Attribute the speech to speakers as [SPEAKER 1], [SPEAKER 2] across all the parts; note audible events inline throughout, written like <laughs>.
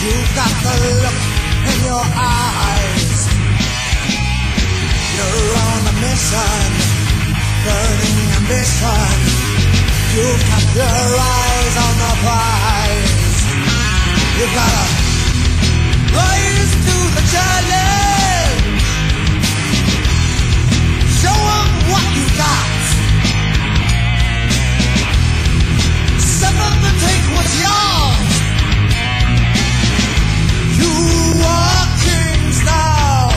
[SPEAKER 1] the look in your eyes. You're on a mission, burning ambition. You've got your eyes on the prize. You've got to rise to the challenge. Show 'em what you got. Step up and take what's yours. You are kings now,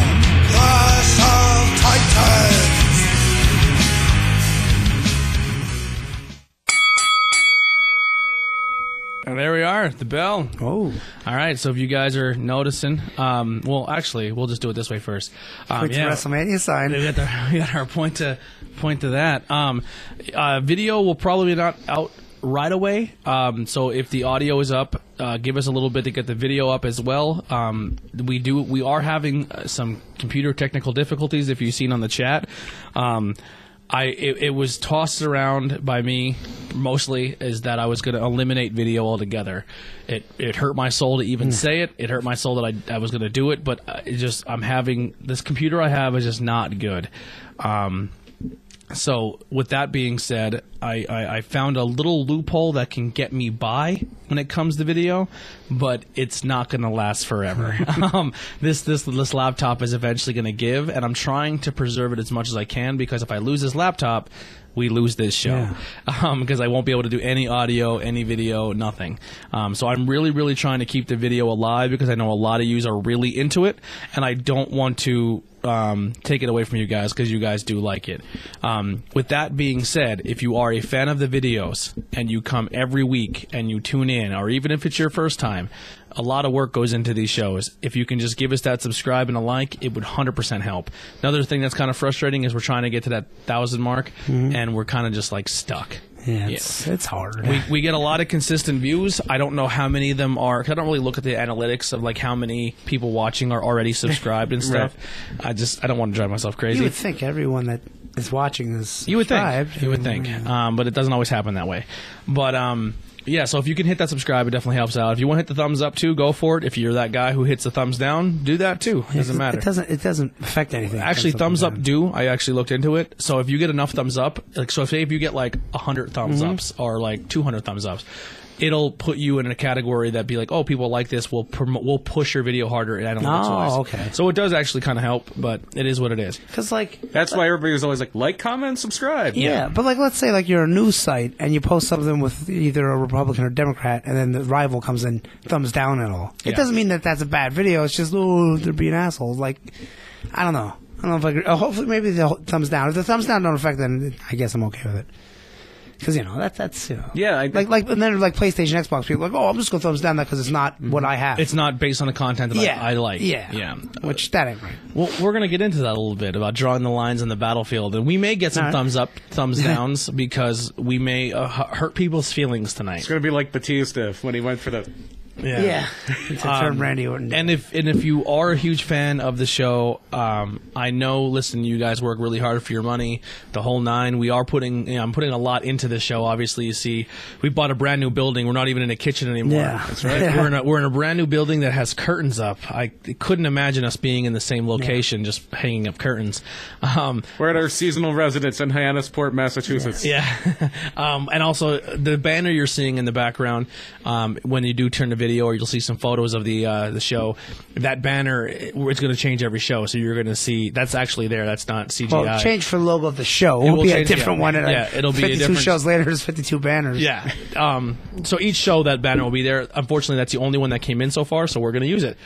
[SPEAKER 1] clash of titans.
[SPEAKER 2] And there we are, the bell.
[SPEAKER 3] Oh,
[SPEAKER 2] All right, so if you guys are noticing, um, well, actually, we'll just do it this way first. Um,
[SPEAKER 3] quick WrestleMania
[SPEAKER 2] <laughs>
[SPEAKER 3] sign.
[SPEAKER 2] We got, the, we got our point to point to that. Um, uh, video will probably not out right away. Um, so if the audio is up, uh, give us a little bit to get the video up as well. Um, we do we are having uh, some computer technical difficulties. If you've seen on the chat. Um, I it, it was tossed around by me mostly is that I was going to eliminate video altogether. It it hurt my soul to even say it. It hurt my soul that I, I was going to do it, but uh, it just I'm having this computer I have is just not good. Um, so with that being said, I, I, I found a little loophole that can get me by when it comes to video, but it's not going to last forever. um, this this this laptop is eventually going to give, and I'm trying to preserve it as much as I can because if I lose this laptop, we lose this show <laughs> because I won't be able to do any audio, any video, nothing. Um, so I'm really really trying to keep the video alive because I know a lot of yous are really into it, and I don't want to um, take it away from you guys because you guys do like it. Um, with that being said, if you are a fan of the videos and you come every week and you tune in, or even if it's your first time, a lot of work goes into these shows. If you can just give us that subscribe and a like, it would 100% help. Another thing that's kind of frustrating is we're trying to get to that thousand mark and we're kind of just like stuck.
[SPEAKER 3] Yeah, it's, it's hard.
[SPEAKER 2] We, we get a lot of consistent views. I don't know how many of them are. 'cause I don't really look at the analytics of like how many people watching are already subscribed and stuff. I just I don't want to drive myself crazy.
[SPEAKER 3] you would think everyone that is watching this.
[SPEAKER 2] You would
[SPEAKER 3] subscribed.
[SPEAKER 2] think. You would think. Um, but it doesn't always happen that way. But um, yeah, so if you can hit that subscribe, it definitely helps out. If you want to hit the thumbs up too, go for it. If you're that guy who hits the thumbs down, do that too. doesn't matter.
[SPEAKER 3] It doesn't. It doesn't affect anything.
[SPEAKER 2] Actually, thumbs up
[SPEAKER 3] and
[SPEAKER 2] do. I actually looked into it. So if you get enough thumbs up, like so, if say if you get like hundred thumbs
[SPEAKER 3] Mm-hmm.
[SPEAKER 2] ups or like two hundred thumbs ups, it'll put you in a category that be like, oh, people like this. We'll promote. We'll push your video harder. And I don't.
[SPEAKER 3] Oh, okay.
[SPEAKER 2] So it does actually kind of help, but it is what it is.
[SPEAKER 3] Because like.
[SPEAKER 4] That's why everybody was always like, like, comment, subscribe.
[SPEAKER 3] Yeah. but like, let's say like you're a news site and you post something with either a Republican or Democrat, and then the rival comes in, thumbs down and all. It
[SPEAKER 2] Yeah.
[SPEAKER 3] doesn't mean that that's a bad video. It's just oh, they're being assholes. Like, I don't know. I don't know if I agree. Oh, hopefully, maybe the thumbs down. If the thumbs down don't affect, then I guess I'm okay with it. Because you know that that's you know,
[SPEAKER 4] Yeah, I-
[SPEAKER 3] like like and then like PlayStation, Xbox people are like oh I'm just gonna thumbs down that because it's not what I have.
[SPEAKER 2] It's not based on the content that
[SPEAKER 3] yeah
[SPEAKER 2] I, I like.
[SPEAKER 3] yeah
[SPEAKER 2] Yeah.
[SPEAKER 3] which that ain't right.
[SPEAKER 2] Well, we're going to get into that a little bit about drawing the lines on the battlefield, and we may get some
[SPEAKER 3] All right.
[SPEAKER 2] thumbs up,
[SPEAKER 3] <laughs>
[SPEAKER 2] thumbs downs because we may uh, hu- hurt people's feelings tonight.
[SPEAKER 4] It's going to be like Batista when he went for the.
[SPEAKER 3] it's a term Randy Orton.
[SPEAKER 2] And if and if you are a huge fan of the show, um, I know. Listen, you guys work really hard for your money, the whole nine. We are putting, you know, I'm putting a lot into this show. Obviously, you see, we bought a brand new building. We're not even in a kitchen anymore.
[SPEAKER 3] Yeah. That's
[SPEAKER 2] right. We're in a we're in a brand new building that has curtains up. I couldn't imagine us being in the same location, just hanging up curtains. Um,
[SPEAKER 4] We're at our seasonal residence in Hyannisport, Massachusetts.
[SPEAKER 2] yeah. <laughs> um, and also the banner you're seeing in the background, um, when you do turn the video or you'll see some photos of the uh, the show, that banner it- it's going to change every show. So you're going to see that's actually there. That's not CGI.
[SPEAKER 3] Well, change for logo of the show. It will
[SPEAKER 2] will
[SPEAKER 3] be a
[SPEAKER 2] change,
[SPEAKER 3] different
[SPEAKER 2] yeah.
[SPEAKER 3] one. and, uh,
[SPEAKER 2] Yeah, it'll be a
[SPEAKER 3] 52
[SPEAKER 2] different-
[SPEAKER 3] shows later. There's 52 banners.
[SPEAKER 2] Yeah. Um, so each show that banner will be there. Unfortunately, that's the only one that came in so far, so we're going to use it.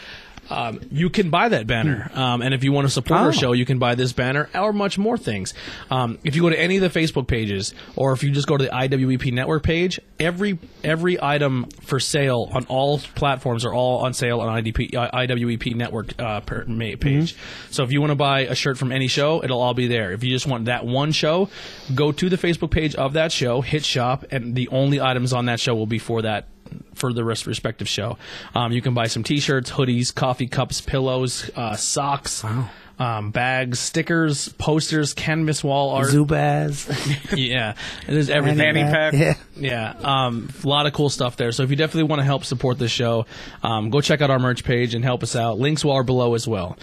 [SPEAKER 2] Um, you can buy that banner, um, and if you want to support
[SPEAKER 3] Oh.
[SPEAKER 2] our show, you can buy this banner or much more things. Um, if you go to any of the Facebook pages, or if you just go to the IWEP Network page, every every item for sale on all platforms are all on sale on IDP, uh, IWEP Network uh, per, ma- page. So if you want to buy a shirt from any show, it'll all be there. If you just want that one show, go to the Facebook page of that show, hit shop, and the only items on that show will be for that for the res- respective show. Um, you can buy some T-shirts, hoodies, coffee cups, pillows, uh, socks. Wow. um, bags, stickers, posters, canvas wall art. <laughs>
[SPEAKER 3] Zubaz.
[SPEAKER 2] Yeah, there's everything.
[SPEAKER 4] Fanny pack.
[SPEAKER 3] Yeah.
[SPEAKER 2] <laughs> Yeah, um, a lot of cool stuff there. So if you definitely want to help support this show, um, go check out our merch page and help us out. Links are below as well.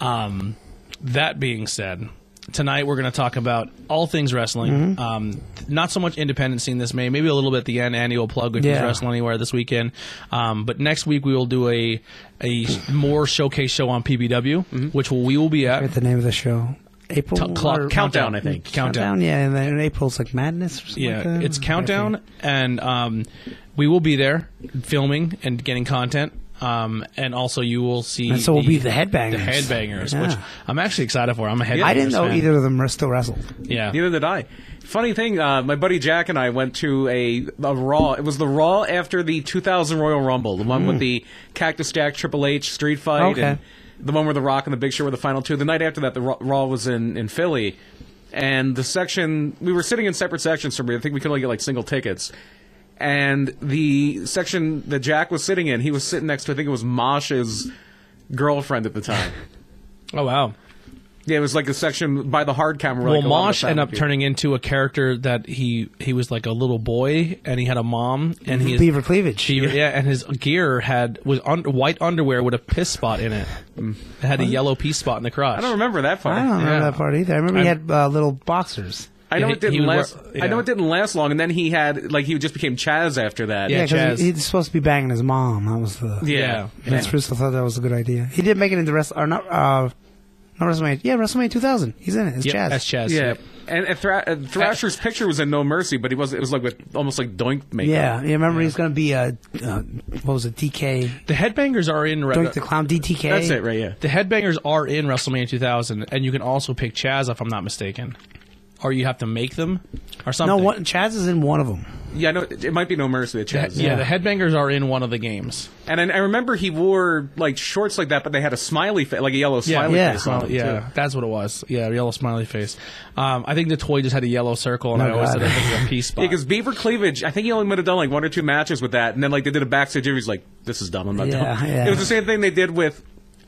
[SPEAKER 2] Um, that being said, tonight we're going to talk about all things wrestling. Um, not so much independent scene this May, maybe a little bit at the end. Annual plug if you
[SPEAKER 3] Yeah.
[SPEAKER 2] wrestling anywhere this weekend. Um, but next week we will do a a more showcase show on PBW, which we will be at.
[SPEAKER 3] Forget the name of the show. April
[SPEAKER 2] T- clock-
[SPEAKER 3] or-
[SPEAKER 4] Countdown, I think.
[SPEAKER 2] Countdown.
[SPEAKER 3] Yeah, and then in April's like madness. Or something
[SPEAKER 2] Yeah,
[SPEAKER 3] like that.
[SPEAKER 2] it's
[SPEAKER 3] I
[SPEAKER 2] countdown, and um, we will be there filming and getting content. Um, and also, you will see.
[SPEAKER 3] And so we'll be the headbangers.
[SPEAKER 2] The headbangers, which
[SPEAKER 3] Yeah.
[SPEAKER 2] I'm actually excited for. I'm a headbangers.
[SPEAKER 3] I didn't know
[SPEAKER 2] fan.
[SPEAKER 3] either of them were still wrestled.
[SPEAKER 2] Yeah.
[SPEAKER 4] Neither did I. Funny thing, uh, my buddy Jack and I went to a, a Raw. It was the Raw after the 2000 Royal Rumble, the one with the Cactus Jack Triple H street fight,
[SPEAKER 3] Okay.
[SPEAKER 4] and the one where The Rock and the Big Show were the final two. The night after that, the Raw, Raw was in, in Philly, and the section we were sitting in separate sections from me. I think we could only get like single tickets. And the section that Jack was sitting in, he was sitting next to I think it was Mosh's girlfriend at the time.
[SPEAKER 2] Oh wow.
[SPEAKER 4] yeah, it was like a section by the hard camera.
[SPEAKER 2] Well,
[SPEAKER 4] like, a lot of
[SPEAKER 2] Mosh
[SPEAKER 4] the
[SPEAKER 2] ended up
[SPEAKER 4] family people.
[SPEAKER 2] turning into a character that he he was like a little boy, and he had a mom, and he
[SPEAKER 3] Mm-hmm. Beaver cleavage.
[SPEAKER 2] Beaver- yeah, and his gear had was un- white underwear with a piss spot in it. It had a yellow pee spot in the crotch.
[SPEAKER 4] I don't remember that far.
[SPEAKER 3] I don't remember
[SPEAKER 2] Yeah.
[SPEAKER 3] that part either. I remember he
[SPEAKER 2] I'm-
[SPEAKER 3] had uh, little boxers.
[SPEAKER 4] I know
[SPEAKER 2] Yeah,
[SPEAKER 4] it
[SPEAKER 2] he- he
[SPEAKER 4] didn't
[SPEAKER 2] would wear-
[SPEAKER 4] last. I know
[SPEAKER 2] yeah.
[SPEAKER 4] it didn't last long, and then he had like he just became Chaz after that.
[SPEAKER 2] Yeah,
[SPEAKER 3] Yeah,
[SPEAKER 2] Chaz.
[SPEAKER 3] because he, he's supposed to be banging his mom. That was the
[SPEAKER 4] yeah.
[SPEAKER 2] Yeah.
[SPEAKER 3] Vince Russo thought that was a good idea. He did make it into Wrest or not uh, not WrestleMania. Yeah, WrestleMania 2000. He's in it. It's
[SPEAKER 2] Yep,
[SPEAKER 3] Chaz.
[SPEAKER 2] That's Chaz.
[SPEAKER 4] Yeah.
[SPEAKER 2] yep.
[SPEAKER 4] And, and Thra- uh, Thrasher's picture was in No Mercy, but he was it was like with almost like doink makeup.
[SPEAKER 3] Yeah, you remember he's going to be a uh, what was it? DK
[SPEAKER 2] The headbangers are in. Re-
[SPEAKER 3] Doink the Clown DTK.
[SPEAKER 4] that's it, right? Yeah,
[SPEAKER 2] The headbangers are in WrestleMania 2000, and you can also pick Chaz if I'm not mistaken, or you have to make them, or
[SPEAKER 3] No,
[SPEAKER 2] something.
[SPEAKER 3] what, Chaz is in one of them.
[SPEAKER 4] yeah. I know it might be No Mercy. It's
[SPEAKER 2] Yeah,
[SPEAKER 4] Chaz.
[SPEAKER 2] yeah, the headbangers are in one of the games.
[SPEAKER 4] And I, I remember he wore like shorts like that, but they had a smiley face, like a yellow smiley
[SPEAKER 3] yeah.
[SPEAKER 4] face.
[SPEAKER 2] Oh,
[SPEAKER 4] on them,
[SPEAKER 2] yeah,
[SPEAKER 4] too.
[SPEAKER 2] that's what it was. Yeah, yellow smiley face. Um, I think the toy just had a yellow circle, and
[SPEAKER 3] Oh,
[SPEAKER 2] I always
[SPEAKER 3] God.
[SPEAKER 2] said it was a
[SPEAKER 3] <laughs>
[SPEAKER 2] peace spot.
[SPEAKER 4] Because Beaver Cleavage, I think he only would have done like one or two matches with that, and then like they did a backstage interview. He's like, "This is dumb. I'm not
[SPEAKER 3] Yeah,
[SPEAKER 4] doing."
[SPEAKER 3] yeah.
[SPEAKER 4] It was the same thing they did with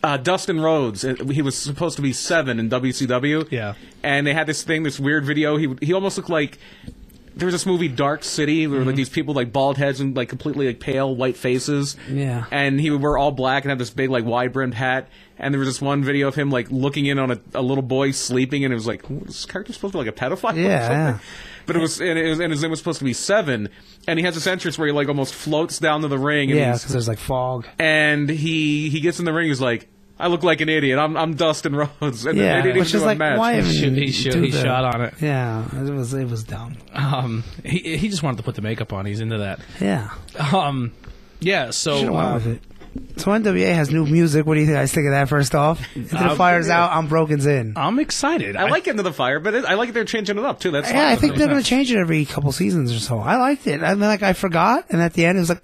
[SPEAKER 4] uh, Dustin Rhodes. Uh, He was supposed to be seven in WCW.
[SPEAKER 2] Yeah.
[SPEAKER 4] and they had this thing, this weird video. He he almost looked like. There was this movie Dark City where
[SPEAKER 3] Mm-hmm.
[SPEAKER 4] like these people like bald heads and like completely like pale white faces.
[SPEAKER 3] Yeah.
[SPEAKER 4] And he would wear all black and have this big like wide brimmed hat. And there was this one video of him like looking in on a, a little boy sleeping and it was like, "What, this character's supposed to be like a pedophile or
[SPEAKER 3] Yeah,
[SPEAKER 4] something?"
[SPEAKER 3] yeah.
[SPEAKER 4] But it was and, it was and his name was supposed to be Seven, and he has this entrance where he like almost floats down to the ring. And
[SPEAKER 3] Yeah,
[SPEAKER 4] he's-
[SPEAKER 3] because there's like fog.
[SPEAKER 4] and he he gets in the ring. He's like, "I look like an idiot. I'm I'm Dustin Rhodes." <laughs> And
[SPEAKER 3] Yeah,
[SPEAKER 4] they didn't
[SPEAKER 3] which
[SPEAKER 4] even
[SPEAKER 3] is
[SPEAKER 4] do a
[SPEAKER 3] like
[SPEAKER 4] match.
[SPEAKER 3] why even <laughs>
[SPEAKER 2] He should- he should-
[SPEAKER 3] do
[SPEAKER 2] he
[SPEAKER 3] the-
[SPEAKER 2] shot on it.
[SPEAKER 3] Yeah, it was it was dumb.
[SPEAKER 2] um, he he just wanted to put the makeup on. He's into that.
[SPEAKER 3] Yeah, Oh,
[SPEAKER 2] Um, yeah. So
[SPEAKER 3] should
[SPEAKER 2] uh,
[SPEAKER 3] have went with it. So NWA has new music. What do you guys think of that? First off, Into the
[SPEAKER 2] Uh,
[SPEAKER 3] fire's out. I'm broken's in.
[SPEAKER 2] I'm excited.
[SPEAKER 4] I like Into the Fire, but it, I like they're changing it up too. That's
[SPEAKER 3] Yeah,
[SPEAKER 4] fine
[SPEAKER 3] I
[SPEAKER 4] with
[SPEAKER 3] think
[SPEAKER 4] them.
[SPEAKER 3] they're going to change it every couple seasons or so. I liked it. And then, like, I forgot. And at the end, it was like,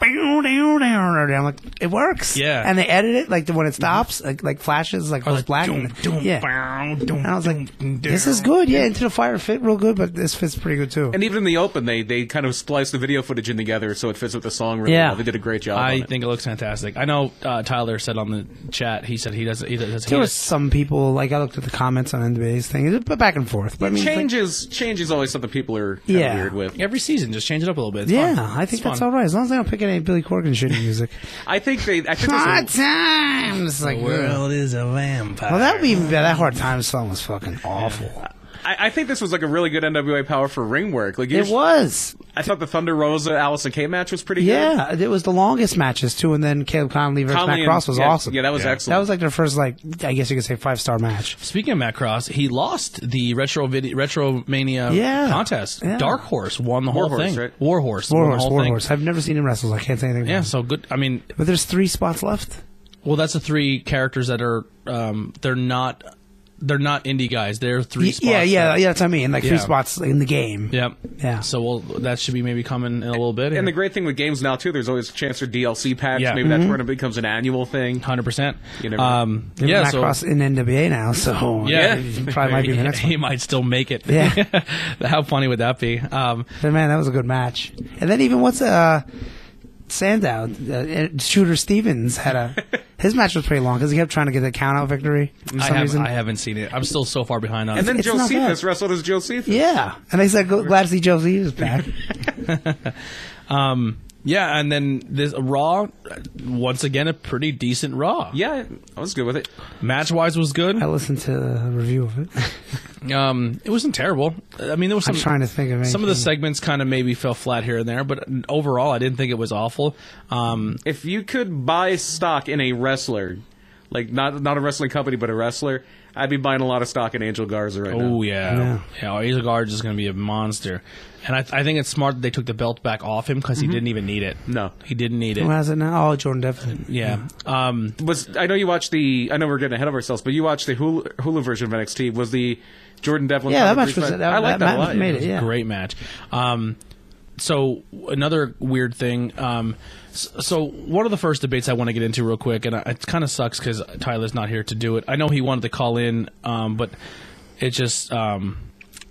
[SPEAKER 3] I'm like, it works.
[SPEAKER 2] Yeah.
[SPEAKER 3] And they edit it, like, the, when it stops, like, like flashes, like, goes
[SPEAKER 2] like,
[SPEAKER 3] black.
[SPEAKER 2] doom,
[SPEAKER 3] and,
[SPEAKER 2] doom,
[SPEAKER 3] yeah.
[SPEAKER 2] bow, doom,
[SPEAKER 3] and I was like,
[SPEAKER 2] doom,
[SPEAKER 3] this
[SPEAKER 2] doom.
[SPEAKER 3] is good. Yeah, Into the Fire fit real good, but this fits pretty good, too.
[SPEAKER 4] And even in the open, they they kind of spliced the video footage in together so it fits with the song really
[SPEAKER 3] Yeah.
[SPEAKER 4] well. They did a great job. on
[SPEAKER 2] I
[SPEAKER 4] it.
[SPEAKER 2] think it looks fantastic. I know uh, Tyler said on the chat. He said he doesn't. He doesn't.
[SPEAKER 3] there
[SPEAKER 2] he
[SPEAKER 3] were some people, like, I looked at the comments on NWA's thing, but back and forth. But I mean, it's like-
[SPEAKER 4] changes change is always something people are kinda
[SPEAKER 3] Yeah.
[SPEAKER 4] weird with.
[SPEAKER 2] every season just change it up a little bit. It's
[SPEAKER 3] yeah,
[SPEAKER 2] fun.
[SPEAKER 3] I think
[SPEAKER 2] It's
[SPEAKER 3] that's
[SPEAKER 2] fun.
[SPEAKER 3] all right. As long as they don't pick any Billy Corgan shit in music.
[SPEAKER 4] I think they. I think
[SPEAKER 3] Hard
[SPEAKER 4] there's a-
[SPEAKER 3] Times! Like, well,
[SPEAKER 2] is a vampire.
[SPEAKER 3] that would be even better. That Hard Times song was fucking awful.
[SPEAKER 4] I, I think this was like a really good NWA power for ring work. Like
[SPEAKER 3] It
[SPEAKER 4] usually-
[SPEAKER 3] was.
[SPEAKER 4] I thought the Thunder Rosa Allison K match was pretty good.
[SPEAKER 3] Yeah, it was the longest matches too, and then Caleb Conley versus
[SPEAKER 4] Conley
[SPEAKER 3] Matt
[SPEAKER 4] and-
[SPEAKER 3] Cross was
[SPEAKER 4] yeah,
[SPEAKER 3] awesome.
[SPEAKER 4] yeah, that was Yeah. excellent.
[SPEAKER 3] That was like their first, like I guess you could say, five star match.
[SPEAKER 2] Speaking of Matt Cross, he lost the retro video, retro mania
[SPEAKER 3] Yeah.
[SPEAKER 2] contest.
[SPEAKER 3] Yeah.
[SPEAKER 2] Dark Horse won the whole
[SPEAKER 4] Warhorse,
[SPEAKER 2] thing.
[SPEAKER 4] right?
[SPEAKER 2] Warhorse, won the
[SPEAKER 3] Warhorse,
[SPEAKER 2] whole thing.
[SPEAKER 3] Warhorse. I've never seen him wrestle. so I can't say anything. about
[SPEAKER 2] Yeah,
[SPEAKER 3] him.
[SPEAKER 2] so good. I mean,
[SPEAKER 3] but there's three spots left.
[SPEAKER 2] well, that's the three characters that are. Um, they're not. They're not indie guys. They're three.
[SPEAKER 3] Y-
[SPEAKER 2] spots
[SPEAKER 3] yeah, yeah,
[SPEAKER 2] that-
[SPEAKER 3] yeah. That's what I mean. Like
[SPEAKER 2] Yeah.
[SPEAKER 3] three spots in the game.
[SPEAKER 2] Yep.
[SPEAKER 3] Yeah.
[SPEAKER 2] So we'll, that should be maybe coming in a little bit.
[SPEAKER 4] And the great thing with games now too, there's always a chance for DLC packs.
[SPEAKER 2] Yeah.
[SPEAKER 4] Maybe
[SPEAKER 3] Mm-hmm.
[SPEAKER 4] that's where it becomes an annual thing.
[SPEAKER 2] hundred percent.
[SPEAKER 4] You never know.
[SPEAKER 2] Um,
[SPEAKER 3] Even
[SPEAKER 2] yeah.
[SPEAKER 3] Matt
[SPEAKER 2] So
[SPEAKER 3] Cross in NWA now, so
[SPEAKER 2] Yeah.
[SPEAKER 3] he probably might be
[SPEAKER 2] <laughs>
[SPEAKER 3] the next
[SPEAKER 2] he
[SPEAKER 3] one.
[SPEAKER 2] might still make it.
[SPEAKER 3] Yeah.
[SPEAKER 2] <laughs> How funny would that be? Um,
[SPEAKER 3] But man, that was a good match.
[SPEAKER 2] <laughs>
[SPEAKER 3] And then even what's uh, Sandow, uh, Shooter Stevens had a His match was pretty long because he kept trying to get the count out victory for some
[SPEAKER 2] I, have,
[SPEAKER 3] reason.
[SPEAKER 2] I haven't seen it. I'm still so far behind on
[SPEAKER 4] And
[SPEAKER 2] it.
[SPEAKER 4] then
[SPEAKER 3] It's not
[SPEAKER 4] Josephus
[SPEAKER 3] bad.
[SPEAKER 4] wrestled as Josephus.
[SPEAKER 3] yeah, and they said, "Go- "Glad to see
[SPEAKER 2] <laughs>
[SPEAKER 3] Josie was back."
[SPEAKER 2] Um, yeah, and then this Raw, once again, a pretty decent Raw.
[SPEAKER 4] Yeah, I was good with it.
[SPEAKER 2] Match wise was good.
[SPEAKER 3] I listened to a review of it.
[SPEAKER 2] Um, it wasn't terrible. I mean, there was some.
[SPEAKER 3] I'm trying to think of anything.
[SPEAKER 2] some of the segments kind of maybe fell flat here and there, but overall, I didn't think it was awful. Um,
[SPEAKER 4] If you could buy stock in a wrestler, like not not a wrestling company, but a wrestler, I'd be buying a lot of stock in Angel Garza right now.
[SPEAKER 2] Oh yeah,
[SPEAKER 3] Yeah.
[SPEAKER 2] yeah. Hazel Guard is going to be a monster, and I, I think it's smart that they took the belt back off him because
[SPEAKER 3] Mm-hmm.
[SPEAKER 2] he didn't even need it.
[SPEAKER 4] No.
[SPEAKER 2] he didn't need it.
[SPEAKER 3] What is it now? Oh, Jordan Devlin.
[SPEAKER 2] <laughs> yeah. Um,
[SPEAKER 4] Was I know you watched the? I know we're getting ahead of ourselves, but you watched the Hulu, Hulu version of NXT. Was the Jordan Devlin?
[SPEAKER 3] Yeah, that
[SPEAKER 4] Robert
[SPEAKER 3] match
[SPEAKER 4] Reese
[SPEAKER 3] was-
[SPEAKER 4] match?
[SPEAKER 3] that-
[SPEAKER 4] I
[SPEAKER 3] that
[SPEAKER 4] like that, a
[SPEAKER 3] match
[SPEAKER 4] lot.
[SPEAKER 3] made
[SPEAKER 4] was
[SPEAKER 3] it, yeah.
[SPEAKER 2] great match. Um, so another weird thing. Um, s- so one of the first debates I want to get into real quick, and I- it kind of sucks because Tyler's not here to do it. I know he wanted to call in, um, but it just um,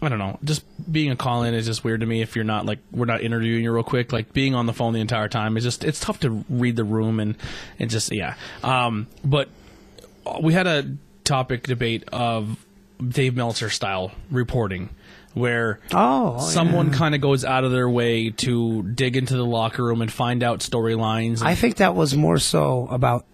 [SPEAKER 2] I don't know. Just being a call in is just weird to me. If you're not like we're not interviewing you real quick, like being on the phone the entire time is just it's tough to read the room and and just yeah. Um, but we had a topic debate of Dave Meltzer style reporting, where
[SPEAKER 3] Oh,
[SPEAKER 2] someone
[SPEAKER 3] yeah.
[SPEAKER 2] kind of goes out of their way to dig into the locker room and find out storylines.
[SPEAKER 3] I think that was more so about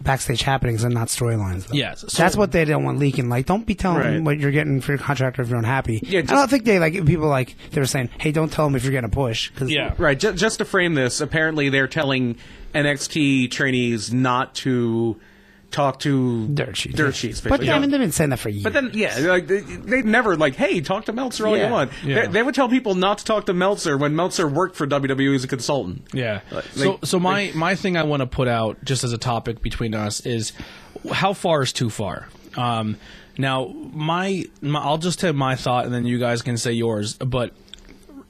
[SPEAKER 3] backstage happenings and not storylines. though.
[SPEAKER 2] Yes, so-
[SPEAKER 3] that's what they don't want leaking. Like, don't be telling
[SPEAKER 4] Right.
[SPEAKER 3] them what you're getting for your contractor if you're unhappy.
[SPEAKER 4] Yeah,
[SPEAKER 3] I don't
[SPEAKER 4] just-
[SPEAKER 3] think they like people like they were saying, "Hey, don't tell them if you're getting a push." 'cause-
[SPEAKER 2] yeah,
[SPEAKER 4] Right. Just, just to frame this, apparently they're telling NXT trainees not to talk to
[SPEAKER 3] Dirt sheets.
[SPEAKER 4] Dirt sheets.
[SPEAKER 3] but
[SPEAKER 4] basically.
[SPEAKER 3] I mean, they've been saying that for years.
[SPEAKER 4] But then, yeah, like they, they never like, hey, talk to Meltzer all
[SPEAKER 3] Yeah.
[SPEAKER 4] you want.
[SPEAKER 2] Yeah.
[SPEAKER 4] They, they would tell people not to talk to Meltzer when Meltzer worked for WWE as a consultant.
[SPEAKER 2] Yeah.
[SPEAKER 4] Like,
[SPEAKER 2] so
[SPEAKER 4] like-
[SPEAKER 2] so my my thing I want to put out just as a topic between us is how far is too far. Um, now my, my I'll just have my thought and then you guys can say yours. But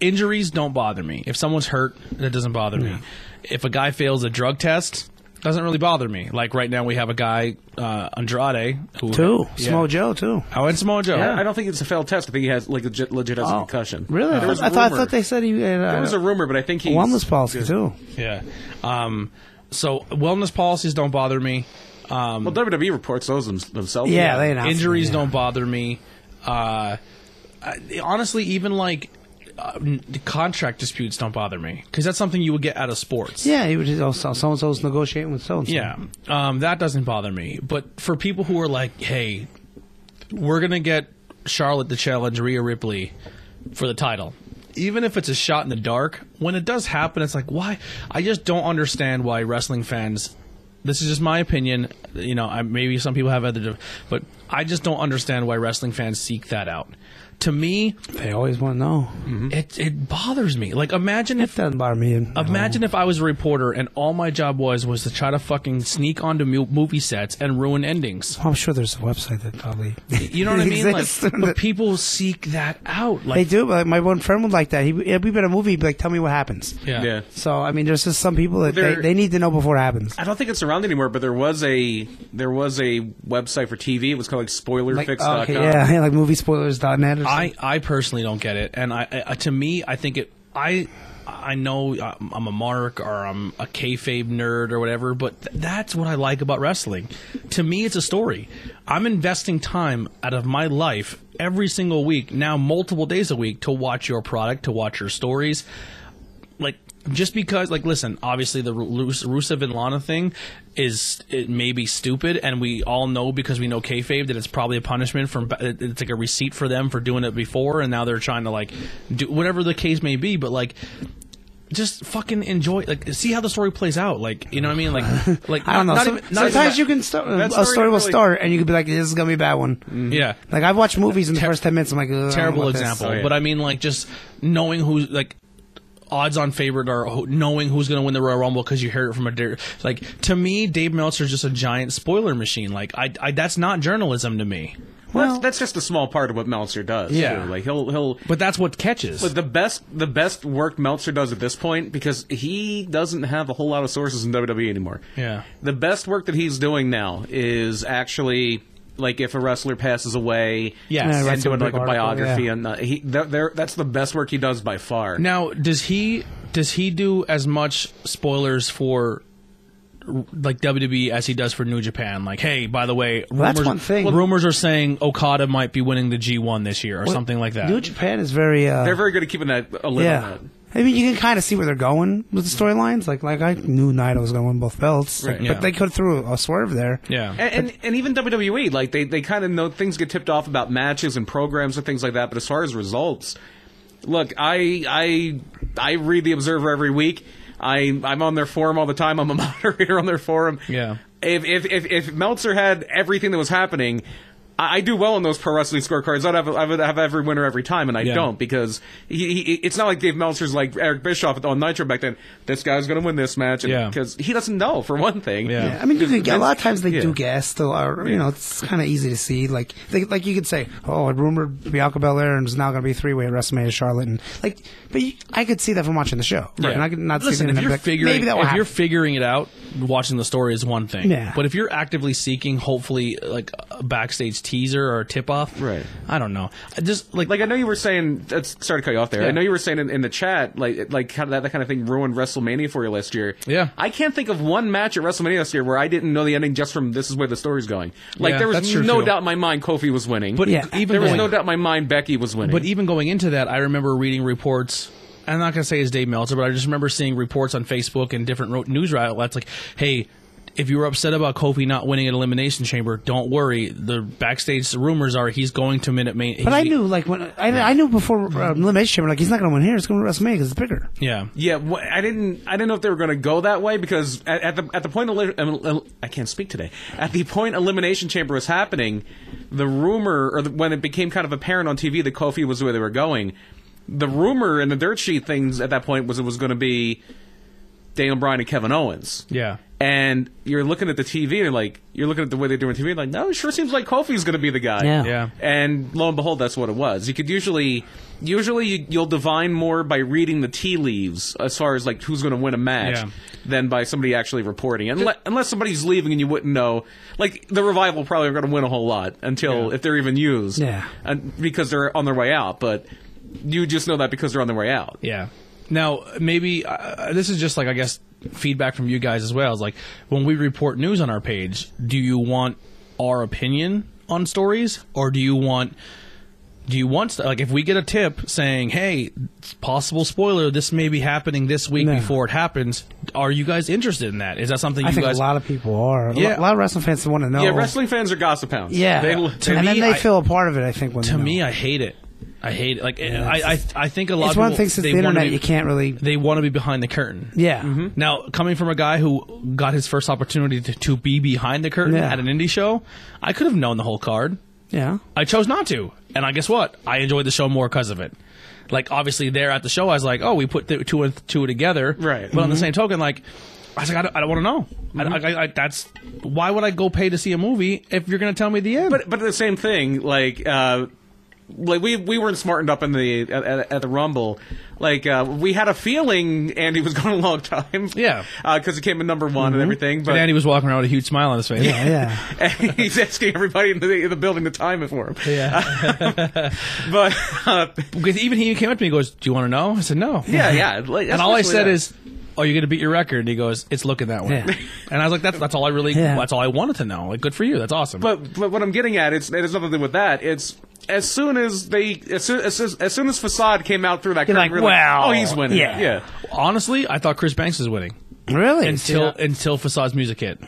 [SPEAKER 2] injuries don't bother me. If someone's hurt, that doesn't bother me. If a guy fails a drug test. Doesn't really bother me. Like right now, we have a guy uh, Andrade who
[SPEAKER 3] too,
[SPEAKER 2] Yeah.
[SPEAKER 3] Samoa Joe too.
[SPEAKER 2] Oh, and Samoa Joe.
[SPEAKER 4] I don't think it's a failed test. I think he has like legit, legit has a concussion.
[SPEAKER 3] Oh, Really? I
[SPEAKER 4] There was
[SPEAKER 3] thought- I, thought, I
[SPEAKER 4] rumor.
[SPEAKER 3] thought they said he had
[SPEAKER 4] There was a
[SPEAKER 3] uh,
[SPEAKER 4] rumor, but I think
[SPEAKER 3] a
[SPEAKER 4] he
[SPEAKER 3] wellness policy too.
[SPEAKER 2] Yeah. Um, so wellness policies don't bother me. Um,
[SPEAKER 4] Well, WWE reports those them- themselves.
[SPEAKER 3] Yeah, they announced
[SPEAKER 2] injuries
[SPEAKER 3] it, yeah.
[SPEAKER 2] don't bother me. Uh, I, honestly, even like uh, n- contract disputes don't bother me because that's something you would get out of sports.
[SPEAKER 3] Yeah, he was just also so and so's negotiating with so and so.
[SPEAKER 2] Yeah, um, that doesn't bother me. But for people who are like, "Hey, we're gonna get Charlotte to challenge Rhea Ripley for the title," even if it's a shot in the dark, when it does happen, it's like, why? I just don't understand why wrestling fans. This is just my opinion. You know, I, maybe some people have other, but I just don't understand why wrestling fans seek that out. To me,
[SPEAKER 3] they always want to know.
[SPEAKER 4] Hmm.
[SPEAKER 2] it it bothers me. Like, imagine if
[SPEAKER 3] It doesn't bother me. at all.
[SPEAKER 2] Imagine if I was a reporter and all my job was was to try to fucking sneak onto mu- movie sets and ruin endings.
[SPEAKER 3] Well, I'm sure there's a website that probably
[SPEAKER 2] You know what I
[SPEAKER 3] <laughs>
[SPEAKER 2] mean? Like,
[SPEAKER 3] exists.
[SPEAKER 2] but people seek that out.
[SPEAKER 3] They
[SPEAKER 2] Like,
[SPEAKER 3] do. But like, my one friend would like that. He, yeah, we've been a movie. he'd be Like, tell me what happens.
[SPEAKER 2] yeah.
[SPEAKER 4] Yeah.
[SPEAKER 3] So I mean, there's just some people that they,
[SPEAKER 4] They're-
[SPEAKER 3] they need to know before it happens.
[SPEAKER 4] I don't think it's around anymore, but there was a there was a website for TV. It was called
[SPEAKER 3] Like,
[SPEAKER 4] like SpoilerFix.com.
[SPEAKER 3] okay, yeah, <laughs> yeah, like moviespoilers.net. Or something.
[SPEAKER 2] I I personally don't get it, and I, I to me I think it I. I know I'm I'm a mark or I'm a kayfabe nerd or whatever, but th- that's what I like about wrestling. To me, it's a story. I'm investing time out of my life every single week, now multiple days a week, to watch your product, to watch your stories. like just because like listen obviously the Ru- Rus- rusev and lana thing is it may be stupid and we all know because we know kayfabe that it's probably a punishment from it's like a receipt for them for doing it before and now they're trying to like do whatever the case may be but like just fucking enjoy like see how the story plays out like you know what i mean
[SPEAKER 3] <laughs>
[SPEAKER 2] like like
[SPEAKER 3] I don't know.
[SPEAKER 2] not
[SPEAKER 3] Some-
[SPEAKER 2] even- not even
[SPEAKER 3] sometimes
[SPEAKER 2] that-
[SPEAKER 3] you can start
[SPEAKER 4] that
[SPEAKER 3] a
[SPEAKER 4] story
[SPEAKER 3] story will
[SPEAKER 4] really-
[SPEAKER 3] start, and you can be like, "This is gonna be a bad one."
[SPEAKER 2] yeah
[SPEAKER 3] Like I've watched movies in the first ten minutes. I'm like, "Ugh, I don't know
[SPEAKER 2] terrible
[SPEAKER 3] about this."
[SPEAKER 2] example,
[SPEAKER 4] Oh, yeah.
[SPEAKER 2] but I mean like just knowing who's like odds on favorite or who, knowing who's going to win the Royal Rumble because you hear it from a dir- like to me Dave Meltzer's just a giant spoiler machine. Like I, I that's not journalism to me.
[SPEAKER 4] Well,
[SPEAKER 3] Well-
[SPEAKER 4] that's, that's just a small part of what Meltzer does.
[SPEAKER 2] Yeah.
[SPEAKER 4] too. like he'll he'll
[SPEAKER 2] But that's what catches.
[SPEAKER 4] But the best the best work Meltzer does at this point because he doesn't have a whole lot of sources in WWE anymore.
[SPEAKER 2] Yeah.
[SPEAKER 4] The best work that he's doing now is actually like if a wrestler passes away,
[SPEAKER 2] Yes. Yeah,
[SPEAKER 4] and
[SPEAKER 3] writes a
[SPEAKER 4] doing
[SPEAKER 3] big
[SPEAKER 4] like a
[SPEAKER 3] article,
[SPEAKER 4] biography
[SPEAKER 3] yeah.
[SPEAKER 4] and uh, he th- there that's the best work he does by far.
[SPEAKER 2] now does he does he do as much spoilers for like WWE as he does for New Japan. Like, hey, by the way, rumors,
[SPEAKER 3] that's one thing.
[SPEAKER 2] well, rumors are saying Okada might be winning the G1 this year or something like that.
[SPEAKER 3] New Japan is very. Uh,
[SPEAKER 4] They're very good at keeping that a lid on
[SPEAKER 3] yeah.
[SPEAKER 4] that.
[SPEAKER 3] I mean, you can kind of see where they're going with the storylines. Like, like I knew Naito was going to win both belts, like,
[SPEAKER 2] Right, yeah.
[SPEAKER 3] but they could through a swerve there.
[SPEAKER 2] yeah.
[SPEAKER 4] And, and and even WWE, like they, they kind of know things get tipped off about matches and programs and things like that. But as far as results, look, I I I read the Observer every week. I I'm on their forum all the time. I'm a <laughs> moderator on their forum.
[SPEAKER 2] Yeah.
[SPEAKER 4] If if if, if Meltzer had everything that was happening. I I do well on those pro wrestling scorecards. I'd have, I would have every winner every time, and I
[SPEAKER 2] Yeah.
[SPEAKER 4] don't because he, he, it's not like Dave Meltzer's like Eric Bischoff on Nitro back then. This guy's going to win this match
[SPEAKER 2] Yeah.
[SPEAKER 4] because he doesn't know for one thing.
[SPEAKER 2] Yeah.
[SPEAKER 3] Yeah, I mean, you can, a lot of times they
[SPEAKER 4] Yeah.
[SPEAKER 3] do guess, though, or, you know, it's kind of easy to see. Like, they, like you could say, "Oh, I rumored Bianca Belair is now going to be three way at WrestleMania Charlotte," and like, but you, I could see that from watching the show.
[SPEAKER 2] Yeah.
[SPEAKER 3] And I could not
[SPEAKER 2] Listen,
[SPEAKER 3] see that
[SPEAKER 2] if
[SPEAKER 3] and
[SPEAKER 2] you're
[SPEAKER 3] be like,
[SPEAKER 2] figuring
[SPEAKER 3] maybe that will
[SPEAKER 2] if you're
[SPEAKER 3] happen.
[SPEAKER 2] figuring it out, watching the story is one thing.
[SPEAKER 3] Yeah.
[SPEAKER 2] But if you're actively seeking, hopefully, like a backstage teaser or a tip off.
[SPEAKER 4] Right.
[SPEAKER 2] I don't know. I just like
[SPEAKER 4] like I know you were saying. That's, sorry to cut you off there.
[SPEAKER 2] Yeah.
[SPEAKER 4] I know you were saying in, in the chat, like like how that, that kind of thing ruined WrestleMania for you last year.
[SPEAKER 2] Yeah.
[SPEAKER 4] I can't think of one match at WrestleMania last year where I didn't know the ending just from this is where the story's going. Like
[SPEAKER 2] Yeah,
[SPEAKER 4] there
[SPEAKER 2] that's
[SPEAKER 4] was
[SPEAKER 2] true,
[SPEAKER 4] no
[SPEAKER 2] too.
[SPEAKER 4] doubt in my mind Kofi was winning.
[SPEAKER 2] But
[SPEAKER 3] Yeah.
[SPEAKER 2] even
[SPEAKER 4] there was
[SPEAKER 2] going-
[SPEAKER 4] no doubt in my mind Becky was winning.
[SPEAKER 2] But even going into that, I remember reading reports. I'm not going to say it's Dave Meltzer, but I just remember seeing reports on Facebook and different ro- news outlets like, hey, if you were upset about Kofi not winning at Elimination Chamber, don't worry. The backstage rumors are he's going to Minute Maid.
[SPEAKER 3] But I knew, like, when I, I knew before uh,
[SPEAKER 2] Mm-hmm.
[SPEAKER 3] Elimination Chamber, like, he's not going to win here. It's going to WrestleMania because it's bigger.
[SPEAKER 2] Yeah.
[SPEAKER 4] Yeah, wh- I didn't. I didn't know if they were going to go that way because at, at the at the point eli- em- el- I can't speak today. At the point elimination chamber was happening, the rumor or the, when it became kind of apparent on TV that Kofi was where they were going, the rumor and the dirt sheet things at that point was it was going to be Daniel Bryan and Kevin Owens.
[SPEAKER 2] Yeah.
[SPEAKER 4] And you're looking at the TV and like you're looking at the way they're doing TV and like no, it sure seems like Kofi's going to be the guy.
[SPEAKER 3] Yeah.
[SPEAKER 2] Yeah.
[SPEAKER 4] And lo and behold, that's what it was. You could usually, usually you, you'll divine more by reading the tea leaves as far as like who's going to win a match
[SPEAKER 2] Yeah.
[SPEAKER 4] than by somebody actually reporting. Unless, unless somebody's leaving and you wouldn't know. Like the revival probably are going to win a whole lot until if they're even used.
[SPEAKER 3] Yeah.
[SPEAKER 4] And because they're on their way out, but you just know that because they're on their way out.
[SPEAKER 2] Yeah. Now, maybe uh, this is just like, I guess, feedback from you guys as well. It's like, when we report news on our page, do you want our opinion on stories or do you want. Do you want st- like if we get a tip saying, "Hey, it's possible spoiler, this may be happening this week
[SPEAKER 3] No.
[SPEAKER 2] before it happens." Are you guys interested in that? Is that something
[SPEAKER 3] I
[SPEAKER 2] you
[SPEAKER 3] think
[SPEAKER 2] guys
[SPEAKER 3] a lot of people are. A
[SPEAKER 2] Yeah.
[SPEAKER 3] lot of wrestling fans want to know.
[SPEAKER 4] Yeah, wrestling fans are gossip hounds.
[SPEAKER 3] Yeah.
[SPEAKER 4] They,
[SPEAKER 2] To
[SPEAKER 4] they-
[SPEAKER 3] and
[SPEAKER 2] me,
[SPEAKER 3] then they
[SPEAKER 2] I-
[SPEAKER 3] feel a part of it, I think, when
[SPEAKER 2] To
[SPEAKER 3] they
[SPEAKER 2] me,
[SPEAKER 3] know.
[SPEAKER 2] I hate it. I hate it. Like I, I, I think a lot
[SPEAKER 3] it's
[SPEAKER 2] of
[SPEAKER 3] one
[SPEAKER 2] people
[SPEAKER 3] thing since
[SPEAKER 2] they
[SPEAKER 3] the
[SPEAKER 2] wanna
[SPEAKER 3] internet,
[SPEAKER 2] be-
[SPEAKER 3] you can't really.
[SPEAKER 2] they want to be behind the curtain.
[SPEAKER 3] Yeah.
[SPEAKER 4] Mm-hmm.
[SPEAKER 2] Now, coming from a guy who got his first opportunity to, to be behind the curtain
[SPEAKER 3] Yeah.
[SPEAKER 2] at an indie show, I could have known the whole card.
[SPEAKER 3] Yeah.
[SPEAKER 2] I chose not to, and I guess what? I enjoyed the show more because of it. Like obviously, there at the show, I was like, "Oh, we put the two and two together."
[SPEAKER 4] Right. Mm-hmm.
[SPEAKER 2] But
[SPEAKER 3] Mm-hmm.
[SPEAKER 2] on the same token, like, I was like, "I don't, want to know." I- I, I, I, that's why would I go pay to see a movie if you're going to tell me the end?
[SPEAKER 4] But but the same thing, like uh, like we we weren't smartened up in the at, at, at the Rumble. Like uh, we had a feeling Andy was <laughs> going a long time.
[SPEAKER 2] Yeah. Mm-hmm.
[SPEAKER 4] because he came in number one and everything. But
[SPEAKER 2] and Andy was walking around with a huge smile on his face.
[SPEAKER 3] Yeah. yeah.
[SPEAKER 4] <laughs> and he's asking everybody in the, in the building to time it for him.
[SPEAKER 2] Yeah. <laughs>
[SPEAKER 4] <laughs> But uh,
[SPEAKER 2] Because even he came up to me and goes, "Do you want to know?" I said, "No."
[SPEAKER 4] yeah, yeah. Like,
[SPEAKER 2] and all I
[SPEAKER 4] especially
[SPEAKER 2] said
[SPEAKER 4] that.
[SPEAKER 2] is, "Oh, you're gonna beat your record." And he goes, "It's looking that way."
[SPEAKER 3] Yeah.
[SPEAKER 2] <laughs> And I was like, "That's that's all I really
[SPEAKER 3] Yeah.
[SPEAKER 2] that's all I wanted to know. Like, good for you. That's awesome."
[SPEAKER 4] But, but what I'm getting at, it's it has nothing to do with that. It's as soon as they, as soon as, soon- as soon as Facade came out through that,
[SPEAKER 3] You're
[SPEAKER 4] curtain,
[SPEAKER 3] like,
[SPEAKER 4] we're
[SPEAKER 3] "Well,
[SPEAKER 4] oh, he's winning.
[SPEAKER 3] yeah."
[SPEAKER 4] yeah.
[SPEAKER 2] honestly, I thought Chris Banks was winning
[SPEAKER 3] Really?
[SPEAKER 2] <laughs> until
[SPEAKER 3] Yeah.
[SPEAKER 2] until Facade's music hit.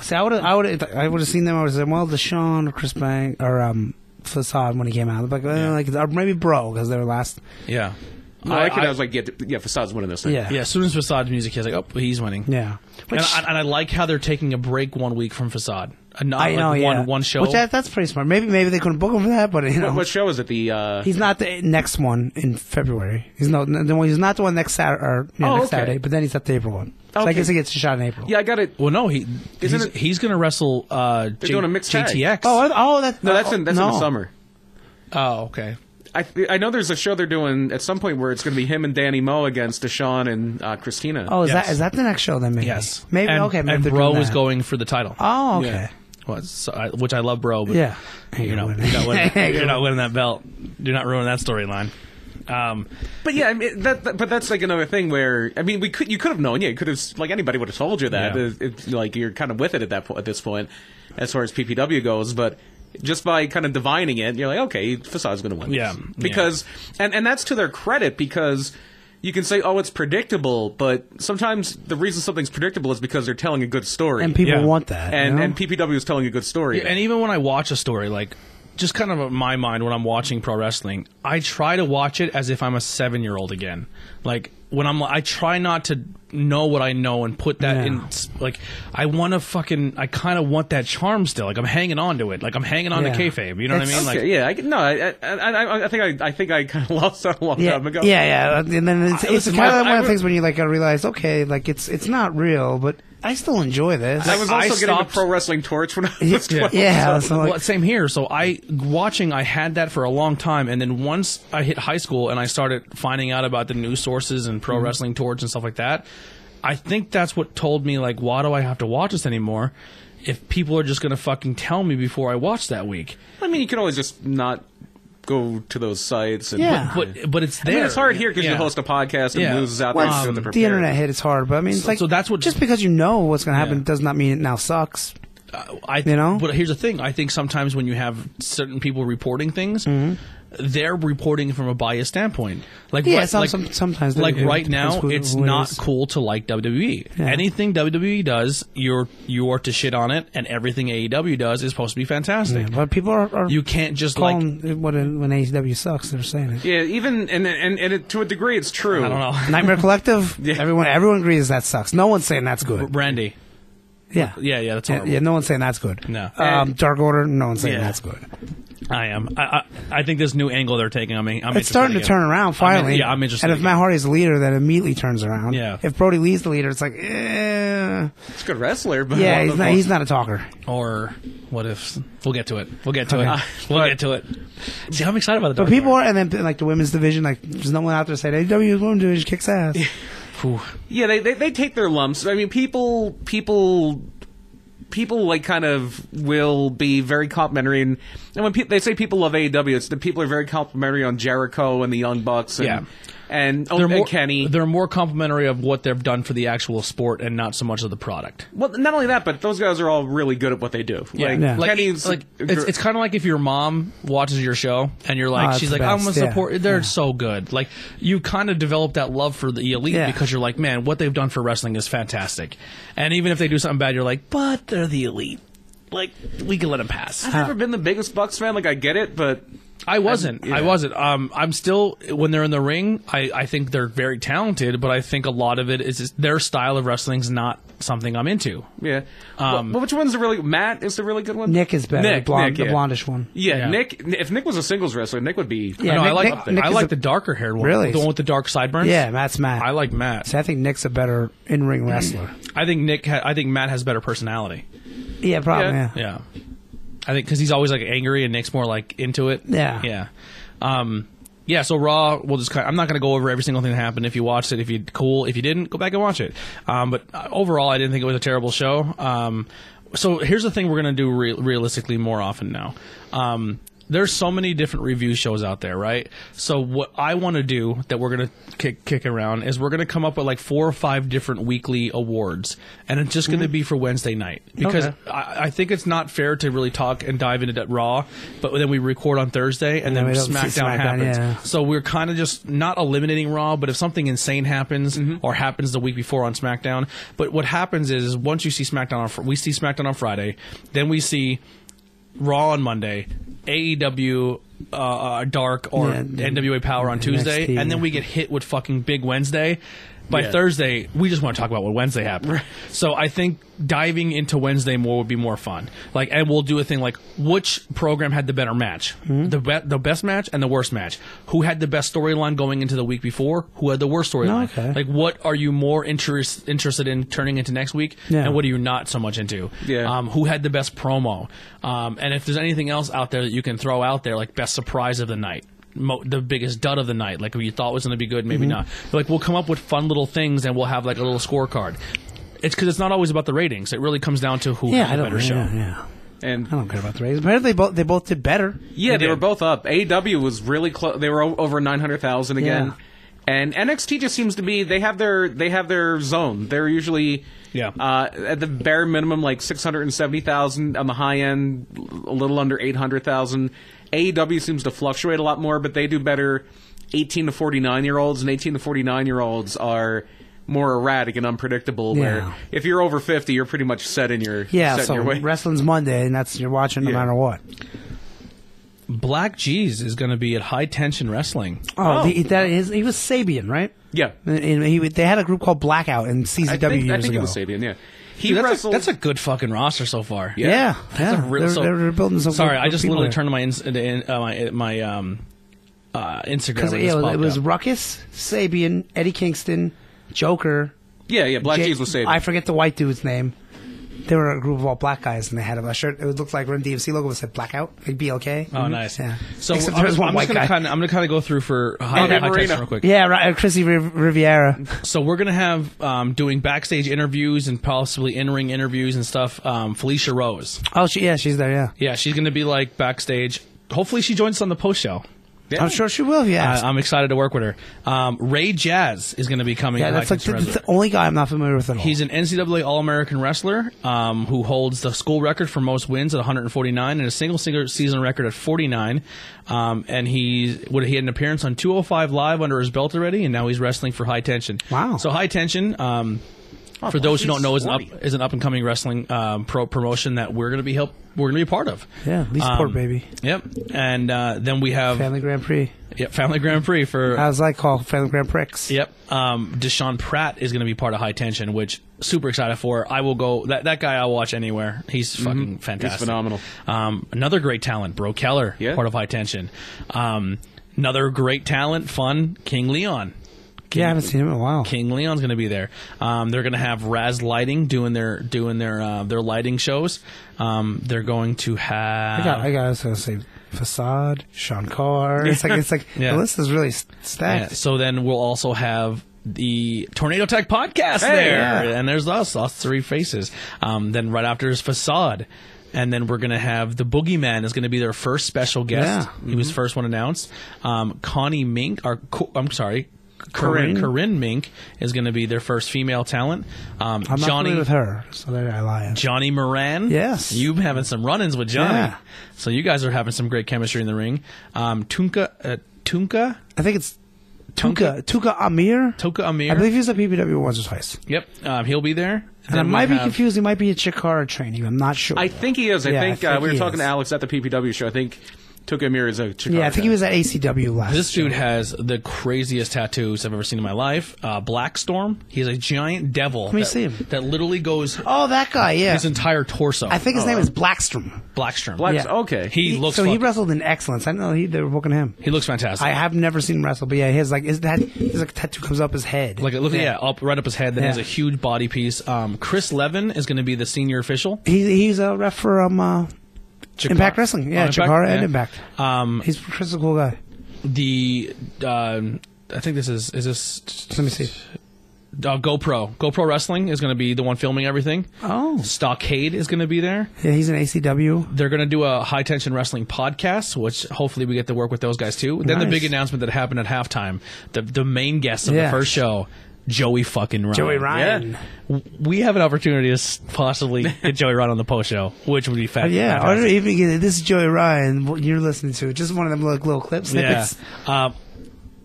[SPEAKER 3] See, I would have, I would have, I would have seen them. I would have said, well, Deshaun or Chris Bang or um, Facade when he came out, like, eh, like or maybe Bro because they were last.
[SPEAKER 2] Yeah.
[SPEAKER 4] No, I, could, I, was like, yeah, yeah, Facade's winning this thing.
[SPEAKER 3] Yeah,
[SPEAKER 2] yeah, as soon as Facade's music hit, I was like, "Oh, he's winning."
[SPEAKER 3] yeah.
[SPEAKER 2] And
[SPEAKER 3] Which
[SPEAKER 2] I, and I like how they're taking a break one week from Facade. Uh, Not
[SPEAKER 3] I
[SPEAKER 2] like
[SPEAKER 3] know,
[SPEAKER 2] one
[SPEAKER 3] yeah.
[SPEAKER 2] one show.
[SPEAKER 3] Which that, that's pretty smart. Maybe maybe they couldn't book him for that, but you know,
[SPEAKER 4] What, what show is it? The uh,
[SPEAKER 3] he's not the next one in February. He's no, the one. He's not the one next Saturday. Or, yeah,
[SPEAKER 4] Oh,
[SPEAKER 3] next
[SPEAKER 4] okay.
[SPEAKER 3] Saturday, but then he's at the April one. So I
[SPEAKER 4] Okay.
[SPEAKER 3] guess he gets a shot in April.
[SPEAKER 4] yeah, I got it.
[SPEAKER 2] well, no, he
[SPEAKER 4] Isn't
[SPEAKER 2] he's,
[SPEAKER 4] it-
[SPEAKER 2] he's going to wrestle. Uh, J-
[SPEAKER 4] doing a mixed tag.
[SPEAKER 2] JTX.
[SPEAKER 3] Oh, I- oh, that,
[SPEAKER 4] No, that's in that's in
[SPEAKER 3] no.
[SPEAKER 4] the summer.
[SPEAKER 2] oh, okay.
[SPEAKER 4] I I know there's a show they're doing at some point where it's going to be him and Danny Moe against Deshaun and uh, Christina.
[SPEAKER 3] Oh, is
[SPEAKER 2] Yes.
[SPEAKER 3] that is that the next show then? Maybe
[SPEAKER 2] Yes.
[SPEAKER 3] Maybe
[SPEAKER 2] And,
[SPEAKER 3] okay. Maybe
[SPEAKER 2] And
[SPEAKER 3] they're
[SPEAKER 2] Bro
[SPEAKER 3] doing
[SPEAKER 2] was
[SPEAKER 3] that.
[SPEAKER 2] going for the title.
[SPEAKER 3] Oh, okay.
[SPEAKER 2] Yeah. Well, so I, which I love, bro. But
[SPEAKER 3] Yeah.
[SPEAKER 2] you know,
[SPEAKER 3] You're <laughs>
[SPEAKER 2] you're not, winning,
[SPEAKER 3] winning.
[SPEAKER 2] you're not winning that belt. You're not ruining that storyline. Um,
[SPEAKER 4] But yeah, I mean, that, that- but that's like another thing where I mean, we could you could have known, yeah, you could have like anybody would have told you that.
[SPEAKER 2] Yeah.
[SPEAKER 4] It- it's like you're kind of with it at that point, at this point, as far as PPW goes. But just by kind of divining it, you're like, okay, Facade's going to win. this.
[SPEAKER 2] Yeah,
[SPEAKER 4] because and and that's to their credit because. You can say, "Oh, it's predictable," but sometimes the reason something's predictable is because they're telling a good story,
[SPEAKER 3] and people
[SPEAKER 2] Yeah.
[SPEAKER 3] want that. you
[SPEAKER 4] and,
[SPEAKER 3] know?
[SPEAKER 4] and PPW is telling a good story.
[SPEAKER 2] and even when I watch a story, like just kind of in my mind when I'm watching pro wrestling, I try to watch it as if I'm a seven year old again. Like when I'm, I try not to know what I know and put that
[SPEAKER 3] Yeah.
[SPEAKER 2] in. Like I want to fucking, I kind of want that charm still. Like I'm hanging on to it. Like I'm hanging on
[SPEAKER 3] Yeah.
[SPEAKER 2] to kayfabe. You know what I
[SPEAKER 3] It's-
[SPEAKER 2] mean? Like
[SPEAKER 4] Okay, yeah, I, no, I, I, I, I think I, I think I <laughs> kind of lost that a long
[SPEAKER 3] yeah,
[SPEAKER 4] time ago.
[SPEAKER 3] yeah, yeah, and then it's, it's
[SPEAKER 2] listen,
[SPEAKER 3] kind of
[SPEAKER 2] uh, I-
[SPEAKER 3] like one
[SPEAKER 2] I
[SPEAKER 3] of the
[SPEAKER 2] re-
[SPEAKER 3] things when you like realize, okay, like it's it's not real, but I still enjoy this.
[SPEAKER 4] I was also
[SPEAKER 2] I
[SPEAKER 4] getting
[SPEAKER 2] stopped-
[SPEAKER 4] a pro wrestling torch when I
[SPEAKER 3] yeah,
[SPEAKER 4] was 12.
[SPEAKER 3] yeah, so like,
[SPEAKER 2] well, same here. So I watching, I had that for a long time, and then once I hit high school and I started finding out about the news sources and
[SPEAKER 4] Mm-hmm.
[SPEAKER 2] pro wrestling torch and stuff like that, I think that's what told me like, why do I have to watch this anymore? If people are just gonna fucking tell me before I watch that week,
[SPEAKER 4] I mean, you can always just not go to those sites. And,
[SPEAKER 3] Yeah.
[SPEAKER 2] but but it's there.
[SPEAKER 4] I mean, it's hard here because
[SPEAKER 2] Yeah.
[SPEAKER 4] you host a podcast and
[SPEAKER 2] Yeah.
[SPEAKER 4] loses out
[SPEAKER 3] once
[SPEAKER 4] there. to
[SPEAKER 3] the
[SPEAKER 4] prepare.
[SPEAKER 3] internet hit, it's hard. But I mean, it's like
[SPEAKER 2] so that's what-
[SPEAKER 3] just because you know what's going to happen
[SPEAKER 2] Yeah.
[SPEAKER 3] does not mean it now sucks.
[SPEAKER 2] I,
[SPEAKER 3] You know?
[SPEAKER 2] But here's the thing: I think sometimes when you have certain people reporting things,
[SPEAKER 3] Mm-hmm.
[SPEAKER 2] they're reporting from a biased standpoint. Like,
[SPEAKER 3] Yeah,
[SPEAKER 2] right,
[SPEAKER 3] some-
[SPEAKER 2] like-
[SPEAKER 3] some- sometimes they
[SPEAKER 2] like
[SPEAKER 3] do.
[SPEAKER 2] right
[SPEAKER 3] Depends
[SPEAKER 2] now,
[SPEAKER 3] who-
[SPEAKER 2] it's
[SPEAKER 3] who it
[SPEAKER 2] not
[SPEAKER 3] is.
[SPEAKER 2] cool to like WWE.
[SPEAKER 3] Yeah.
[SPEAKER 2] Anything WWE does, you're you are to shit on it, and everything AEW does is supposed to be fantastic.
[SPEAKER 3] But people are, are
[SPEAKER 2] You can't just like
[SPEAKER 3] calling it what it- when AEW sucks. They're saying it.
[SPEAKER 4] Yeah, even and and, and it, to a degree, it's true.
[SPEAKER 2] I don't
[SPEAKER 3] <laughs>
[SPEAKER 2] know, <laughs>
[SPEAKER 3] Nightmare Collective.
[SPEAKER 4] Yeah.
[SPEAKER 3] Everyone, everyone agrees that sucks. No one's saying that's good.
[SPEAKER 2] Brandy.
[SPEAKER 3] Yeah,
[SPEAKER 2] Yeah, yeah, that's
[SPEAKER 3] yeah,
[SPEAKER 2] horrible.
[SPEAKER 3] yeah, no one's saying that's good.
[SPEAKER 2] No.
[SPEAKER 3] um, Dark Order. No one's saying
[SPEAKER 2] Yeah.
[SPEAKER 3] that's good.
[SPEAKER 2] I am. I, I I think this new angle they're taking. I mean, I'm
[SPEAKER 3] It's starting to turn around finally.
[SPEAKER 2] yeah, I'm interested
[SPEAKER 3] And if
[SPEAKER 2] again.
[SPEAKER 3] Matt Hardy's the leader, that immediately turns around.
[SPEAKER 2] Yeah.
[SPEAKER 3] If Brody Lee's the leader, it's like, eh.
[SPEAKER 4] He's a good wrestler, but
[SPEAKER 3] yeah, he's not, he's not a talker.
[SPEAKER 2] Or what if we'll get to it? We'll get to it.
[SPEAKER 3] <laughs>
[SPEAKER 2] We'll get to it. See, I'm excited about the.
[SPEAKER 3] But people are, and then like the women's division, like there's no one out there saying AEW's women's division kicks ass.
[SPEAKER 4] Yeah, they, they they take their lumps. I mean, people people people like kind of will be very complimentary, and, and when pe- they say people love AEW, it's the people are very complimentary on Jericho and the Young Bucks, and
[SPEAKER 2] Yeah.
[SPEAKER 4] and,
[SPEAKER 2] they're
[SPEAKER 4] and
[SPEAKER 2] more,
[SPEAKER 4] Kenny.
[SPEAKER 2] They're more complimentary of what they've done for the actual sport and not so much of the product.
[SPEAKER 4] Well, not only that, but those guys are all really good at what they do. Like,
[SPEAKER 3] Yeah.
[SPEAKER 2] Like,
[SPEAKER 4] Kenny's
[SPEAKER 2] like it's, it's kind of like if your mom watches your show and you're
[SPEAKER 3] Oh,
[SPEAKER 2] like,
[SPEAKER 3] it's
[SPEAKER 2] she's
[SPEAKER 3] the
[SPEAKER 2] like, I'm gonna
[SPEAKER 3] best, yeah.
[SPEAKER 2] support. They're so good. Like you kind of develop that love for the elite
[SPEAKER 3] Yeah.
[SPEAKER 2] because you're like, man, what they've done for wrestling is fantastic. And even if they do something bad, you're like, but they're the elite. Like we can let them pass.
[SPEAKER 4] I've never been the biggest Bucks fan. Like I get it, but
[SPEAKER 2] I wasn't.
[SPEAKER 4] yeah.
[SPEAKER 2] I wasn't. Um, I'm still when they're in the ring. I, I think they're very talented, but I think a lot of it is just their style of wrestling is not something I'm into.
[SPEAKER 4] yeah.
[SPEAKER 2] Um,
[SPEAKER 4] well, which one's the really Matt is the really good one?
[SPEAKER 3] Nick is better,
[SPEAKER 4] Nick,
[SPEAKER 3] the, blonde,
[SPEAKER 4] Nick,
[SPEAKER 3] the
[SPEAKER 4] yeah.
[SPEAKER 3] blondish one.
[SPEAKER 4] Yeah,
[SPEAKER 2] Yeah.
[SPEAKER 4] Nick. If Nick was a singles wrestler, Nick would be.
[SPEAKER 3] Yeah,
[SPEAKER 2] no, I
[SPEAKER 3] Nick-
[SPEAKER 2] like
[SPEAKER 3] Nick-
[SPEAKER 2] the-
[SPEAKER 3] Nick
[SPEAKER 2] I
[SPEAKER 3] is
[SPEAKER 2] like
[SPEAKER 3] a-
[SPEAKER 2] the darker haired one,
[SPEAKER 3] Really?
[SPEAKER 2] the one with the dark sideburns.
[SPEAKER 3] Yeah, Matt's Matt.
[SPEAKER 2] I like Matt.
[SPEAKER 3] So I think Nick's a better in ring wrestler.
[SPEAKER 4] Mm.
[SPEAKER 2] I think Nick. Ha- I think Matt has better personality.
[SPEAKER 3] yeah, probably.
[SPEAKER 4] Yeah.
[SPEAKER 3] Yeah.
[SPEAKER 2] Yeah, I think because he's always like angry and Nick's more like into it.
[SPEAKER 3] Yeah.
[SPEAKER 2] yeah, um, yeah. So Raw, we'll just. Kind I'm not going to go over every single thing that happened. If you watched it, if you cool, if you didn't, go back and watch it. Um, but uh, overall, I didn't think it was a terrible show. Um, so here's the thing we're going to do re- realistically more often now. Um, there's so many different review shows out there, right? So what I want to do that we're gonna kick kick around is we're gonna come up with like four or five different weekly awards, and it's just gonna be for Wednesday night because
[SPEAKER 3] Mm-hmm. Okay.
[SPEAKER 2] I, I think it's not fair to really talk and dive into that Raw, but then we record on Thursday and,
[SPEAKER 3] then
[SPEAKER 2] then
[SPEAKER 3] we don't see
[SPEAKER 2] SmackDown,
[SPEAKER 3] SmackDown,
[SPEAKER 2] happens.
[SPEAKER 3] yeah.
[SPEAKER 2] So we're kind of just not eliminating Raw, but if something insane happens
[SPEAKER 3] Mm-hmm.
[SPEAKER 2] or happens the week before on SmackDown, but what happens is once you see SmackDown on fr- we see SmackDown on Friday, then we see Raw on Monday, AEW uh, uh, Dark or
[SPEAKER 3] Yeah, the-
[SPEAKER 2] NWA Power on Tuesday,
[SPEAKER 3] NXT,
[SPEAKER 2] and then
[SPEAKER 3] yeah.
[SPEAKER 2] we get hit with fucking Big Wednesday. By
[SPEAKER 4] Yeah.
[SPEAKER 2] Thursday, we just want to talk about what Wednesday happened. So I think diving into Wednesday more would be more fun. Like, and we'll do a thing like which program had the better match,
[SPEAKER 3] Hmm?
[SPEAKER 2] the be- the best match and the worst match. Who had the best storyline going into the week before? Who had the worst storyline?
[SPEAKER 3] Oh, Okay.
[SPEAKER 2] Like, what are you more interest- interested in turning into next week,
[SPEAKER 3] Yeah.
[SPEAKER 2] and what are you not so much into?
[SPEAKER 4] Yeah.
[SPEAKER 2] Um, who had the best promo? Um, and if there's anything else out there that you can throw out there, like best surprise of the night, mo- the biggest dud of the night, like who you thought was going to be good, maybe
[SPEAKER 3] Mm-hmm.
[SPEAKER 2] not. But, like we'll come up with fun little things, and we'll have like a little scorecard. It's because it's not always about the ratings. It really comes down to who
[SPEAKER 3] Yeah,
[SPEAKER 2] had
[SPEAKER 3] I
[SPEAKER 2] the
[SPEAKER 3] don't
[SPEAKER 2] better
[SPEAKER 3] yeah,
[SPEAKER 2] show.
[SPEAKER 3] Yeah.
[SPEAKER 4] And
[SPEAKER 3] I don't care about the ratings. But they both they both did better.
[SPEAKER 4] yeah, they,
[SPEAKER 2] did.
[SPEAKER 4] were both up. AEW was really close. They were o- over nine hundred thousand again. And NXT just seems to be they have their they have their zone. They're usually
[SPEAKER 2] Yeah.
[SPEAKER 4] uh, at the bare minimum like six hundred and seventy thousand on the high end, l- a little under eight hundred thousand. AEW seems to fluctuate a lot more, but they do better. Eighteen to forty nine year olds and eighteen to forty nine year olds are more erratic and unpredictable.
[SPEAKER 3] Yeah.
[SPEAKER 4] Where if you're over fifty, you're pretty much set in your
[SPEAKER 3] Yeah,
[SPEAKER 4] set in
[SPEAKER 3] so
[SPEAKER 4] your way.
[SPEAKER 3] wrestling's Monday, and that's you're watching no
[SPEAKER 4] Yeah.
[SPEAKER 3] matter what.
[SPEAKER 2] Black G's is going to be at High Tension Wrestling.
[SPEAKER 3] Oh,
[SPEAKER 4] Oh.
[SPEAKER 3] The, that is he was Sabian, right?
[SPEAKER 4] yeah,
[SPEAKER 3] And- and he, they had a group called Blackout in CZW
[SPEAKER 4] I think,
[SPEAKER 3] E years
[SPEAKER 4] I think
[SPEAKER 3] ago.
[SPEAKER 4] it was Sabian. Yeah, he
[SPEAKER 2] Dude, that's, a,
[SPEAKER 4] wrestled.
[SPEAKER 2] that's a good fucking roster so far.
[SPEAKER 3] Yeah, yeah.
[SPEAKER 2] That's a real-
[SPEAKER 3] they're,
[SPEAKER 2] so-
[SPEAKER 3] they're, they're building some.
[SPEAKER 2] Sorry,
[SPEAKER 3] good-
[SPEAKER 2] I
[SPEAKER 3] good
[SPEAKER 2] just
[SPEAKER 3] people
[SPEAKER 2] literally
[SPEAKER 3] there.
[SPEAKER 2] turned my ins- uh, in, uh, my my um, uh, Instagram.
[SPEAKER 3] Because
[SPEAKER 2] and
[SPEAKER 3] it,
[SPEAKER 2] this
[SPEAKER 3] was- it
[SPEAKER 2] popped
[SPEAKER 3] was
[SPEAKER 2] up.
[SPEAKER 3] Ruckus, Sabian, Eddie Kingston, Joker.
[SPEAKER 4] yeah, yeah. Black
[SPEAKER 3] Jay-
[SPEAKER 4] Keys was Sabian.
[SPEAKER 3] I forget the white dude's name. They were a group of all black guys, and they had a shirt. It looked like Run DMC logo. It said Blackout, like BLK.
[SPEAKER 2] Oh, nice.
[SPEAKER 3] Mm-hmm. Yeah.
[SPEAKER 2] So
[SPEAKER 3] Except
[SPEAKER 2] I'm,
[SPEAKER 3] there was one
[SPEAKER 2] I'm
[SPEAKER 3] white
[SPEAKER 2] just gonna
[SPEAKER 3] guy. Oh,
[SPEAKER 2] kind of I'm gonna kind of go through for high,
[SPEAKER 4] Okay,
[SPEAKER 2] high
[SPEAKER 4] Marina.
[SPEAKER 2] tension real quick.
[SPEAKER 3] yeah, right, uh, Chrissy Riv- Riviera.
[SPEAKER 2] So we're gonna have um, doing backstage interviews and possibly in ring interviews and stuff. Um, Felicia Rose.
[SPEAKER 3] Oh, she, yeah, she's there. Yeah.
[SPEAKER 2] Yeah, she's gonna be like backstage. Hopefully, she joins us on the post show.
[SPEAKER 4] Yeah.
[SPEAKER 3] I'm sure she will. Yeah,
[SPEAKER 2] I, I'm excited to work with her. Um, Ray Jazz is going to be coming.
[SPEAKER 3] yeah.
[SPEAKER 2] to
[SPEAKER 3] That's
[SPEAKER 2] High
[SPEAKER 3] like the,
[SPEAKER 2] Tension
[SPEAKER 3] the
[SPEAKER 2] Wrestling.
[SPEAKER 3] only guy I'm not familiar with at all.
[SPEAKER 2] He's an NCAA All-American wrestler um, who holds the school record for most wins at 149 and a single single season record at 49. Um, and he what, he had an appearance on 205 Live under his belt already, and now he's wrestling for High Tension.
[SPEAKER 3] Wow.
[SPEAKER 2] So High Tension. Um, for those who don't know, is an, up,
[SPEAKER 4] 40.
[SPEAKER 2] is an up and coming wrestling um, pro promotion that we're going to be help we're going to be a part of. Um,
[SPEAKER 3] Yeah, Leesport, baby.
[SPEAKER 2] Yep, and uh, then we have
[SPEAKER 3] Family Grand Prix.
[SPEAKER 2] yeah, family Grand Prix for
[SPEAKER 3] As I call Family Grand Prix.
[SPEAKER 2] Yep. Um, Deshaun Pratt is going to be part of High Tension, which super excited for. I will go. That that guy I'll watch anywhere. He's fucking fantastic.
[SPEAKER 4] Mm-hmm. phenomenal.
[SPEAKER 2] Um, another great talent, Bro Keller,
[SPEAKER 4] Yeah.
[SPEAKER 2] part of High Tension. Um, another great talent, fun King Leon.
[SPEAKER 3] Yeah, I haven't seen him in a while.
[SPEAKER 2] King Leon's going to be there. Um, they're going to have Raz Lighting doing their doing their uh, their lighting shows. Um, they're going to have
[SPEAKER 3] I got, I got, I was gonna say facade, Sean Carr. It's like, it's like
[SPEAKER 2] <laughs> Yeah.
[SPEAKER 3] the list is really s-
[SPEAKER 2] Yeah,
[SPEAKER 3] stacked.
[SPEAKER 2] so then we'll also have the Tornado Tech podcast
[SPEAKER 4] Hey,
[SPEAKER 2] there,
[SPEAKER 3] yeah.
[SPEAKER 2] and there's us, us three faces. Um, then right after is Facade, and then we're gonna have the Boogeyman is gonna be their first special guest.
[SPEAKER 3] Yeah. Mm-hmm.
[SPEAKER 2] He was first one announced. Um, Connie Mink, or Co- I'm sorry. Corinne.
[SPEAKER 3] Corinne.
[SPEAKER 2] Corinne Mink is going to be their first female talent. Um,
[SPEAKER 3] I'm not
[SPEAKER 2] Johnny
[SPEAKER 3] familiar with her, so there I lie.
[SPEAKER 2] Johnny Moran.
[SPEAKER 3] Yes.
[SPEAKER 2] You having some run-ins with Johnny.
[SPEAKER 3] Yeah.
[SPEAKER 2] So you guys are having some great chemistry in the ring. Um, Tunka, uh, Tunka,
[SPEAKER 3] I think it's Tuka Tuka Amir.
[SPEAKER 2] Toka Amir.
[SPEAKER 3] I believe he's at PPW once or twice.
[SPEAKER 2] Yep, um, he'll be there.
[SPEAKER 3] And I
[SPEAKER 2] Then we
[SPEAKER 3] might be
[SPEAKER 2] have-
[SPEAKER 3] confused. He might be a Chikara training. I'm not sure.
[SPEAKER 4] I think he is. I
[SPEAKER 3] Yeah, I
[SPEAKER 4] think, uh,
[SPEAKER 3] think
[SPEAKER 4] we were
[SPEAKER 3] he
[SPEAKER 4] talking to
[SPEAKER 3] is.
[SPEAKER 4] Alex at the PPW show. I think Took Amir is a Chicago
[SPEAKER 3] yeah, I think he was at ACW last.
[SPEAKER 2] This dude has the craziest tattoos I've ever seen in my life. Uh, Black Storm. He's a giant devil. Let
[SPEAKER 3] me
[SPEAKER 2] that,
[SPEAKER 3] see him.
[SPEAKER 2] That literally goes
[SPEAKER 3] oh, that guy. Yeah,
[SPEAKER 2] his entire torso.
[SPEAKER 3] I think his name is Blackstrom.
[SPEAKER 2] Blackstrom.
[SPEAKER 4] Black-
[SPEAKER 3] Yeah.
[SPEAKER 4] Okay.
[SPEAKER 2] Uh-huh. He looks.
[SPEAKER 3] so. He
[SPEAKER 2] fuck-
[SPEAKER 3] wrestled in excellence. I know he they were booking him.
[SPEAKER 2] he looks fantastic.
[SPEAKER 3] I have never seen him wrestle, but yeah, his like his that his like tattoo comes up his head.
[SPEAKER 2] like look, yeah. up right up his head. That has a
[SPEAKER 3] Yeah.
[SPEAKER 2] huge body piece. Um, Chris Levin is going to be the senior official.
[SPEAKER 3] he, he's a ref for um uh,
[SPEAKER 2] Chikara-
[SPEAKER 3] Impact Wrestling.
[SPEAKER 2] Oh,
[SPEAKER 3] Yeah,
[SPEAKER 2] Impact?
[SPEAKER 3] Chikara and
[SPEAKER 2] Yeah.
[SPEAKER 3] Impact.
[SPEAKER 2] Um,
[SPEAKER 3] He's Chris is a cool guy.
[SPEAKER 2] the um, I think this is is this
[SPEAKER 3] Let me see.
[SPEAKER 2] uh, GoPro GoPro Wrestling is going to be the one filming everything.
[SPEAKER 3] Oh,
[SPEAKER 2] Stockade is going to be there.
[SPEAKER 3] yeah, he's an ACW.
[SPEAKER 2] they're going to do a high tension wrestling podcast, which hopefully we get to work with those guys too. Then the
[SPEAKER 3] Nice.
[SPEAKER 2] big announcement that happened at halftime, the the main guest of
[SPEAKER 3] Yeah.
[SPEAKER 2] the first show, Joey fucking Ryan.
[SPEAKER 3] Joey Ryan.
[SPEAKER 4] Yeah.
[SPEAKER 2] W- We have an opportunity to s- possibly get Joey Ryan on the post show, which would be fat-
[SPEAKER 3] Oh, Yeah, I
[SPEAKER 2] fantastic.
[SPEAKER 3] don't even get it. This is Joey Ryan. What you're listening to just one of them like little clips.
[SPEAKER 2] yeah. Um,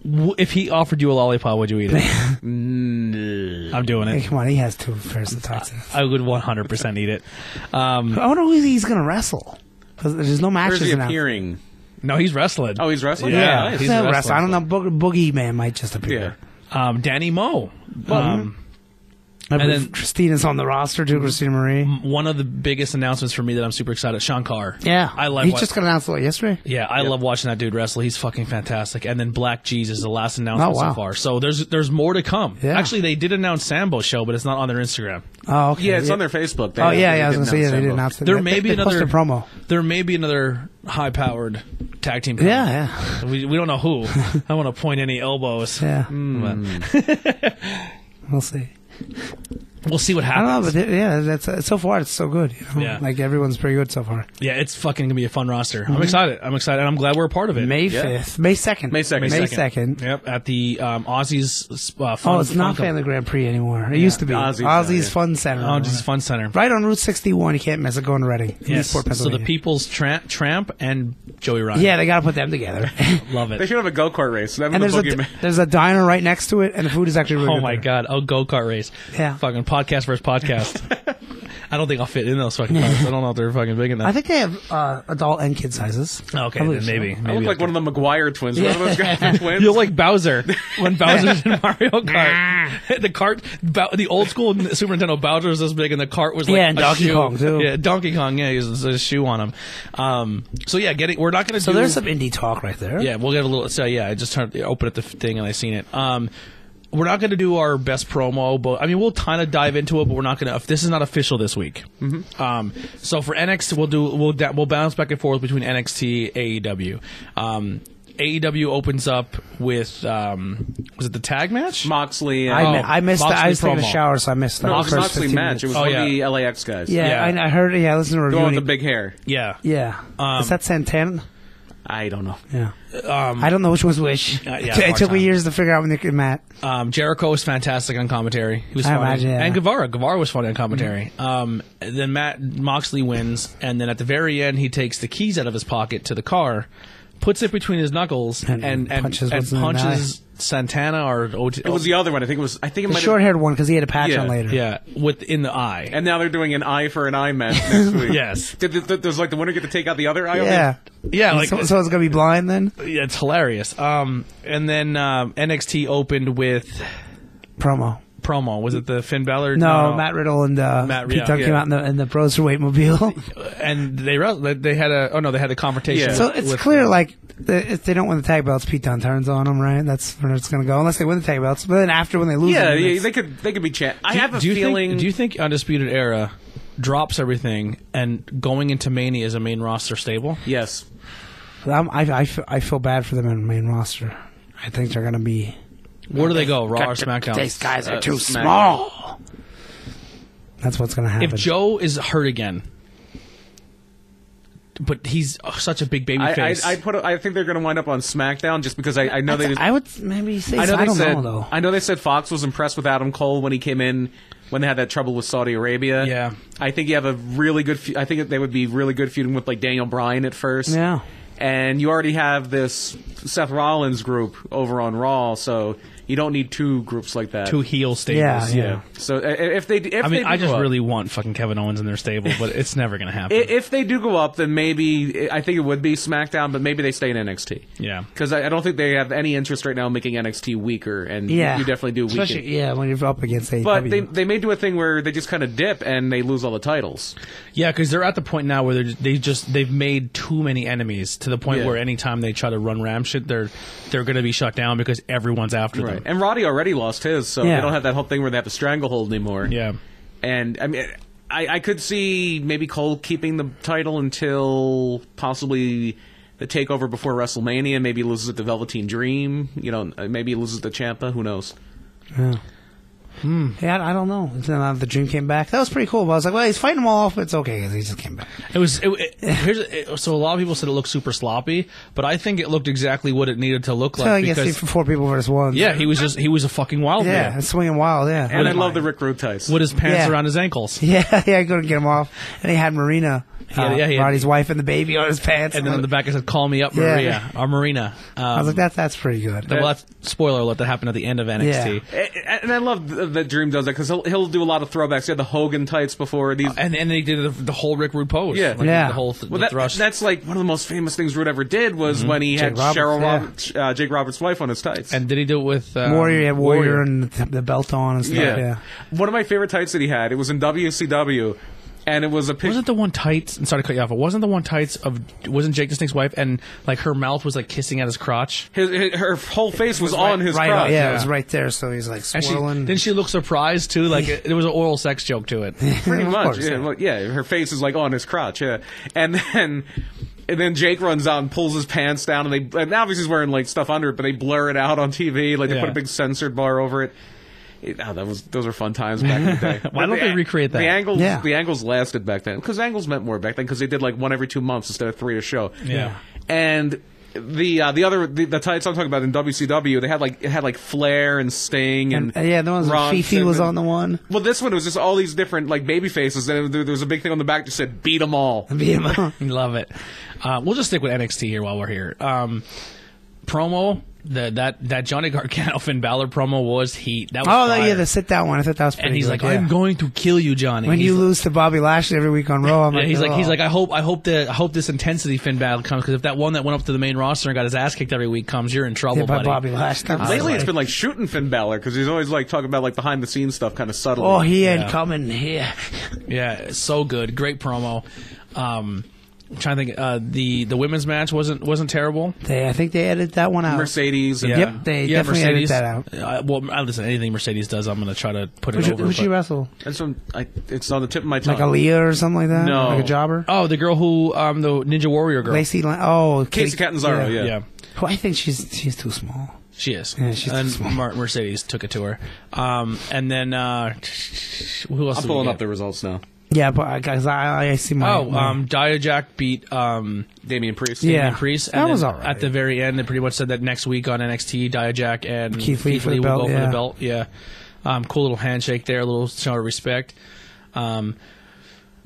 [SPEAKER 2] w- if he offered you a lollipop, would you eat
[SPEAKER 3] <laughs>
[SPEAKER 2] it? I'm doing
[SPEAKER 3] Hey,
[SPEAKER 2] it.
[SPEAKER 3] come on, he has two pairs of tights.
[SPEAKER 2] I would 100% eat it. Um,
[SPEAKER 3] I wonder who he's gonna wrestle. 'Cause There's no
[SPEAKER 4] Where's
[SPEAKER 3] matches
[SPEAKER 4] he
[SPEAKER 3] announced.
[SPEAKER 4] appearing?
[SPEAKER 2] no, he's wrestling.
[SPEAKER 4] Oh, he's wrestling.
[SPEAKER 2] Yeah.
[SPEAKER 4] nice.
[SPEAKER 2] He's
[SPEAKER 3] No
[SPEAKER 2] a
[SPEAKER 3] wrestler.
[SPEAKER 2] wrestler.
[SPEAKER 3] I don't know. Boog- Boogie Man might just
[SPEAKER 4] yeah.
[SPEAKER 3] appear.
[SPEAKER 2] Um, Danny Moe. Um,
[SPEAKER 3] I believe
[SPEAKER 2] then-
[SPEAKER 3] Christina's on the roster too. Christina Marie.
[SPEAKER 2] one of the biggest announcements for me that I'm super excited. Sean Carr.
[SPEAKER 3] Yeah,
[SPEAKER 2] I love.
[SPEAKER 3] He
[SPEAKER 2] wa-
[SPEAKER 3] just got announced what, yesterday.
[SPEAKER 2] yeah, I love watching that dude wrestle. He's fucking fantastic. And then Black Jesus, the last announcement
[SPEAKER 3] Oh, wow.
[SPEAKER 2] so far. So there's there's more to come.
[SPEAKER 3] Yeah.
[SPEAKER 2] Actually, they did announce Sambo's show, but it's not on their Instagram.
[SPEAKER 3] Oh, okay.
[SPEAKER 4] Yeah, it's on their Facebook. They-
[SPEAKER 3] Oh yeah,
[SPEAKER 4] they
[SPEAKER 3] yeah. I was
[SPEAKER 4] did
[SPEAKER 3] gonna say yeah, they did
[SPEAKER 4] both.
[SPEAKER 3] announce it.
[SPEAKER 2] There
[SPEAKER 3] They-
[SPEAKER 2] may be
[SPEAKER 3] they posted
[SPEAKER 2] another
[SPEAKER 3] a promo.
[SPEAKER 2] There may be another high powered tag team. coming.
[SPEAKER 3] Yeah, yeah,
[SPEAKER 2] We, we don't know
[SPEAKER 3] <laughs>
[SPEAKER 2] who. I don't Hmm.
[SPEAKER 3] Hmm.
[SPEAKER 2] want to point any elbows.
[SPEAKER 3] yeah.
[SPEAKER 2] But-
[SPEAKER 3] We'll see.
[SPEAKER 2] We'll see what
[SPEAKER 3] I
[SPEAKER 2] happens.
[SPEAKER 3] don't know, but th- yeah, that's uh, so far it's so good. You know?
[SPEAKER 2] Yeah.
[SPEAKER 3] like everyone's pretty good so far.
[SPEAKER 2] Yeah, it's fucking gonna be a fun roster. I'm excited. I'm excited, and I'm glad we're a part of it.
[SPEAKER 3] Mm-hmm. May
[SPEAKER 4] Yeah.
[SPEAKER 3] fifth, May second,
[SPEAKER 4] May 2nd.
[SPEAKER 3] May
[SPEAKER 4] 2nd.
[SPEAKER 3] second.
[SPEAKER 2] Yep, at the um, Aussies. Uh, fun,
[SPEAKER 3] Oh, it's not
[SPEAKER 2] Funko-
[SPEAKER 3] Family Grand Prix anymore. It used to be
[SPEAKER 4] Aussie's
[SPEAKER 3] Aussie's,
[SPEAKER 4] now, yeah.
[SPEAKER 3] Fun Center.
[SPEAKER 2] Aussies Fun Center.
[SPEAKER 3] Right on Route 61. You can't miss it going to Reading.
[SPEAKER 2] Yes.
[SPEAKER 3] Newport,
[SPEAKER 2] So the
[SPEAKER 3] Pennsylvania.
[SPEAKER 2] People's Tramp, Tramp and Joey Ryan.
[SPEAKER 3] Yeah, they got to put
[SPEAKER 2] <laughs>
[SPEAKER 3] them together.
[SPEAKER 2] love
[SPEAKER 4] They
[SPEAKER 2] it.
[SPEAKER 4] should have a go kart race. That
[SPEAKER 3] and
[SPEAKER 4] was
[SPEAKER 3] there's
[SPEAKER 4] the
[SPEAKER 3] a,
[SPEAKER 4] boogeyman.
[SPEAKER 3] there's a diner right next to it, and the food is actually really
[SPEAKER 2] Oh
[SPEAKER 3] good
[SPEAKER 2] my
[SPEAKER 3] there.
[SPEAKER 2] god, a go kart race.
[SPEAKER 3] Yeah.
[SPEAKER 2] Fucking podcast versus podcast.
[SPEAKER 3] <laughs>
[SPEAKER 2] I don't think I'll fit in those fucking cars. I don't know if they're fucking big enough.
[SPEAKER 3] I think they have uh, adult and kid sizes.
[SPEAKER 2] okay,
[SPEAKER 3] I
[SPEAKER 2] then
[SPEAKER 3] believe
[SPEAKER 2] maybe.
[SPEAKER 3] so.
[SPEAKER 2] maybe
[SPEAKER 4] I look
[SPEAKER 2] I'll
[SPEAKER 4] like one of the McGuire twins. One of those guys
[SPEAKER 3] <laughs>
[SPEAKER 4] the twins.
[SPEAKER 2] You're like Bowser when Bowser's in Mario Kart. <laughs> the cart, Bow- the old school Super Nintendo Bowser was this big, and the cart was like
[SPEAKER 3] Yeah, and
[SPEAKER 2] a
[SPEAKER 3] Donkey
[SPEAKER 2] shoe.
[SPEAKER 3] Kong, too.
[SPEAKER 2] Yeah, Donkey Kong. Yeah, he's there's a shoe on him. Um, so yeah, getting we're not gonna
[SPEAKER 3] So
[SPEAKER 2] do.
[SPEAKER 3] there's some indie talk right there.
[SPEAKER 2] yeah, we'll get a little. So yeah, I just turned open up the thing and I seen it. Um, we're not gonna do our best promo, but I mean we'll kind of dive into it, but we're not gonna. This is not official this week. Um, so for NXT, we'll do we'll da- we'll bounce back and forth between NXT AEW. E Um, AEW opens up with um, was it the tag match?
[SPEAKER 4] Moxley. And,
[SPEAKER 3] I, mi-
[SPEAKER 2] Oh,
[SPEAKER 3] I missed. The,
[SPEAKER 2] Moxley
[SPEAKER 3] I was taking
[SPEAKER 2] promo.
[SPEAKER 3] a shower, so I missed the
[SPEAKER 4] no, it was
[SPEAKER 3] first
[SPEAKER 4] Moxley
[SPEAKER 3] 15
[SPEAKER 4] match. It was
[SPEAKER 3] minutes.
[SPEAKER 2] Oh,
[SPEAKER 4] one
[SPEAKER 2] yeah.
[SPEAKER 4] of the LAX guys.
[SPEAKER 3] yeah,
[SPEAKER 2] yeah.
[SPEAKER 3] I, I heard. Yeah, listen to a
[SPEAKER 4] The
[SPEAKER 3] review.
[SPEAKER 4] one with
[SPEAKER 3] and
[SPEAKER 4] the
[SPEAKER 3] he-
[SPEAKER 4] big hair.
[SPEAKER 2] Yeah.
[SPEAKER 3] Yeah,
[SPEAKER 2] Um, um,
[SPEAKER 3] is that Santana?
[SPEAKER 4] I don't know.
[SPEAKER 3] Yeah, I don't know which one's which.
[SPEAKER 2] Uh, yeah,
[SPEAKER 3] it, t-
[SPEAKER 2] hard
[SPEAKER 3] it took
[SPEAKER 2] time.
[SPEAKER 3] me years to figure out when they could Matt.
[SPEAKER 2] Um, Jericho was fantastic on commentary. He was
[SPEAKER 3] I
[SPEAKER 2] funny.
[SPEAKER 3] imagine, yeah. Mm-hmm.
[SPEAKER 2] And Guevara. Guevara was funny on commentary. Um, then Matt Moxley wins, and then at the very end, he takes the keys out of his pocket to the car, puts it between his knuckles, and,
[SPEAKER 3] And
[SPEAKER 2] and, and
[SPEAKER 3] punches
[SPEAKER 2] punches,
[SPEAKER 3] what's in the
[SPEAKER 2] Santana or OT.
[SPEAKER 4] It was the other one. I think it was. I think it
[SPEAKER 3] The
[SPEAKER 4] might. have-
[SPEAKER 3] short-haired one because he had a patch
[SPEAKER 4] Yeah,
[SPEAKER 3] on later.
[SPEAKER 2] Yeah, within the eye.
[SPEAKER 4] And now they're doing an eye for an eye match
[SPEAKER 2] <laughs>
[SPEAKER 4] next week.
[SPEAKER 2] Yes.
[SPEAKER 4] Did, did, does like the winner get to take out the other eye? on
[SPEAKER 3] yeah.
[SPEAKER 2] yeah, like
[SPEAKER 3] so, so it's gonna be blind then.
[SPEAKER 2] yeah, it's hilarious. Um, and then um, NXT opened with
[SPEAKER 3] Promo.
[SPEAKER 2] promo. Was it the Finn Balor?
[SPEAKER 3] No, Matt Riddle and uh,
[SPEAKER 2] Matt
[SPEAKER 3] Pete
[SPEAKER 2] Riddle,
[SPEAKER 3] Dunne came
[SPEAKER 2] yeah.
[SPEAKER 3] out in the in the Bros Weight
[SPEAKER 4] <laughs>
[SPEAKER 3] Mobile.
[SPEAKER 2] And they wres- they had a oh no they had a conversation.
[SPEAKER 4] Yeah.
[SPEAKER 3] so it's
[SPEAKER 2] with-
[SPEAKER 3] clear like the, if they don't win the tag belts, Pete Dunne turns on them, right? That's where it's gonna go. Unless they win the tag belts, but then after when they lose,
[SPEAKER 4] Yeah,
[SPEAKER 3] them,
[SPEAKER 4] yeah,
[SPEAKER 3] it's-
[SPEAKER 4] they could they could be chat. I
[SPEAKER 2] Do-
[SPEAKER 4] have a
[SPEAKER 2] do you
[SPEAKER 4] feeling.
[SPEAKER 2] Think, do you think Undisputed Era drops everything and going into Mania as a main roster stable?
[SPEAKER 4] yes,
[SPEAKER 3] I'm, I, I, f- I feel bad for them in the main roster. I think they're gonna be.
[SPEAKER 2] Where do they go, Raw or SmackDown?
[SPEAKER 3] These guys are
[SPEAKER 4] Uh,
[SPEAKER 3] too
[SPEAKER 4] Smack-
[SPEAKER 3] small. That's what's gonna happen.
[SPEAKER 2] If Joe is hurt again, but he's uh, such a big baby
[SPEAKER 4] I, I,
[SPEAKER 2] face.
[SPEAKER 4] I put. a- I think they're going to wind up on SmackDown just because I, I know they.
[SPEAKER 3] I would maybe say
[SPEAKER 4] I
[SPEAKER 3] I,
[SPEAKER 4] know they
[SPEAKER 3] don't
[SPEAKER 4] said.
[SPEAKER 3] know though.
[SPEAKER 4] I know they said Fox was impressed with Adam Cole when he came in when they had that trouble with Saudi Arabia.
[SPEAKER 2] Yeah.
[SPEAKER 4] I think you have a really good. fe- I think they would be really good feuding with like Daniel Bryan at first.
[SPEAKER 3] Yeah.
[SPEAKER 4] And you already have this Seth Rollins group over on Raw, so you don't need two groups like that.
[SPEAKER 2] Two heel stables.
[SPEAKER 3] yeah, yeah,
[SPEAKER 4] So uh, if they, if
[SPEAKER 2] I mean,
[SPEAKER 4] they
[SPEAKER 2] I
[SPEAKER 4] do
[SPEAKER 2] just
[SPEAKER 4] up-
[SPEAKER 2] really want fucking Kevin Owens in their stable, but it's never gonna happen.
[SPEAKER 4] I- If they do go up, then maybe I think it would be SmackDown, but maybe they stay in NXT.
[SPEAKER 2] Yeah.
[SPEAKER 4] because I, I don't think they have any interest right now in making NXT weaker, and
[SPEAKER 3] yeah.
[SPEAKER 4] you definitely do weaken.
[SPEAKER 3] Especially, yeah, when you're up against AEW.
[SPEAKER 4] but they they may do a thing where they just kind of dip and they lose all the titles.
[SPEAKER 2] Yeah, because they're at the point now where they're, just- they just they've made too many enemies to the point
[SPEAKER 4] Yeah.
[SPEAKER 2] where anytime they try to run rampant, they're they're gonna be shut down because everyone's after
[SPEAKER 4] Right.
[SPEAKER 2] them.
[SPEAKER 4] And Roddy already lost his, so
[SPEAKER 3] Yeah.
[SPEAKER 4] they don't have that whole thing where they have a stranglehold anymore.
[SPEAKER 2] Yeah.
[SPEAKER 4] And I mean, I, I could see maybe Cole keeping the title until possibly the takeover before WrestleMania. Maybe he loses it to Velveteen Dream. You know, maybe he loses to Champa. Who knows? Hmm.
[SPEAKER 3] yeah, I I don't know. And then uh, the dream came back. That was pretty cool. But I was like, well, he's fighting them all off, but it's okay 'cause he just came back.
[SPEAKER 2] It was it, it, here's it, so a lot of people said it looked super sloppy, but I think it looked exactly what it needed to look like
[SPEAKER 3] so I guess
[SPEAKER 2] because
[SPEAKER 3] he- four people versus one.
[SPEAKER 2] yeah, he was just he was a fucking wild
[SPEAKER 3] yeah,
[SPEAKER 2] man
[SPEAKER 3] and swinging wild. Yeah,
[SPEAKER 4] <laughs> And I love the Rick Rude ties.
[SPEAKER 2] with his pants
[SPEAKER 3] Yeah.
[SPEAKER 2] around his ankles.
[SPEAKER 3] <laughs> Yeah, yeah, I couldn't get him off, and he had Marina,
[SPEAKER 2] had-
[SPEAKER 3] uh,
[SPEAKER 2] yeah, he had-
[SPEAKER 3] Roddy's wife, and the baby on his pants.
[SPEAKER 2] And then
[SPEAKER 3] I'm
[SPEAKER 2] on the
[SPEAKER 3] like-
[SPEAKER 2] back it said, "Call me up,
[SPEAKER 3] Yeah.
[SPEAKER 2] Maria or Marina." Um,
[SPEAKER 3] I was like, that's that's pretty good.
[SPEAKER 2] well, that's- spoiler alert! That happened at the end of NXT.
[SPEAKER 3] Yeah.
[SPEAKER 4] And- And I love th- that Dream does that because he'll, he'll do a lot of throwbacks. He had the Hogan tights before. These,
[SPEAKER 2] And and they did the, the whole Rick Rude pose.
[SPEAKER 4] Yeah.
[SPEAKER 2] like,
[SPEAKER 3] Yeah.
[SPEAKER 2] The whole th-
[SPEAKER 4] well,
[SPEAKER 2] the
[SPEAKER 4] that,
[SPEAKER 2] thrust.
[SPEAKER 4] that's like one of the most famous things Rude ever did was when he had
[SPEAKER 3] Roberts,
[SPEAKER 4] Cheryl
[SPEAKER 3] yeah.
[SPEAKER 4] Roberts, uh, Jake Roberts' wife on his tights.
[SPEAKER 2] and did he do it with um,
[SPEAKER 3] Warrior, yeah, Warrior, and the, the belt on and stuff. Yeah,
[SPEAKER 4] one of my favorite tights that he had. It was in WCW, and it was a picture.
[SPEAKER 2] Wasn't the one tights? And sorry to cut you off. But wasn't the one tights of wasn't Jake the Snake's wife and like her mouth was like kissing at his crotch?
[SPEAKER 4] His, his, her whole face was, on his
[SPEAKER 3] right,
[SPEAKER 4] crotch.
[SPEAKER 3] yeah, it was right there. So he's like
[SPEAKER 2] And she,
[SPEAKER 3] swirling.
[SPEAKER 2] didn't she look surprised too?
[SPEAKER 3] <laughs>
[SPEAKER 2] Like it, there was an oral sex joke to it.
[SPEAKER 4] <laughs> pretty
[SPEAKER 3] Of
[SPEAKER 4] much.
[SPEAKER 3] course,
[SPEAKER 4] yeah,
[SPEAKER 3] yeah.
[SPEAKER 4] well, yeah, her face is like on his crotch. Yeah, and then and then Jake runs out and pulls his pants down, and they and obviously he's wearing like stuff under it, but they blur it out on TV. Like they
[SPEAKER 2] Yeah.
[SPEAKER 4] put a big censored bar over it. it- ah, that was those were fun times back in the
[SPEAKER 3] <laughs>
[SPEAKER 4] day.
[SPEAKER 2] Why don't
[SPEAKER 4] The-
[SPEAKER 2] they recreate that?
[SPEAKER 4] The angles,
[SPEAKER 3] Yeah.
[SPEAKER 4] the angles lasted back then because angles meant more back then because they did like one every two months instead of three a show.
[SPEAKER 2] Yeah.
[SPEAKER 4] and. The uh, the other the, the tights I'm talking about in WCW they had like it had like Flair and Sting and,
[SPEAKER 3] And, uh, yeah, the ones with
[SPEAKER 4] Ron
[SPEAKER 3] Fifi was
[SPEAKER 4] Simmons.
[SPEAKER 3] on the one. <laughs>
[SPEAKER 4] Well, this one was just all these different like baby faces, and there there was a big thing on the back that said "beat 'em all."
[SPEAKER 3] VMO.
[SPEAKER 2] <laughs> Love it. Uh, we'll just stick with NXT here while we're here. Um, promo the, that that Johnny <laughs> Gargano Finn Balor promo was heat. That was
[SPEAKER 3] Oh, that-
[SPEAKER 2] fire.
[SPEAKER 3] yeah, the sit down one. I thought that was pretty
[SPEAKER 2] and he's
[SPEAKER 3] good,
[SPEAKER 2] like,
[SPEAKER 3] yeah.
[SPEAKER 2] "I'm going to kill you, Johnny."
[SPEAKER 3] When
[SPEAKER 2] He's
[SPEAKER 3] you
[SPEAKER 2] like-
[SPEAKER 3] lose to Bobby Lashley every week on Raw, I'm
[SPEAKER 2] Yeah,
[SPEAKER 3] like,
[SPEAKER 2] he's like, he's
[SPEAKER 3] "Oh."
[SPEAKER 2] like, I hope, I hope that, I hope this intensity Finn battle comes because if that one that went up to the main roster and got his ass kicked every week comes, you're in trouble,
[SPEAKER 3] Yeah, by
[SPEAKER 2] buddy. <laughs>
[SPEAKER 3] Bobby Lashley.
[SPEAKER 2] I
[SPEAKER 4] Lately,
[SPEAKER 2] like-
[SPEAKER 4] it's been like shooting Finn Balor because he's always like talking about like behind the scenes stuff, kind of subtly.
[SPEAKER 3] Oh, he ain't
[SPEAKER 2] Yeah.
[SPEAKER 3] coming here.
[SPEAKER 2] Yeah, it's so good, great promo. Um, I'm trying to think, uh, the the women's match wasn't wasn't terrible.
[SPEAKER 3] They, I think they edited that one out.
[SPEAKER 4] Mercedes. And,
[SPEAKER 2] Yeah.
[SPEAKER 3] Yep, they
[SPEAKER 2] yeah,
[SPEAKER 3] definitely
[SPEAKER 2] Mercedes.
[SPEAKER 3] edited that out.
[SPEAKER 2] Uh, well, I- listen, anything Mercedes does, I'm going to try to put it
[SPEAKER 3] Who should,
[SPEAKER 2] over.
[SPEAKER 3] who should
[SPEAKER 2] but-
[SPEAKER 3] wrestle?
[SPEAKER 4] That's what I, it's on the tip of my tongue.
[SPEAKER 3] Like Aaliyah or something like that?
[SPEAKER 4] No.
[SPEAKER 3] Like a jobber?
[SPEAKER 2] oh, the girl who, um, the Ninja Warrior girl.
[SPEAKER 3] Lacey Lan- Oh,
[SPEAKER 4] Casey Catanzaro. Yeah.
[SPEAKER 2] yeah.
[SPEAKER 3] Who I think she's she's too small.
[SPEAKER 2] she is.
[SPEAKER 3] Yeah, she's
[SPEAKER 2] and
[SPEAKER 3] too small.
[SPEAKER 2] Mar- Mercedes took it to her. Um, and then uh, who else?
[SPEAKER 4] I'm
[SPEAKER 2] did we
[SPEAKER 4] pulling
[SPEAKER 2] get?
[SPEAKER 4] up the results now.
[SPEAKER 3] Yeah, but because I, I see my.
[SPEAKER 2] Oh,
[SPEAKER 3] my-
[SPEAKER 2] um, Dijak beat um,
[SPEAKER 4] Damian Priest.
[SPEAKER 3] Yeah.
[SPEAKER 2] Damian Priest.
[SPEAKER 3] That was
[SPEAKER 2] then
[SPEAKER 3] all right.
[SPEAKER 2] At the very end, they pretty much said that next week on NXT, Dijak and
[SPEAKER 3] Keith Lee for the
[SPEAKER 2] will
[SPEAKER 3] belt,
[SPEAKER 2] go for
[SPEAKER 3] yeah.
[SPEAKER 2] the belt. Yeah, um, cool little handshake there, a little show of respect. Um,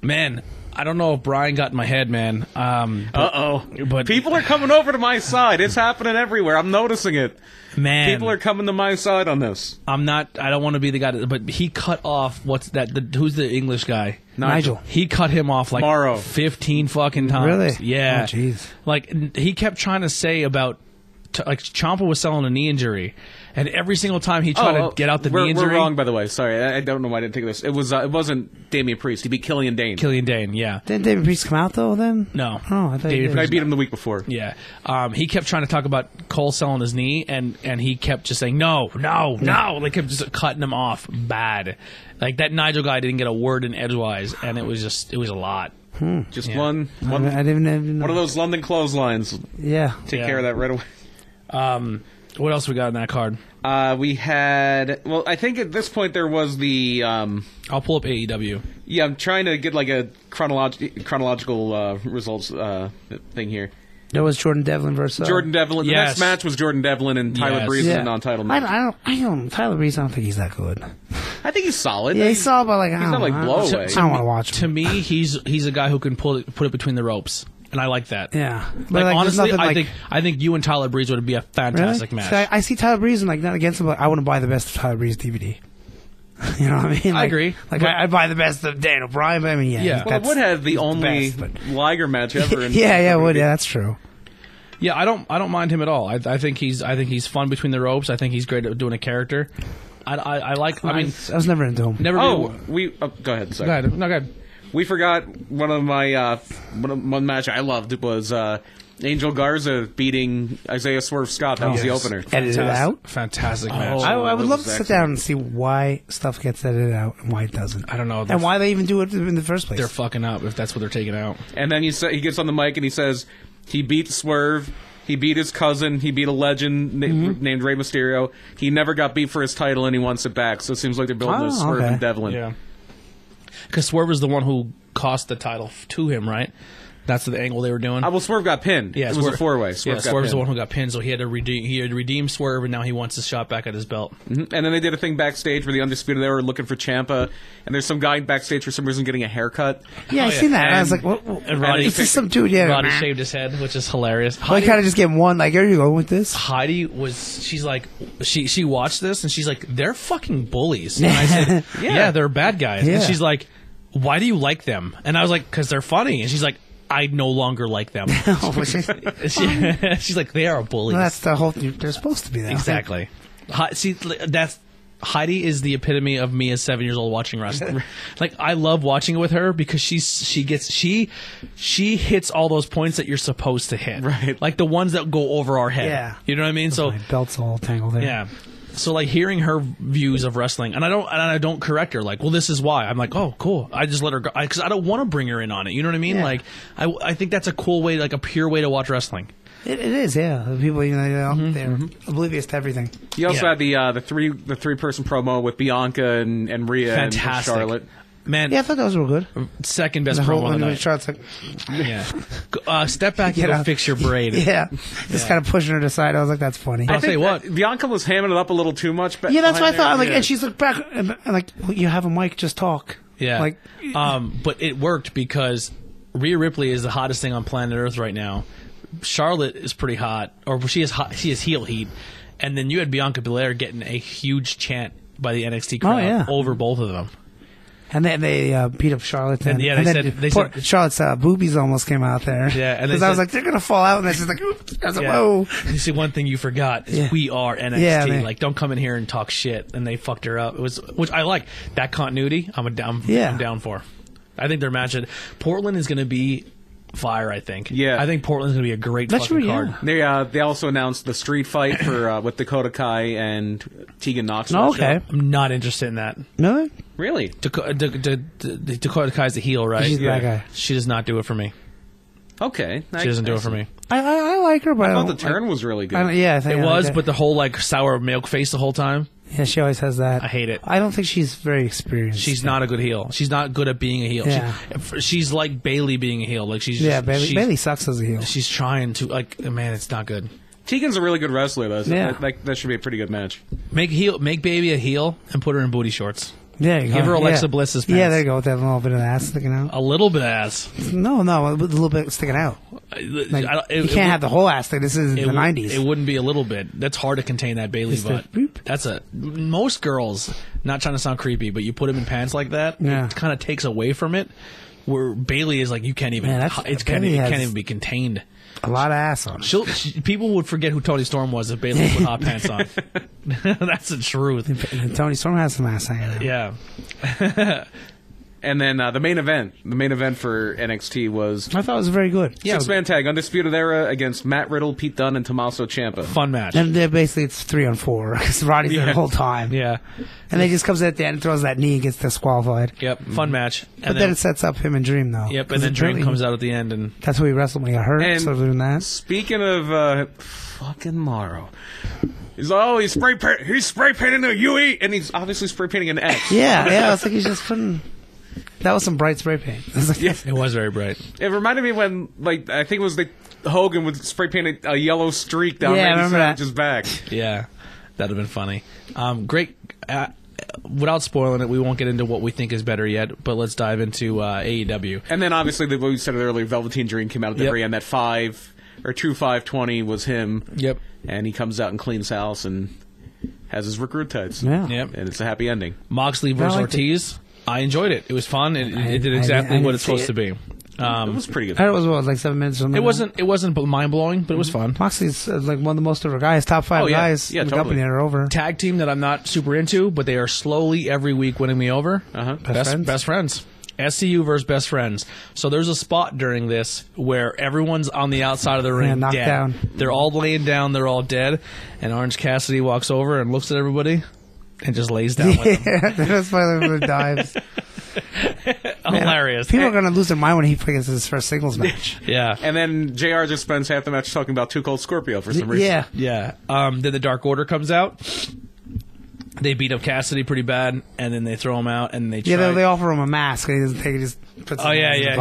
[SPEAKER 2] man, I don't know if Brian got in my head, man. Um,
[SPEAKER 4] Uh oh.
[SPEAKER 2] But-
[SPEAKER 4] people are coming over to my side. It's happening everywhere. I'm noticing it.
[SPEAKER 2] man,
[SPEAKER 4] People are coming to my side on this.
[SPEAKER 2] I'm not. I don't want to be the guy, that, but he cut off. What's that? The, who's the English guy?
[SPEAKER 3] Nigel.
[SPEAKER 2] He cut him off like
[SPEAKER 4] Morrow.
[SPEAKER 2] 15 fucking times.
[SPEAKER 3] Really?
[SPEAKER 2] Yeah.
[SPEAKER 3] Oh, jeez.
[SPEAKER 2] Like n- he kept trying to say about t- like Champa was selling a knee injury, and every single time he tried
[SPEAKER 4] Oh, well,
[SPEAKER 2] Oh, to get out the
[SPEAKER 4] we're,
[SPEAKER 2] knee injury,
[SPEAKER 4] We're wrong, by the way. Sorry, I, I don't know why I didn't think of this. It was uh, it wasn't Damian Priest. He beat Killian Dane.
[SPEAKER 2] Killian Dane. Yeah.
[SPEAKER 3] Didn't David Priest come out though? Then
[SPEAKER 2] No.
[SPEAKER 3] Oh, I thought he
[SPEAKER 2] David
[SPEAKER 3] did.
[SPEAKER 4] I beat him the week before.
[SPEAKER 2] Yeah, um, he kept trying to talk about Cole selling his knee, and and he kept just saying no, no, no. They kept just cutting him off bad. Like that Nigel guy didn't get a word in edgewise, and it was just it was a lot.
[SPEAKER 4] Just one,
[SPEAKER 3] I,
[SPEAKER 4] one,
[SPEAKER 3] I didn't even.
[SPEAKER 4] one of those London clotheslines.
[SPEAKER 3] Yeah.
[SPEAKER 4] Take
[SPEAKER 2] Yeah.
[SPEAKER 4] care of that right away.
[SPEAKER 2] Um, what else we got in that card?
[SPEAKER 4] Uh, we had well, I think at this point there was the um,
[SPEAKER 2] I'll pull up
[SPEAKER 3] E
[SPEAKER 2] AEW.
[SPEAKER 4] yeah. I'm trying to get like a chronolog- chronological uh, results uh, thing here.
[SPEAKER 3] That was Jordan Devlin versus uh,
[SPEAKER 4] Jordan Devlin. The
[SPEAKER 2] Yes.
[SPEAKER 4] next match was Jordan Devlin and Tyler
[SPEAKER 2] Yes.
[SPEAKER 4] Breeze in
[SPEAKER 3] Yeah.
[SPEAKER 4] a non-title
[SPEAKER 3] I,
[SPEAKER 4] match.
[SPEAKER 3] don't- I don't. I don't. Tyler Breeze. I don't think he's that good.
[SPEAKER 4] I think he's solid.
[SPEAKER 3] Yeah, he's solid, but like I
[SPEAKER 4] not,
[SPEAKER 3] don't
[SPEAKER 4] like,
[SPEAKER 3] know. I-
[SPEAKER 4] blow away.
[SPEAKER 3] I don't want to watch
[SPEAKER 2] To
[SPEAKER 3] him.
[SPEAKER 2] me, he's he's a guy who can pull it, put it between the ropes, and I like that.
[SPEAKER 3] Yeah, but
[SPEAKER 2] Like,
[SPEAKER 3] like, there's
[SPEAKER 2] honestly,
[SPEAKER 3] nothing,
[SPEAKER 2] I
[SPEAKER 3] like-
[SPEAKER 2] think I think you and Tyler Breeze would be a
[SPEAKER 3] really.
[SPEAKER 2] fantastic match.
[SPEAKER 3] See, I, I see Tyler Breeze and like not against him, but I want to buy the best of Tyler Breeze DVD. <laughs> you know what I mean? Like,
[SPEAKER 2] agree,
[SPEAKER 3] Like
[SPEAKER 2] but-
[SPEAKER 3] I, I buy the best of Dan O'Brien, but I mean, yeah,
[SPEAKER 2] Yeah.
[SPEAKER 4] Well, it
[SPEAKER 3] that's-
[SPEAKER 4] would have the
[SPEAKER 3] he's
[SPEAKER 4] only
[SPEAKER 3] best, but-
[SPEAKER 4] Liger
[SPEAKER 3] <laughs>
[SPEAKER 4] match <laughs> ever. In E.
[SPEAKER 3] yeah, yeah, it would. Yeah, that's true.
[SPEAKER 2] yeah, I don't I don't mind him at all. I, I think he's I think he's fun between the ropes. I think he's great at doing a character. I, I, I like. I mean,
[SPEAKER 3] I was never into him.
[SPEAKER 2] never.
[SPEAKER 4] Oh,
[SPEAKER 2] been-
[SPEAKER 4] we oh, go ahead. Sorry.
[SPEAKER 2] go ahead. No, go ahead.
[SPEAKER 4] We forgot one of my uh, one, of, one match I loved was uh, Angel Garza beating Isaiah Swerve Scott. That was
[SPEAKER 2] Yes.
[SPEAKER 4] the opener.
[SPEAKER 3] Edited it out.
[SPEAKER 2] Fantastic match.
[SPEAKER 3] I, I
[SPEAKER 4] that
[SPEAKER 3] would
[SPEAKER 4] was
[SPEAKER 3] love to sit
[SPEAKER 4] excellent.
[SPEAKER 3] down and see why stuff gets edited out and why it doesn't.
[SPEAKER 2] I don't know. They're-
[SPEAKER 3] And why they even do it in the first place.
[SPEAKER 2] They're fucking up if that's what they're taking out.
[SPEAKER 4] And then he sa- he gets on the mic and he says he beat Swerve, he beat his cousin, he beat a legend na- named Rey Mysterio. He never got beat for his title and he wants it back. So it seems like they're building
[SPEAKER 3] Oh,
[SPEAKER 4] a Swerve
[SPEAKER 3] okay.
[SPEAKER 4] and Devlin.
[SPEAKER 2] Because Swerve is the one who cost the title f- to him, right? That's the angle they were doing.
[SPEAKER 4] Uh, well, Swerve got pinned.
[SPEAKER 2] yeah,
[SPEAKER 4] it was a four way. Swerve
[SPEAKER 2] yeah,
[SPEAKER 4] got
[SPEAKER 2] Swerve's the
[SPEAKER 4] pinned.
[SPEAKER 2] one who got pinned, so he had to redeem. He had redeemed Swerve, and now he wants his shot back at his belt.
[SPEAKER 4] Mhm. And then they did a thing backstage where the Undisputed they were looking for Champa, and there's some guy backstage for some reason getting a haircut.
[SPEAKER 3] yeah, I
[SPEAKER 2] Oh, yeah.
[SPEAKER 3] seen that. And I was
[SPEAKER 4] And-
[SPEAKER 3] like, what, what-
[SPEAKER 2] and Roddy
[SPEAKER 3] it's
[SPEAKER 2] picked-
[SPEAKER 3] just some dude. Yeah,
[SPEAKER 2] Roddy
[SPEAKER 3] Nah.
[SPEAKER 2] shaved his head, which is hilarious.
[SPEAKER 3] I
[SPEAKER 2] Heidi,
[SPEAKER 3] kind of just get one. Like, here you go with this. <laughs>
[SPEAKER 2] Heidi was. She's like, she she watched this, and she's like, they're fucking bullies. And I
[SPEAKER 3] <laughs>
[SPEAKER 2] said, yeah. they're bad guys.
[SPEAKER 3] Yeah.
[SPEAKER 2] And she's like, why do you like them? And I was like, because they're funny. And she's like, I no longer like them. <laughs>
[SPEAKER 3] <laughs> Oh, which is- well,
[SPEAKER 2] She- <laughs> she's like, they are bullies.
[SPEAKER 3] that's the whole. They're supposed to be that.
[SPEAKER 2] Exactly. <laughs> Hi, see, li- that's Heidi is the epitome of me as seven years old watching
[SPEAKER 3] <laughs>
[SPEAKER 2] wrestling. like I love watching it with her because she's she gets she she hits all those points that you're supposed to hit.
[SPEAKER 4] Right.
[SPEAKER 2] Like the ones that go over our head.
[SPEAKER 3] Yeah.
[SPEAKER 2] You know what I mean? So
[SPEAKER 3] My belt's all tangled there.
[SPEAKER 2] yeah. So like hearing her views of wrestling, and I don't, and I don't correct her. Like, well, this is why. I'm like, oh, cool. I just let her go because I, don't want to bring her in on it. You know what I mean?
[SPEAKER 3] Yeah.
[SPEAKER 2] Like, I, I think that's a cool way, like a pure way to watch wrestling.
[SPEAKER 3] It, it is, yeah. The people, you know, they're,
[SPEAKER 2] Mm-hmm,
[SPEAKER 3] they're oblivious to everything.
[SPEAKER 4] You also
[SPEAKER 2] Yeah.
[SPEAKER 4] had the uh, the three the three person promo with Bianca and, and Rhea and
[SPEAKER 2] Fantastic.
[SPEAKER 4] Charlotte.
[SPEAKER 2] Man,
[SPEAKER 3] Yeah, I thought those were good.
[SPEAKER 2] second best
[SPEAKER 3] The whole
[SPEAKER 2] promo of
[SPEAKER 3] one
[SPEAKER 2] the
[SPEAKER 3] with
[SPEAKER 2] night.
[SPEAKER 3] Charlotte's like,
[SPEAKER 2] Yeah. Go- Uh, step back and
[SPEAKER 3] Get
[SPEAKER 2] go
[SPEAKER 3] out.
[SPEAKER 2] fix your braid.
[SPEAKER 3] <laughs> yeah, just kind of pushing her to the side. I was like, that's funny.
[SPEAKER 2] I'll tell you what.
[SPEAKER 4] Uh, Bianca was hamming it up a little too much. But
[SPEAKER 3] yeah, that's what I thought. I'm like,
[SPEAKER 4] Yeah.
[SPEAKER 3] and she's like back, and I'm like, well, you have a mic, just talk.
[SPEAKER 2] Yeah.
[SPEAKER 3] like
[SPEAKER 2] um, but it worked because Rhea Ripley is the hottest thing on planet Earth right now. Charlotte is pretty hot, or she is hot. She is heel heat, and then you had Bianca Belair getting a huge chant by the NXT crowd
[SPEAKER 3] Oh, yeah.
[SPEAKER 2] over both of them.
[SPEAKER 3] And then they uh, beat up Charlotte. And,
[SPEAKER 2] yeah, they
[SPEAKER 3] and then
[SPEAKER 2] said- they
[SPEAKER 3] poor
[SPEAKER 2] said-
[SPEAKER 3] Charlotte's uh, boobies almost came out there.
[SPEAKER 2] Yeah,
[SPEAKER 3] <laughs>
[SPEAKER 2] and they
[SPEAKER 3] because I was
[SPEAKER 2] said-
[SPEAKER 3] like, they're gonna fall out, and then she's like, Oops. I was like, whoa.
[SPEAKER 2] You see, one thing you forgot is
[SPEAKER 3] Yeah.
[SPEAKER 2] we are NXT.
[SPEAKER 3] Yeah, they-
[SPEAKER 2] like, don't come in here and talk shit. And they fucked her up. It was, which I like that continuity. I'm a down.
[SPEAKER 3] Yeah.
[SPEAKER 2] I'm down for. I think their match at Portland is going to be fire. I think.
[SPEAKER 4] Yeah.
[SPEAKER 2] I think Portland's going to be a great
[SPEAKER 3] That should
[SPEAKER 2] fucking
[SPEAKER 3] be-
[SPEAKER 2] card.
[SPEAKER 3] yeah.
[SPEAKER 4] They uh, they also announced the street fight for uh, with Dakota Kai and Tegan Knoxville.
[SPEAKER 3] Oh, okay,
[SPEAKER 2] I'm not interested in that. uh,
[SPEAKER 3] really?
[SPEAKER 4] really?
[SPEAKER 2] Dakota, Dakota, Dakota Kai's the heel, right?
[SPEAKER 3] She's
[SPEAKER 4] Yeah.
[SPEAKER 3] that guy.
[SPEAKER 2] She does not do it for me.
[SPEAKER 4] Okay,
[SPEAKER 2] She doesn't do it for me.
[SPEAKER 3] I, I, I like her, but I,
[SPEAKER 4] I
[SPEAKER 3] don't.
[SPEAKER 4] thought the turn was really
[SPEAKER 3] I don't,
[SPEAKER 4] good.
[SPEAKER 3] yeah, I think
[SPEAKER 2] It
[SPEAKER 3] I
[SPEAKER 2] was,
[SPEAKER 3] like
[SPEAKER 2] but the whole like sour milk face the whole time.
[SPEAKER 3] yeah, she always has that.
[SPEAKER 2] I hate it.
[SPEAKER 3] I don't think she's very experienced.
[SPEAKER 2] She's not a good heel. She's not good at being a heel. She-
[SPEAKER 3] Yeah.
[SPEAKER 2] f- she's like Bailey being a heel. Like she's
[SPEAKER 3] yeah,
[SPEAKER 2] just-
[SPEAKER 3] Bailey,
[SPEAKER 2] she's,
[SPEAKER 3] Bailey sucks as a heel.
[SPEAKER 2] She's trying to like man, it's not good.
[SPEAKER 4] Tegan's a really good wrestler though. So
[SPEAKER 3] Yeah.
[SPEAKER 4] that, that, that should be a pretty good match.
[SPEAKER 2] Make heel, make baby a heel, and put her in booty shorts.
[SPEAKER 3] There you go.
[SPEAKER 2] Give her Alexa
[SPEAKER 3] yeah.
[SPEAKER 2] Bliss's pants. Um,
[SPEAKER 3] Yeah, there you go with that little bit of ass sticking out.
[SPEAKER 2] A little bit of ass.
[SPEAKER 3] No, no, with a little bit sticking out. Like, you can't have the whole ass thing. This is the
[SPEAKER 2] it, would-
[SPEAKER 3] '90s.
[SPEAKER 2] It wouldn't be a little bit. That's hard to contain that Bailey
[SPEAKER 3] Just a
[SPEAKER 2] butt.
[SPEAKER 3] boop.
[SPEAKER 2] That's a most girls. Not trying to sound creepy, but you put them in pants like that,
[SPEAKER 3] Yeah.
[SPEAKER 2] it kind of takes away from it. Where Bailey is like, you can't even.
[SPEAKER 3] Man, that's-
[SPEAKER 2] it's can't,
[SPEAKER 3] Bailey
[SPEAKER 2] it
[SPEAKER 3] has-
[SPEAKER 2] can't even be contained.
[SPEAKER 3] a lot of ass on. it.
[SPEAKER 2] She'll, she, people would forget who Tony Storm was if Bailey put hot pants
[SPEAKER 3] <laughs>
[SPEAKER 2] on. that's the truth.
[SPEAKER 3] And Tony Storm has some ass hanging out.
[SPEAKER 2] Yeah.
[SPEAKER 4] And then uh, the main event, the main event for NXT was
[SPEAKER 3] I thought it was very good.
[SPEAKER 2] Yeah.
[SPEAKER 4] six man tag Undisputed Era against Matt Riddle, Pete Dunne, and Tommaso Ciampa.
[SPEAKER 2] Fun match.
[SPEAKER 3] And they're basically it's three on four <laughs> because Roddy's there the whole time.
[SPEAKER 2] Yeah.
[SPEAKER 3] And then he just comes at the end and throws that knee and gets disqualified.
[SPEAKER 2] Yep. Fun match. And
[SPEAKER 3] But then, it sets up him and Dream though.
[SPEAKER 2] yep. And
[SPEAKER 3] Because
[SPEAKER 2] then Dream
[SPEAKER 3] apparently
[SPEAKER 2] comes out at the end, and
[SPEAKER 3] That's where he wrestled when he got hurt.
[SPEAKER 4] And-
[SPEAKER 3] so doing that.
[SPEAKER 4] Speaking of uh, fucking Morrow, he's oh he's spray paint, he's spray painting a UE, and he's obviously spray painting an X.
[SPEAKER 3] Yeah, yeah. It's like he's just putting. That was some bright spray paint. <laughs> It's like,
[SPEAKER 2] it was very bright.
[SPEAKER 4] It reminded me when like I think it was the Hogan would spray paint a, a yellow streak down
[SPEAKER 3] Yeah, I
[SPEAKER 4] Randy
[SPEAKER 3] remember that.
[SPEAKER 4] Savage's back.
[SPEAKER 2] Yeah, that'd have been funny. Um, great. Uh, without spoiling it, we won't get into what we think is better yet, but let's dive into uh, AEW.
[SPEAKER 4] And then obviously the what we said earlier, Velveteen Dream came out at the
[SPEAKER 2] Yep.
[SPEAKER 4] very end. That five or two five twenty was him.
[SPEAKER 2] Yep.
[SPEAKER 4] And he comes out and cleans house and has his recruit tights.
[SPEAKER 3] Yeah.
[SPEAKER 2] Yep.
[SPEAKER 4] And it's a happy ending.
[SPEAKER 2] Moxley versus
[SPEAKER 3] liked it.
[SPEAKER 2] Ortiz. I enjoyed it. It was fun. It, it- it did
[SPEAKER 3] I- I
[SPEAKER 2] exactly
[SPEAKER 3] didn't- I
[SPEAKER 2] what it's
[SPEAKER 3] didn't
[SPEAKER 2] supposed
[SPEAKER 3] see
[SPEAKER 2] to be.
[SPEAKER 4] it
[SPEAKER 2] Um,
[SPEAKER 4] was pretty good.
[SPEAKER 3] I don't know, it was what, like seven minutes. Or
[SPEAKER 2] it wasn't. It wasn't mind blowing, but it was fun.
[SPEAKER 3] Moxley's uh, like one of the most over guys. Top five
[SPEAKER 4] Oh, yeah.
[SPEAKER 3] guys
[SPEAKER 4] Yeah,
[SPEAKER 3] in the
[SPEAKER 4] totally.
[SPEAKER 3] company are over.
[SPEAKER 2] Tag team that I'm not super into, but they are slowly every week winning me over.
[SPEAKER 4] Uh-huh.
[SPEAKER 2] Best,
[SPEAKER 3] friends?
[SPEAKER 2] best friends. SCU versus best friends. So there's a spot during this where everyone's on the outside of the ring,
[SPEAKER 3] knocked
[SPEAKER 2] dead.
[SPEAKER 3] down.
[SPEAKER 2] They're all laying down. They're all dead. And Orange Cassidy walks over and looks at everybody and just lays down.
[SPEAKER 3] <laughs>
[SPEAKER 2] with them.
[SPEAKER 3] Yeah, that's why everyone
[SPEAKER 4] <laughs>
[SPEAKER 3] dives. <laughs>
[SPEAKER 2] Hilarious.
[SPEAKER 3] People are gonna lose their mind when he gets his first singles match.
[SPEAKER 2] yeah.
[SPEAKER 4] And then JR just spends half the match talking about Two Cold Scorpio for some reason.
[SPEAKER 3] yeah.
[SPEAKER 2] Yeah. Um, then the Dark Order comes out. They beat up Cassidy pretty bad, and then they throw him out, and they
[SPEAKER 3] Yeah,
[SPEAKER 2] try-
[SPEAKER 3] they, they offer him a mask, and he doesn't take it. He just puts
[SPEAKER 2] Oh
[SPEAKER 3] his
[SPEAKER 2] yeah,
[SPEAKER 3] hands in his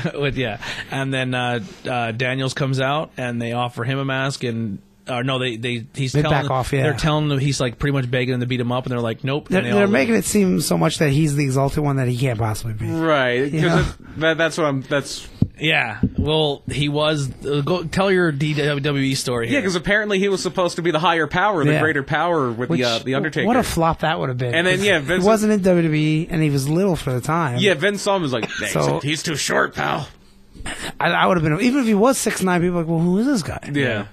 [SPEAKER 4] <laughs>
[SPEAKER 3] pockets.
[SPEAKER 2] yeah, <laughs> With- yeah. And then uh, uh, Daniels comes out, and they offer him a mask, and or no, they they he's
[SPEAKER 3] They
[SPEAKER 2] telling
[SPEAKER 3] back off, yeah.
[SPEAKER 2] they're telling him he's like pretty much begging them to beat him up, and they're like, nope.
[SPEAKER 3] They're,
[SPEAKER 2] and they
[SPEAKER 3] they're
[SPEAKER 2] all
[SPEAKER 3] making
[SPEAKER 2] leave.
[SPEAKER 3] it seem so much that he's the exalted one that he can't possibly be.
[SPEAKER 4] Mm. Right. 'cause
[SPEAKER 3] Yeah.
[SPEAKER 4] it- that, that's what I'm. That's
[SPEAKER 2] Yeah. Well, he was. Uh, go tell your WWE E story.
[SPEAKER 4] yeah.
[SPEAKER 2] here.
[SPEAKER 4] Because apparently he was supposed to be the higher power, the
[SPEAKER 3] Yeah.
[SPEAKER 4] greater power with
[SPEAKER 3] Which-
[SPEAKER 4] the uh, the Undertaker.
[SPEAKER 3] What a flop that would have been.
[SPEAKER 4] And then, yeah,
[SPEAKER 3] Vince
[SPEAKER 4] Vince-
[SPEAKER 3] he wasn't in WWE, and he was little for the time.
[SPEAKER 4] yeah. Vince saw him was like, "Hey,
[SPEAKER 3] So-
[SPEAKER 4] he's too short, pal.
[SPEAKER 3] I, I would have been even if he was six nine. People were like, well, who is this guy?
[SPEAKER 4] Yeah.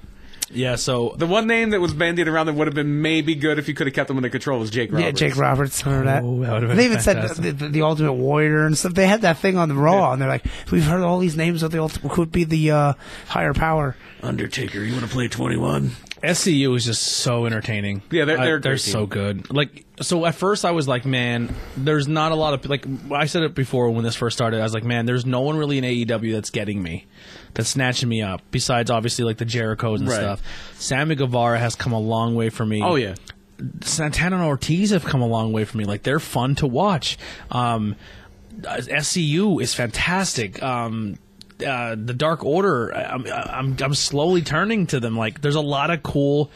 [SPEAKER 2] Yeah. So
[SPEAKER 4] The one name that was bandied around that would have been maybe good if you could have kept him under control was Jake Roberts.
[SPEAKER 3] Yeah, Jake Roberts, remember that?
[SPEAKER 2] Oh, that would've been
[SPEAKER 3] they even
[SPEAKER 2] fantastic.
[SPEAKER 3] said the, the, the Ultimate Warrior and stuff. They had that thing on the Raw, and they're like, "We've heard all these names of the Ultimate. Could be the uh, higher power."
[SPEAKER 4] Undertaker, you want to play 21?
[SPEAKER 2] SCU E is just so entertaining.
[SPEAKER 4] Yeah, they're-
[SPEAKER 2] I-
[SPEAKER 4] they're a great team.
[SPEAKER 2] so good. Like, so at first I was like, man, there's not a lot of like I said it before when this first started. I was like, man, there's no one really in AEW that's getting me, that's snatching me up. Besides, obviously, like the Jericho's and
[SPEAKER 4] Right.
[SPEAKER 2] stuff. Sammy Guevara has come a long way for me.
[SPEAKER 4] Oh yeah,
[SPEAKER 2] Santana and Ortiz have come a long way for me. Like they're fun to watch. Um, uh, SCU is fantastic. Um, uh, the Dark Order. I- I'm, I'm I'm slowly turning to them. Like there's a lot of cool,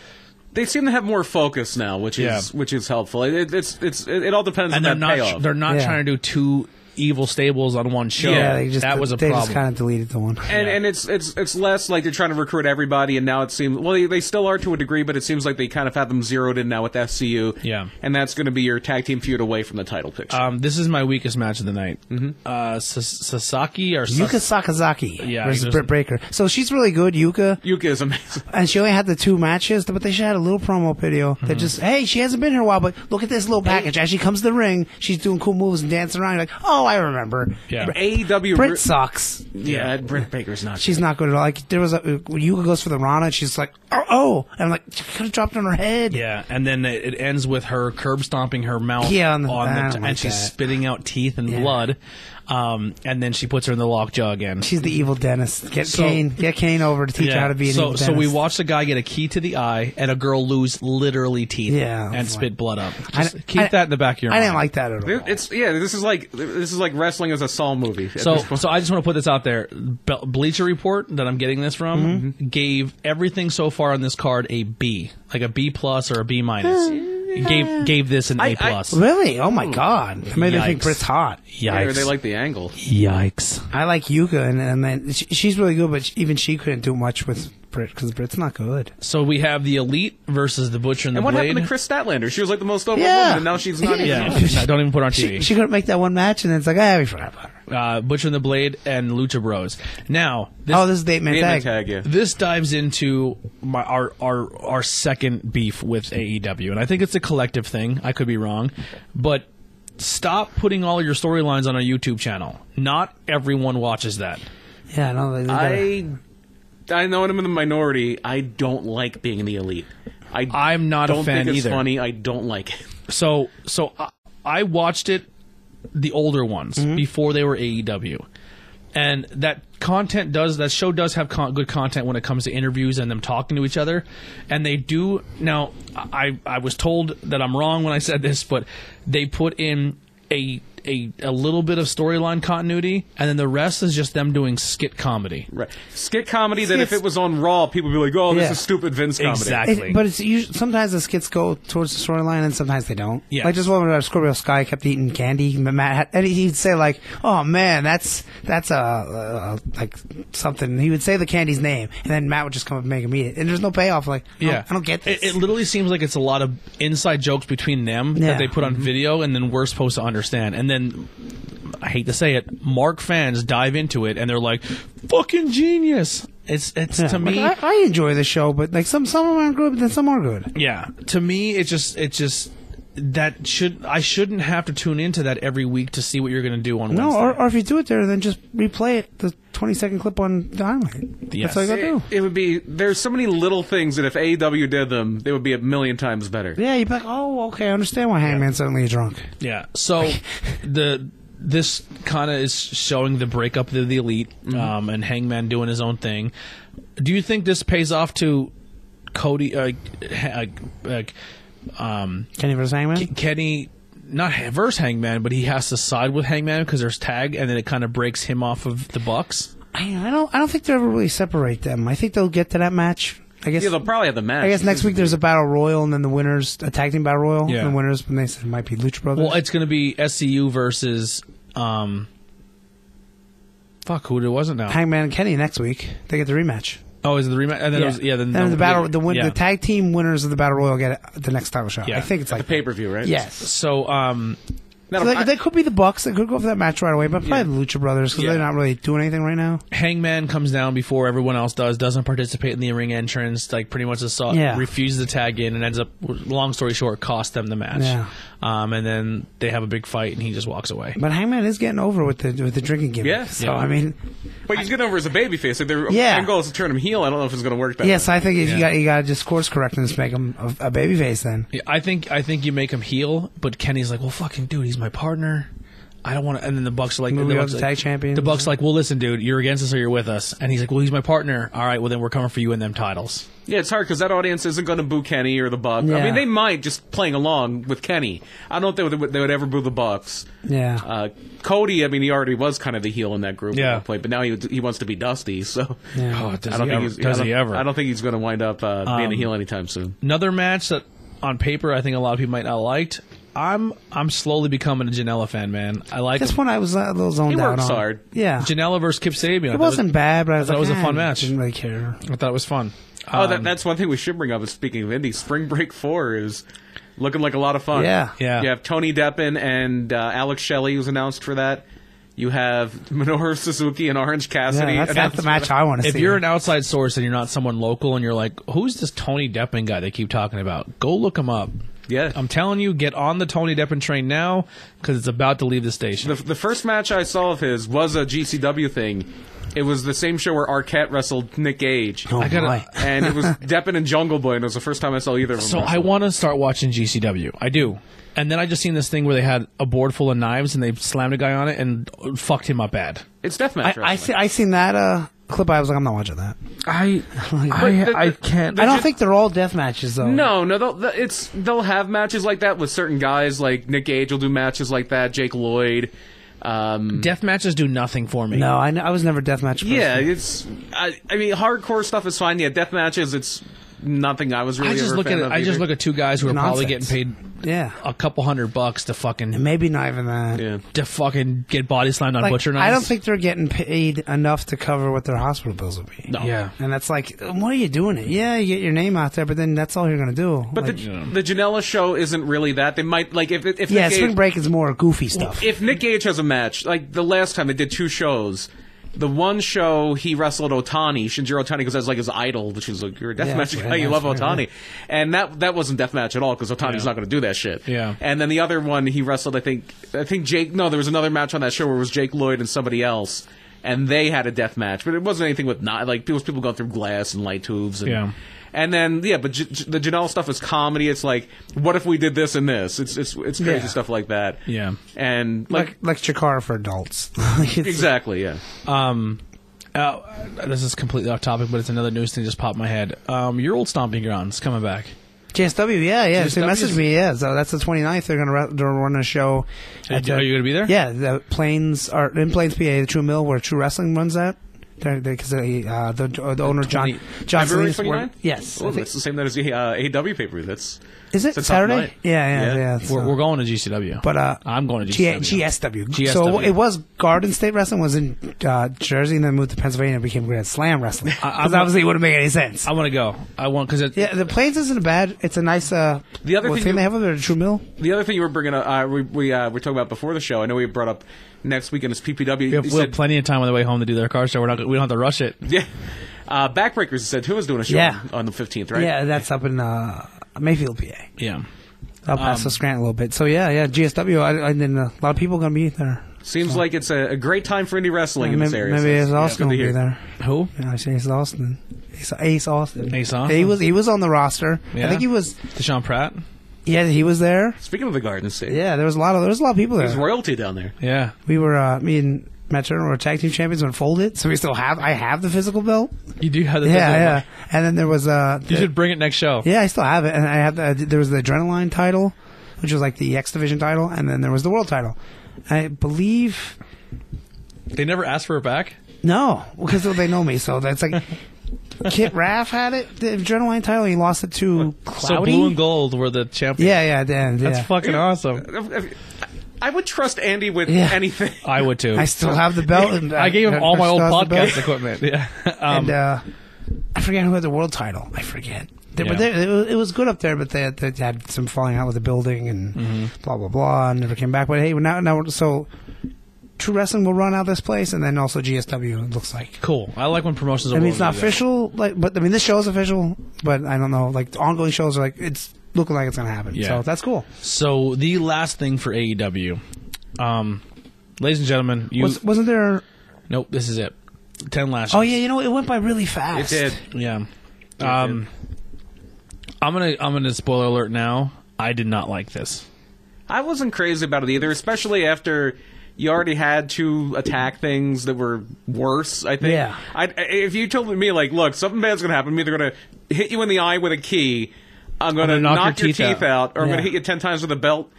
[SPEAKER 4] they seem to have more focus now, which is
[SPEAKER 2] Yeah.
[SPEAKER 4] which is helpful. It, it- it's it's it, it all depends
[SPEAKER 2] and they're
[SPEAKER 4] on that
[SPEAKER 2] not
[SPEAKER 4] payoff.
[SPEAKER 2] they're not
[SPEAKER 3] Yeah.
[SPEAKER 2] trying to do two evil stables on one show.
[SPEAKER 4] Yeah,
[SPEAKER 3] they just
[SPEAKER 2] that was a
[SPEAKER 3] they
[SPEAKER 2] problem.
[SPEAKER 3] just kind of deleted the one.
[SPEAKER 4] and and it's it's it's less like they're trying to recruit everybody, and now it seems well they, they still are to a degree, but it seems like they kind of have them zeroed in now with FCU.
[SPEAKER 2] Yeah.
[SPEAKER 4] and that's going to be your tag team feud away from the title picture.
[SPEAKER 2] um, this is my weakest match of the night.
[SPEAKER 4] Mm-hmm.
[SPEAKER 2] Uh, Sas- Sasaki or Sas-
[SPEAKER 3] Yuka Sakazaki
[SPEAKER 2] Yeah,
[SPEAKER 3] versus
[SPEAKER 2] there's-
[SPEAKER 3] Britt Baker. So she's really good, Yuka,
[SPEAKER 4] Yuka is amazing.
[SPEAKER 3] and she only had the two matches, but they should have had a little promo video
[SPEAKER 2] Mm-hmm.
[SPEAKER 3] that just, hey, she hasn't been here a while, but look at this little package. As she comes to the ring, she's doing cool moves and dancing around. You're like, oh, I remember. E
[SPEAKER 2] Yeah.
[SPEAKER 4] AEW.
[SPEAKER 3] Britt sucks.
[SPEAKER 4] <laughs> yeah, Britt Baker's not.
[SPEAKER 3] She's not good at all. Like there was a when Yuka goes for the Rana, and she's like, oh, oh, and I'm like, she could have dropped it on her head.
[SPEAKER 2] Yeah, and then it, it ends with her curb stomping her mouth
[SPEAKER 3] Yeah, on the- I don't
[SPEAKER 2] t- and
[SPEAKER 3] like
[SPEAKER 2] she's
[SPEAKER 3] that.
[SPEAKER 2] spitting out teeth and
[SPEAKER 3] Yeah.
[SPEAKER 2] blood. Um, and then she puts her in the lockjaw again.
[SPEAKER 3] She's the evil dentist. Get
[SPEAKER 2] So-
[SPEAKER 3] Kane, get Kane over to teach her how to be an
[SPEAKER 2] so
[SPEAKER 3] evil
[SPEAKER 2] so
[SPEAKER 3] dentist.
[SPEAKER 2] we watched a guy get a key to the eye and a girl lose literally teeth
[SPEAKER 3] Yeah,
[SPEAKER 2] and
[SPEAKER 3] that's
[SPEAKER 2] spit
[SPEAKER 3] like-
[SPEAKER 2] blood up.
[SPEAKER 3] I-
[SPEAKER 2] Just keep
[SPEAKER 3] I-
[SPEAKER 2] that in the back of your
[SPEAKER 3] I
[SPEAKER 2] mind.
[SPEAKER 3] didn't like that at all.
[SPEAKER 4] It's yeah. This is like this is like wrestling as a Saul movie. at
[SPEAKER 2] So,
[SPEAKER 4] this point.
[SPEAKER 2] so I just want to put this out there. Be- Bleacher Report that I'm getting this from
[SPEAKER 4] Mm-hmm.
[SPEAKER 2] gave everything so far on this card a B, like a B plus or a B minus. Gave gave this an A
[SPEAKER 4] Uh, I-
[SPEAKER 2] plus.
[SPEAKER 3] Really? Oh my god! That made me think
[SPEAKER 2] Hmm. Yikes.
[SPEAKER 3] Britt's hot.
[SPEAKER 4] Yeah,
[SPEAKER 2] Yikes!
[SPEAKER 4] they like the angle.
[SPEAKER 2] Yikes!
[SPEAKER 3] I like Yuka, and, and then she, she's really good, but even she couldn't do much with Brit because Brit's not good.
[SPEAKER 2] So we have the elite versus the butcher and the
[SPEAKER 4] And what
[SPEAKER 2] blade.
[SPEAKER 4] happened to Chris Statlander? She was like the most over
[SPEAKER 3] Yeah.
[SPEAKER 4] woman, and now she's not. even- <laughs>
[SPEAKER 2] Yeah, I don't even put her on
[SPEAKER 3] She,
[SPEAKER 2] TV.
[SPEAKER 3] she couldn't make that one match, and then it's like, ah, we forgot about her.
[SPEAKER 2] uh, butcher and the blade and Lucha Bros. Now this
[SPEAKER 3] oh, this is the eight man
[SPEAKER 4] Name
[SPEAKER 3] tag.
[SPEAKER 4] and tag, yeah.
[SPEAKER 2] this dives into my our our our second beef with AEW, and I think it's a collective thing. I could be wrong, but stop putting all your storylines on a YouTube channel. Not everyone watches that.
[SPEAKER 3] Yeah, no, they, they gotta-
[SPEAKER 4] I I know I'm in the minority. I don't like being in the elite. I
[SPEAKER 2] I'm not a
[SPEAKER 4] don't
[SPEAKER 2] fan
[SPEAKER 4] think it's
[SPEAKER 2] either.
[SPEAKER 4] funny. I don't like it.
[SPEAKER 2] So so I, I watched it, the older ones before they were AEW, and that content does that show does have con- good content when it comes to interviews and them talking to each other, and they do now. I I was told that I'm wrong when I said this, but they put in a. A, a little bit of storyline continuity, and then the rest is just them doing skit comedy.
[SPEAKER 4] Right. Skit comedy that if
[SPEAKER 3] Skits-
[SPEAKER 4] it was on Raw, people would be like, "Oh, this
[SPEAKER 3] Yeah.
[SPEAKER 4] is stupid Vince comedy."
[SPEAKER 2] Exactly.
[SPEAKER 3] It, but it's usually, sometimes the skits go towards the storyline and sometimes they don't.
[SPEAKER 2] Yeah.
[SPEAKER 3] Like just one where Scorpio Sky kept eating candy. M- Matt had, and he'd say like, "Oh man, that's that's a uh, like something." He would say the candy's name, and then Matt would just come up and make him eat it. And there's no payoff. Like, I don't-
[SPEAKER 2] Yeah,
[SPEAKER 3] I don't get this.
[SPEAKER 2] It, it literally seems like it's a lot of inside jokes between them
[SPEAKER 3] Yeah. Mm-hmm.
[SPEAKER 2] that they put on video, and then we're supposed to understand. And then I hate to say it, Mark fans dive into it, and they're like, "Fucking genius!" It's it's
[SPEAKER 3] Yeah.
[SPEAKER 2] to
[SPEAKER 3] Like,
[SPEAKER 2] me.
[SPEAKER 3] I, I enjoy the show, but like some some of them aren't good, but then some are good.
[SPEAKER 2] Yeah, to me, it just it just that should I shouldn't have to tune into that every week to see what you're going to do on
[SPEAKER 3] No,
[SPEAKER 2] Wednesday.
[SPEAKER 3] or, or if you do it there, then just replay it the 20 second clip on Dynamite.
[SPEAKER 2] Yes.
[SPEAKER 3] That's all you gotta
[SPEAKER 4] It,
[SPEAKER 3] do.
[SPEAKER 4] it would be. There's so many little things that if AEW did them, they would be a million times better.
[SPEAKER 3] Yeah, you'd be like, oh, okay, I understand why Hangman's suddenly drunk.
[SPEAKER 2] Yeah. So the this kind of is showing the breakup of the elite um, and Hangman doing his own thing. Do you think this pays off to Cody? Uh, ha- uh, like, um,
[SPEAKER 3] Kenny versus Hangman?
[SPEAKER 2] Kenny. Not ha- verse Hangman, but he has to side with Hangman because there's tag, and then it kind of breaks him off of the Bucks.
[SPEAKER 3] I, I don't. I don't think they'll ever really separate them. I think they'll get to that match. I guess.
[SPEAKER 4] Yeah, they'll probably have the match.
[SPEAKER 3] I guess next week there's a battle royal, and then the winners a tag team battle royal.
[SPEAKER 2] Yeah.
[SPEAKER 3] And the winners, when they said it might be Lucha Brothers.
[SPEAKER 2] Well, it's going to be SCU versus um, fuck who it wasn't now.
[SPEAKER 3] Hangman and Kenny next week. They get the rematch.
[SPEAKER 2] Oh, is it the rematch? And then
[SPEAKER 3] Yeah.
[SPEAKER 2] it was, yeah, then
[SPEAKER 3] and the battle, the, win,
[SPEAKER 2] yeah.
[SPEAKER 3] the tag team winners of the battle royal get the next title shot.
[SPEAKER 2] Yeah.
[SPEAKER 3] I think it's
[SPEAKER 4] the
[SPEAKER 3] like
[SPEAKER 4] pay per view, right?
[SPEAKER 3] yes.
[SPEAKER 2] So, um,
[SPEAKER 4] Now,
[SPEAKER 3] So they,
[SPEAKER 4] I-
[SPEAKER 3] they could be the Bucks. They could go for that match right away, but probably the Lucha Brothers because
[SPEAKER 2] Yeah.
[SPEAKER 3] they're not really doing anything right now.
[SPEAKER 2] Hangman comes down before everyone else does, doesn't participate in the ring entrance, like pretty much assault,
[SPEAKER 3] Yeah.
[SPEAKER 2] refuses to tag in, and ends up, long story short, cost them the match.
[SPEAKER 3] Yeah.
[SPEAKER 2] Um, and then they have a big fight, and he just walks away.
[SPEAKER 3] But Hangman is getting over with the with the drinking gimmick.
[SPEAKER 4] Yeah.
[SPEAKER 3] So
[SPEAKER 2] Yeah.
[SPEAKER 3] I mean,
[SPEAKER 4] but he's getting over as a babyface. If their
[SPEAKER 3] Yeah.
[SPEAKER 4] end goal is to turn him heel, I don't know if it's going to work that
[SPEAKER 3] yes, I think if
[SPEAKER 2] Yeah.
[SPEAKER 3] you got you got to just course correct and just make him a, a baby face then.
[SPEAKER 2] Yeah, I think I think you make him heel, but Kenny's like, well, fucking dude, he's my partner. I don't want to. And then the Bucks are like,
[SPEAKER 3] Move
[SPEAKER 2] the
[SPEAKER 3] me up
[SPEAKER 2] Bucks
[SPEAKER 3] to
[SPEAKER 2] are
[SPEAKER 3] tag
[SPEAKER 2] like,
[SPEAKER 3] champions.
[SPEAKER 2] The Bucks are like, well, listen, dude, you're against us or you're with us. And he's like, well, he's my partner. All right, well then we're coming for you in them titles.
[SPEAKER 4] Yeah, it's hard because that audience isn't going to boo Kenny or the Bucks. I
[SPEAKER 3] Yeah.
[SPEAKER 4] mean, they might just playing along with Kenny. I don't think they would, they would ever boo the Bucks.
[SPEAKER 3] Yeah.
[SPEAKER 4] Uh, Cody, I mean, he already was kind of the heel in that group
[SPEAKER 2] Yeah.
[SPEAKER 4] at that point, but now he he wants to be Dusty. So
[SPEAKER 3] Yeah.
[SPEAKER 2] Oh, does
[SPEAKER 4] I don't
[SPEAKER 2] he
[SPEAKER 4] think
[SPEAKER 2] ever-
[SPEAKER 4] he's,
[SPEAKER 2] does
[SPEAKER 4] I don't,
[SPEAKER 2] he ever? Um,
[SPEAKER 4] I don't think he's going to wind up uh, being a heel anytime soon.
[SPEAKER 2] Another match that on paper I think a lot of people might not liked. I'm I'm slowly becoming a Janela fan, man. I like
[SPEAKER 3] This
[SPEAKER 2] him.
[SPEAKER 3] one I was uh, a little zoned
[SPEAKER 4] He
[SPEAKER 3] out
[SPEAKER 4] works
[SPEAKER 3] on.
[SPEAKER 4] hard.
[SPEAKER 2] <laughs>
[SPEAKER 3] Yeah.
[SPEAKER 2] Janela versus Kip Sabian. I
[SPEAKER 3] It
[SPEAKER 2] thought
[SPEAKER 3] wasn't bad, but I,
[SPEAKER 2] thought it was
[SPEAKER 3] like,
[SPEAKER 2] a fun
[SPEAKER 3] "Eh,
[SPEAKER 2] match."
[SPEAKER 3] Didn't really care.
[SPEAKER 2] I thought it was fun.
[SPEAKER 4] Oh, that,
[SPEAKER 2] Um,
[SPEAKER 4] that's one thing we should bring up. Is speaking of indie, Spring Break Four is looking like a lot of fun.
[SPEAKER 3] Yeah.
[SPEAKER 2] Yeah.
[SPEAKER 4] You have Tony Deppen and uh, Alex Shelley, who's announced for that. You have Minoru Suzuki and Orange Cassidy.
[SPEAKER 3] Yeah, that's, that's
[SPEAKER 4] announced
[SPEAKER 3] the
[SPEAKER 4] for
[SPEAKER 3] match
[SPEAKER 4] that.
[SPEAKER 3] I want to see.
[SPEAKER 2] If you're an outside source and you're not someone local and you're like, who's this Tony Deppen guy they keep talking about? Go look him up.
[SPEAKER 4] Yeah.
[SPEAKER 2] I'm telling you, get on the Tony Deppen train now because it's about to leave the station.
[SPEAKER 4] The, the first match I saw of his was a GCW thing. It was the same show where Arquette wrestled Nick Gage.
[SPEAKER 3] oh
[SPEAKER 2] I gotta-
[SPEAKER 3] boy.
[SPEAKER 4] And
[SPEAKER 3] <laughs>
[SPEAKER 4] it was Deppen and Jungle Boy, and it was the first time I saw either of them.
[SPEAKER 2] so I
[SPEAKER 4] wrestle.
[SPEAKER 2] want to start watching GCW. I do. And then I just seen this thing where they had a board full of knives and they slammed a guy on it and fucked him up bad.
[SPEAKER 4] It's deathmatch
[SPEAKER 3] I
[SPEAKER 4] wrestling.
[SPEAKER 3] I, see, I seen that uh, clip. I was like, I'm not watching that.
[SPEAKER 2] I
[SPEAKER 4] But the- I can't-
[SPEAKER 3] I don't
[SPEAKER 4] just-
[SPEAKER 3] think they're all death matches though.
[SPEAKER 4] No, no, they'll, they'll- it's they'll have matches like that with certain guys. Like Nick Gage will do matches like that. Jake Lloyd. Um,
[SPEAKER 2] Death matches do nothing for me.
[SPEAKER 3] no, I, I was never a death match. Person.
[SPEAKER 4] yeah, it's. I, I mean, hardcore stuff is fine. Yeah, death matches. It's nothing. I was really.
[SPEAKER 2] I just
[SPEAKER 4] ever a
[SPEAKER 2] look
[SPEAKER 4] fan
[SPEAKER 2] at it,
[SPEAKER 4] of
[SPEAKER 2] I just
[SPEAKER 4] either.
[SPEAKER 2] look at two guys who are probably getting
[SPEAKER 3] Nonsense.
[SPEAKER 2] paid
[SPEAKER 3] yeah,
[SPEAKER 2] a couple hundred bucks to fucking
[SPEAKER 3] maybe not even that.
[SPEAKER 4] Yeah.
[SPEAKER 2] to fucking get body slammed on
[SPEAKER 3] Like,
[SPEAKER 2] butcher knives.
[SPEAKER 3] I don't think they're getting paid enough to cover what their hospital bills would be.
[SPEAKER 2] No. Yeah.
[SPEAKER 3] and that's like, what are you doing? It? Yeah, you get your name out there, but then that's all you're gonna do.
[SPEAKER 4] But
[SPEAKER 3] Like,
[SPEAKER 4] the the Janela show isn't really that. They might like if if, if
[SPEAKER 3] yeah,
[SPEAKER 4] Nick
[SPEAKER 3] spring
[SPEAKER 4] Gage-
[SPEAKER 3] break is more goofy stuff.
[SPEAKER 4] if Nick Gage has a match, like the last time they did two shows, the one show he wrestled Otani, Shinjiro Otani, because that's like his idol, which is like your death
[SPEAKER 3] Yeah,
[SPEAKER 4] match.
[SPEAKER 3] that's
[SPEAKER 4] guy,
[SPEAKER 3] right,
[SPEAKER 4] <laughs> you love
[SPEAKER 3] that's right,
[SPEAKER 4] Otani, and that that wasn't death match at all because Otani's not going to do that shit.
[SPEAKER 2] Yeah.
[SPEAKER 4] And then the other one he wrestled, I think, I think Jake. No, there was another match on that show where it was Jake Lloyd and somebody else. And they had a death match, but it wasn't anything with not like people people going through glass and light tubes. And,
[SPEAKER 2] Yeah.
[SPEAKER 4] And then yeah, but J- J- the Janelle stuff is comedy. It's like, what if we did this and this? It's it's it's crazy
[SPEAKER 3] Yeah.
[SPEAKER 4] stuff like that.
[SPEAKER 2] Yeah.
[SPEAKER 4] And
[SPEAKER 3] like like Chikara for adults. <laughs> Like, it's-
[SPEAKER 4] Exactly. Yeah.
[SPEAKER 2] Um, uh, this is completely off topic, but it's another news thing that just popped in my head. Um, your old stomping grounds coming back.
[SPEAKER 3] JSW, yeah, yeah.
[SPEAKER 2] JSW
[SPEAKER 3] They messaged
[SPEAKER 2] is-
[SPEAKER 3] me, yeah. So that's the 29th. They're gonna re- they're running a show. at
[SPEAKER 2] Are
[SPEAKER 3] the-
[SPEAKER 2] you gonna be there?
[SPEAKER 3] Yeah, the Plains are in Plains, PA, the True Mill where True Wrestling runs at. Because they, uh, the, uh, the owner John
[SPEAKER 2] 20
[SPEAKER 3] John
[SPEAKER 4] February
[SPEAKER 3] Salinas worked-
[SPEAKER 4] 29th?
[SPEAKER 3] Yes, I
[SPEAKER 4] Oh,
[SPEAKER 3] think-
[SPEAKER 4] that's the same night as the uh, AW pay per view. That's
[SPEAKER 3] is it
[SPEAKER 4] it's a tough
[SPEAKER 3] Saturday?
[SPEAKER 4] night.
[SPEAKER 3] Yeah, yeah,
[SPEAKER 4] Yeah.
[SPEAKER 3] yeah.
[SPEAKER 2] We're,
[SPEAKER 3] so-
[SPEAKER 2] we're going to GCW.
[SPEAKER 3] but uh,
[SPEAKER 2] I'm going to
[SPEAKER 3] G-
[SPEAKER 2] GCW.
[SPEAKER 3] GSW. So
[SPEAKER 2] GSW.
[SPEAKER 3] it was Garden State Wrestling was in uh, Jersey, and then moved to Pennsylvania and became Grand Slam Wrestling.
[SPEAKER 2] I- I'm
[SPEAKER 3] Because
[SPEAKER 2] a-
[SPEAKER 3] obviously it wouldn't make any sense.
[SPEAKER 2] I want to go. I want because it.
[SPEAKER 3] yeah, the Plains isn't bad. It's a nice. Uh,
[SPEAKER 4] The other
[SPEAKER 3] well,
[SPEAKER 4] thing
[SPEAKER 3] thing
[SPEAKER 4] you-
[SPEAKER 3] they have over there, True Mill.
[SPEAKER 4] the other thing you were bringing up. Uh, we we uh, were talking about before the show. I know we brought up next weekend is PPW.
[SPEAKER 2] We have,
[SPEAKER 4] You
[SPEAKER 2] we have
[SPEAKER 4] said-
[SPEAKER 2] plenty of time on the way home to do their car show. We're not. We don't have to rush it.
[SPEAKER 4] <laughs> yeah. Uh, Backbreakers you said who was doing a show
[SPEAKER 3] Yeah.
[SPEAKER 4] on the fifteenth, right?
[SPEAKER 3] Yeah, that's up in uh, Mayfield, PA.
[SPEAKER 2] Yeah.
[SPEAKER 3] I'll
[SPEAKER 4] Um,
[SPEAKER 3] pass the Scranton a little bit. So yeah, yeah, GSW. I, I didn't. know. A lot of people gonna be there.
[SPEAKER 4] Seems like it's a, a great time for indie wrestling in
[SPEAKER 3] maybe
[SPEAKER 4] this area.
[SPEAKER 3] maybe
[SPEAKER 4] so
[SPEAKER 3] Ace Austin
[SPEAKER 4] good
[SPEAKER 3] will
[SPEAKER 4] to
[SPEAKER 3] be
[SPEAKER 4] hear.
[SPEAKER 3] there.
[SPEAKER 2] Who?
[SPEAKER 3] Yeah, I say Ace Austin. Ace, Ace Austin.
[SPEAKER 2] Ace Austin.
[SPEAKER 3] He was he was on the roster.
[SPEAKER 2] Yeah?
[SPEAKER 3] I think he was.
[SPEAKER 2] Deshaun Pratt.
[SPEAKER 3] Yeah, he was there.
[SPEAKER 4] Speaking of the Garden State,
[SPEAKER 3] Yeah, there was a lot of there was a lot of people
[SPEAKER 4] there's
[SPEAKER 3] there.
[SPEAKER 4] royalty down there.
[SPEAKER 2] Yeah.
[SPEAKER 3] We were uh, me and Matt Turner were tag team champions when folded, so we still have I have the physical belt.
[SPEAKER 2] You do have the.
[SPEAKER 3] Yeah, yeah. And then there was uh,
[SPEAKER 2] You
[SPEAKER 3] the-
[SPEAKER 2] should bring it next show.
[SPEAKER 3] Yeah, I still have it, and I have the, uh, there was the adrenaline title, which was like the X division title, and then there was the world title. I believe
[SPEAKER 2] They never asked for it back.
[SPEAKER 3] no, because they know me, so that's like <laughs> Kit Raff had it, the adrenaline title. He lost it to Cloudy.
[SPEAKER 2] So blue and gold were the champions.
[SPEAKER 3] yeah, yeah, then, yeah.
[SPEAKER 2] That's fucking awesome.
[SPEAKER 4] I- I would trust Andy with
[SPEAKER 3] Yeah.
[SPEAKER 4] anything.
[SPEAKER 2] I would too.
[SPEAKER 3] I still have the belt. And
[SPEAKER 2] I gave him all my old
[SPEAKER 3] still have the belt.
[SPEAKER 2] podcast equipment. Yeah. Um,
[SPEAKER 3] and uh, I forget who had the world title. I forget. They- But
[SPEAKER 4] Yeah.
[SPEAKER 3] they, it was- it was good up there, but they, they had some falling out with the building and
[SPEAKER 2] Mm-hmm.
[SPEAKER 3] blah blah blah, and never came back. But hey, we're now now we're- so True Wrestling will run out of this place, and then also GSW. It looks like.
[SPEAKER 2] <laughs> Cool. I like when promotions. Are
[SPEAKER 3] I mean, it's
[SPEAKER 2] willing
[SPEAKER 3] not
[SPEAKER 2] to do that.
[SPEAKER 3] official, like, but I mean, this show is official, but I don't know, like, ongoing shows are like, it's looking like it's gonna happen.
[SPEAKER 2] Yeah.
[SPEAKER 3] So that's cool.
[SPEAKER 2] So the last thing for AEW, um, ladies and gentlemen, you
[SPEAKER 3] Was, wasn't there?
[SPEAKER 2] nope. This is it. Ten last.
[SPEAKER 3] Oh yeah, you know, it went by really
[SPEAKER 4] <laughs> It
[SPEAKER 3] fast.
[SPEAKER 4] did.
[SPEAKER 2] Yeah. Um, I'm gonna I'm gonna spoiler alert now. I did not like this.
[SPEAKER 4] I wasn't crazy about it either, especially after you already had two attack things that were worse. I think.
[SPEAKER 3] Yeah.
[SPEAKER 4] I, I- if you told me like, look, something bad's gonna happen. I'm either gonna hit you in the eye with a key, I'm
[SPEAKER 2] gonna
[SPEAKER 4] gonna,
[SPEAKER 2] knock your
[SPEAKER 4] your
[SPEAKER 2] teeth
[SPEAKER 4] teeth, out. or I'm gonna
[SPEAKER 3] Yeah.
[SPEAKER 4] hit you ten times with a belt.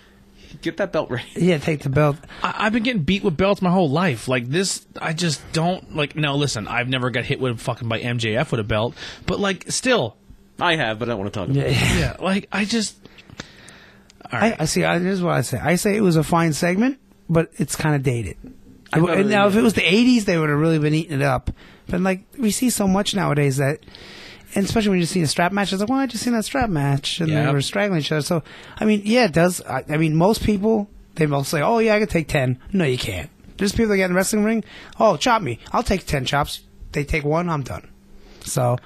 [SPEAKER 4] Get that belt ready.
[SPEAKER 3] Yeah, take the belt.
[SPEAKER 2] I, I've been getting beat with belts my whole life. Like this, I just don't like. No, listen, I've never got hit with fucking by MJF with a belt, but like still,
[SPEAKER 4] <laughs> I have, but I don't want to talk about. it.
[SPEAKER 3] Yeah.
[SPEAKER 2] yeah, like I just
[SPEAKER 3] I, I see. I, here's what I say. I say it was a fine segment, but it's kind of dated. I-
[SPEAKER 4] thought it-
[SPEAKER 3] now, if it was the '80s, they would have really been eating it up. But like, we see so much nowadays that, and especially when you're seeing a strap match, it's like, well, I just seen that strap match, and
[SPEAKER 2] Yeah.
[SPEAKER 3] they were straggling each other. So, I mean, yeah, it does. I, I mean, most people they both say, "Oh yeah, I could take 10. No, you can't. There's people that get in the wrestling ring. Oh, chop me. I'll take ten chops. They take one. I'm done. So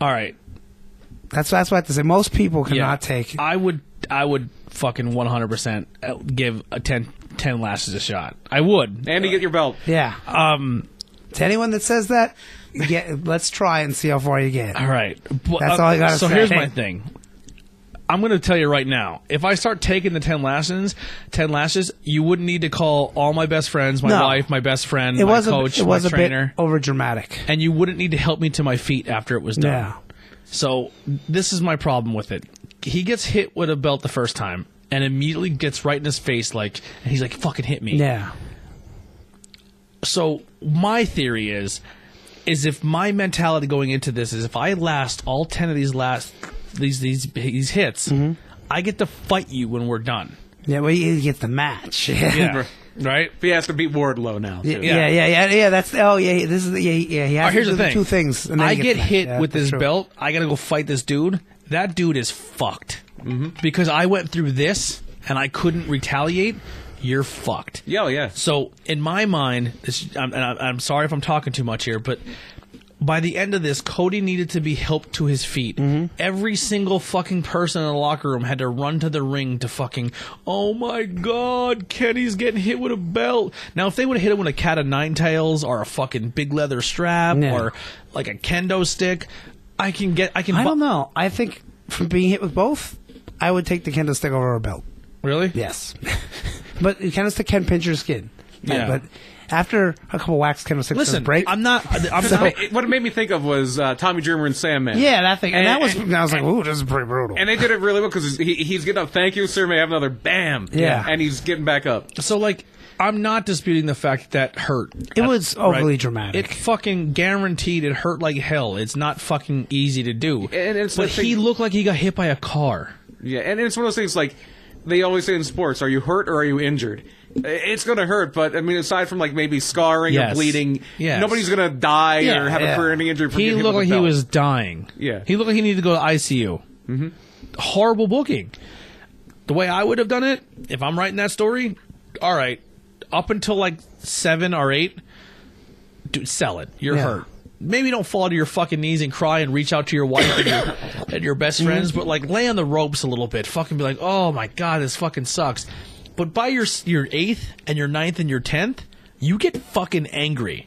[SPEAKER 2] all right.
[SPEAKER 3] that's that's what I have to say. Most people cannot
[SPEAKER 2] Yeah.
[SPEAKER 3] take.
[SPEAKER 2] I would I would fucking 100 percent uh, give a 10, 10 lashes a shot. I would.
[SPEAKER 4] Andy, get your belt.
[SPEAKER 3] yeah.
[SPEAKER 2] Um.
[SPEAKER 3] To anyone that says that, get, let's try and see how far you get.
[SPEAKER 2] All right. But,
[SPEAKER 3] That's all I gotta
[SPEAKER 2] so
[SPEAKER 3] say.
[SPEAKER 2] here's my thing. I'm going to tell you right now. If I start taking the ten lashes, ten lashes, you wouldn't need to call all my best friends, my
[SPEAKER 3] No.
[SPEAKER 2] wife, my best friend,
[SPEAKER 3] It
[SPEAKER 2] my
[SPEAKER 3] was
[SPEAKER 2] coach,
[SPEAKER 3] a, it was
[SPEAKER 2] my
[SPEAKER 3] a
[SPEAKER 2] trainer,
[SPEAKER 3] bit over dramatic.
[SPEAKER 2] and you wouldn't need to help me to my feet after it was done.
[SPEAKER 3] Yeah.
[SPEAKER 2] So this is my problem with it. He gets hit with a belt the first time, and immediately gets right in his face, like, and he's like, "Fucking hit me."
[SPEAKER 3] Yeah.
[SPEAKER 2] so my theory is is if my mentality going into this is if I last all 10 of these last these these these hits I get to fight you when we're done
[SPEAKER 3] Yeah, well, you get the match. <laughs> Yeah.
[SPEAKER 2] yeah right
[SPEAKER 4] He has to beat Wardlow now. too.
[SPEAKER 3] Yeah, yeah, yeah, yeah. That's oh yeah. This is yeah, yeah. He has
[SPEAKER 2] All right, Oh, here's
[SPEAKER 3] to
[SPEAKER 2] the
[SPEAKER 3] do
[SPEAKER 2] thing
[SPEAKER 3] two things. And then
[SPEAKER 2] I get
[SPEAKER 3] he gets the match.
[SPEAKER 2] hit
[SPEAKER 3] Yeah,
[SPEAKER 2] with
[SPEAKER 3] that's
[SPEAKER 2] this
[SPEAKER 3] true.
[SPEAKER 2] belt I gotta go fight this dude that dude is fucked
[SPEAKER 3] Mm-hmm.
[SPEAKER 2] because I went through this and I couldn't retaliate you're fucked
[SPEAKER 4] Yeah, oh, yeah.
[SPEAKER 2] So in my mind, this, I'm, and I'm I'm sorry if I'm talking too much here, but by the end of this, Cody needed to be helped to his feet.
[SPEAKER 3] Mm-hmm.
[SPEAKER 2] Every single fucking person in the locker room had to run to the ring to fucking. Oh my god, Kenny's getting hit with a belt. Now, if they would have hit him with a cat of nine tails or a fucking big leather strap
[SPEAKER 3] Yeah.
[SPEAKER 2] or like a kendo stick, I can get. I can.
[SPEAKER 3] I
[SPEAKER 2] bu-
[SPEAKER 3] don't know. I think from being hit with both, I would take the kendo stick over a belt.
[SPEAKER 2] Really?
[SPEAKER 3] Yes, <laughs> but the kendo stick can pinch your skin.
[SPEAKER 2] Yeah.
[SPEAKER 3] But after a couple wax kendo sticks
[SPEAKER 2] Listen,
[SPEAKER 3] break,
[SPEAKER 2] I'm not.
[SPEAKER 3] <laughs>
[SPEAKER 2] I'm
[SPEAKER 4] I mean,
[SPEAKER 2] not.
[SPEAKER 4] it- what it made me think of was uh, Tommy Dreamer and Sandman.
[SPEAKER 3] yeah, that thing, and,
[SPEAKER 4] And-
[SPEAKER 3] that was.
[SPEAKER 4] and-
[SPEAKER 3] and I was like, ooh, this is pretty brutal.
[SPEAKER 4] And they did it really well because he, he's getting up. Thank you, sir. May I have another? Bam.
[SPEAKER 3] Yeah.
[SPEAKER 4] And he's getting back up.
[SPEAKER 2] So like I'm not disputing the fact that hurt.
[SPEAKER 3] It was overly dramatic.
[SPEAKER 2] It fucking guaranteed it hurt like hell. It's not fucking easy to do.
[SPEAKER 4] And it's
[SPEAKER 2] but
[SPEAKER 4] like they-
[SPEAKER 2] he looked like he got hit by a car.
[SPEAKER 4] Yeah, and it's one of those things like they always say in sports: Are you hurt or are you injured? It's going to hurt, but I mean, aside from like maybe scarring
[SPEAKER 2] Yes.
[SPEAKER 4] or bleeding,
[SPEAKER 2] Yes.
[SPEAKER 4] nobody's going to die
[SPEAKER 3] Yeah,
[SPEAKER 4] or have
[SPEAKER 3] yeah.
[SPEAKER 4] a career ending injury. From
[SPEAKER 2] He
[SPEAKER 4] getting hit
[SPEAKER 2] looked
[SPEAKER 4] with
[SPEAKER 2] like
[SPEAKER 4] a
[SPEAKER 2] he
[SPEAKER 4] belt.
[SPEAKER 2] was dying.
[SPEAKER 4] Yeah.
[SPEAKER 2] He looked like he needed to go to ICU. Mm-hmm. Horrible booking. The way I would have done it, if I'm writing that story, all right, up until like seven or eight, dude, sell it. You're
[SPEAKER 3] Yeah.
[SPEAKER 2] hurt. Maybe don't fall to your fucking knees and cry and reach out to your wife and your, and your
[SPEAKER 3] Mm-hmm.
[SPEAKER 2] best friends, but like lay on the ropes a little bit. Fucking be like, oh my god, this fucking sucks. But by your s- your eighth and your ninth and your tenth, you get fucking angry,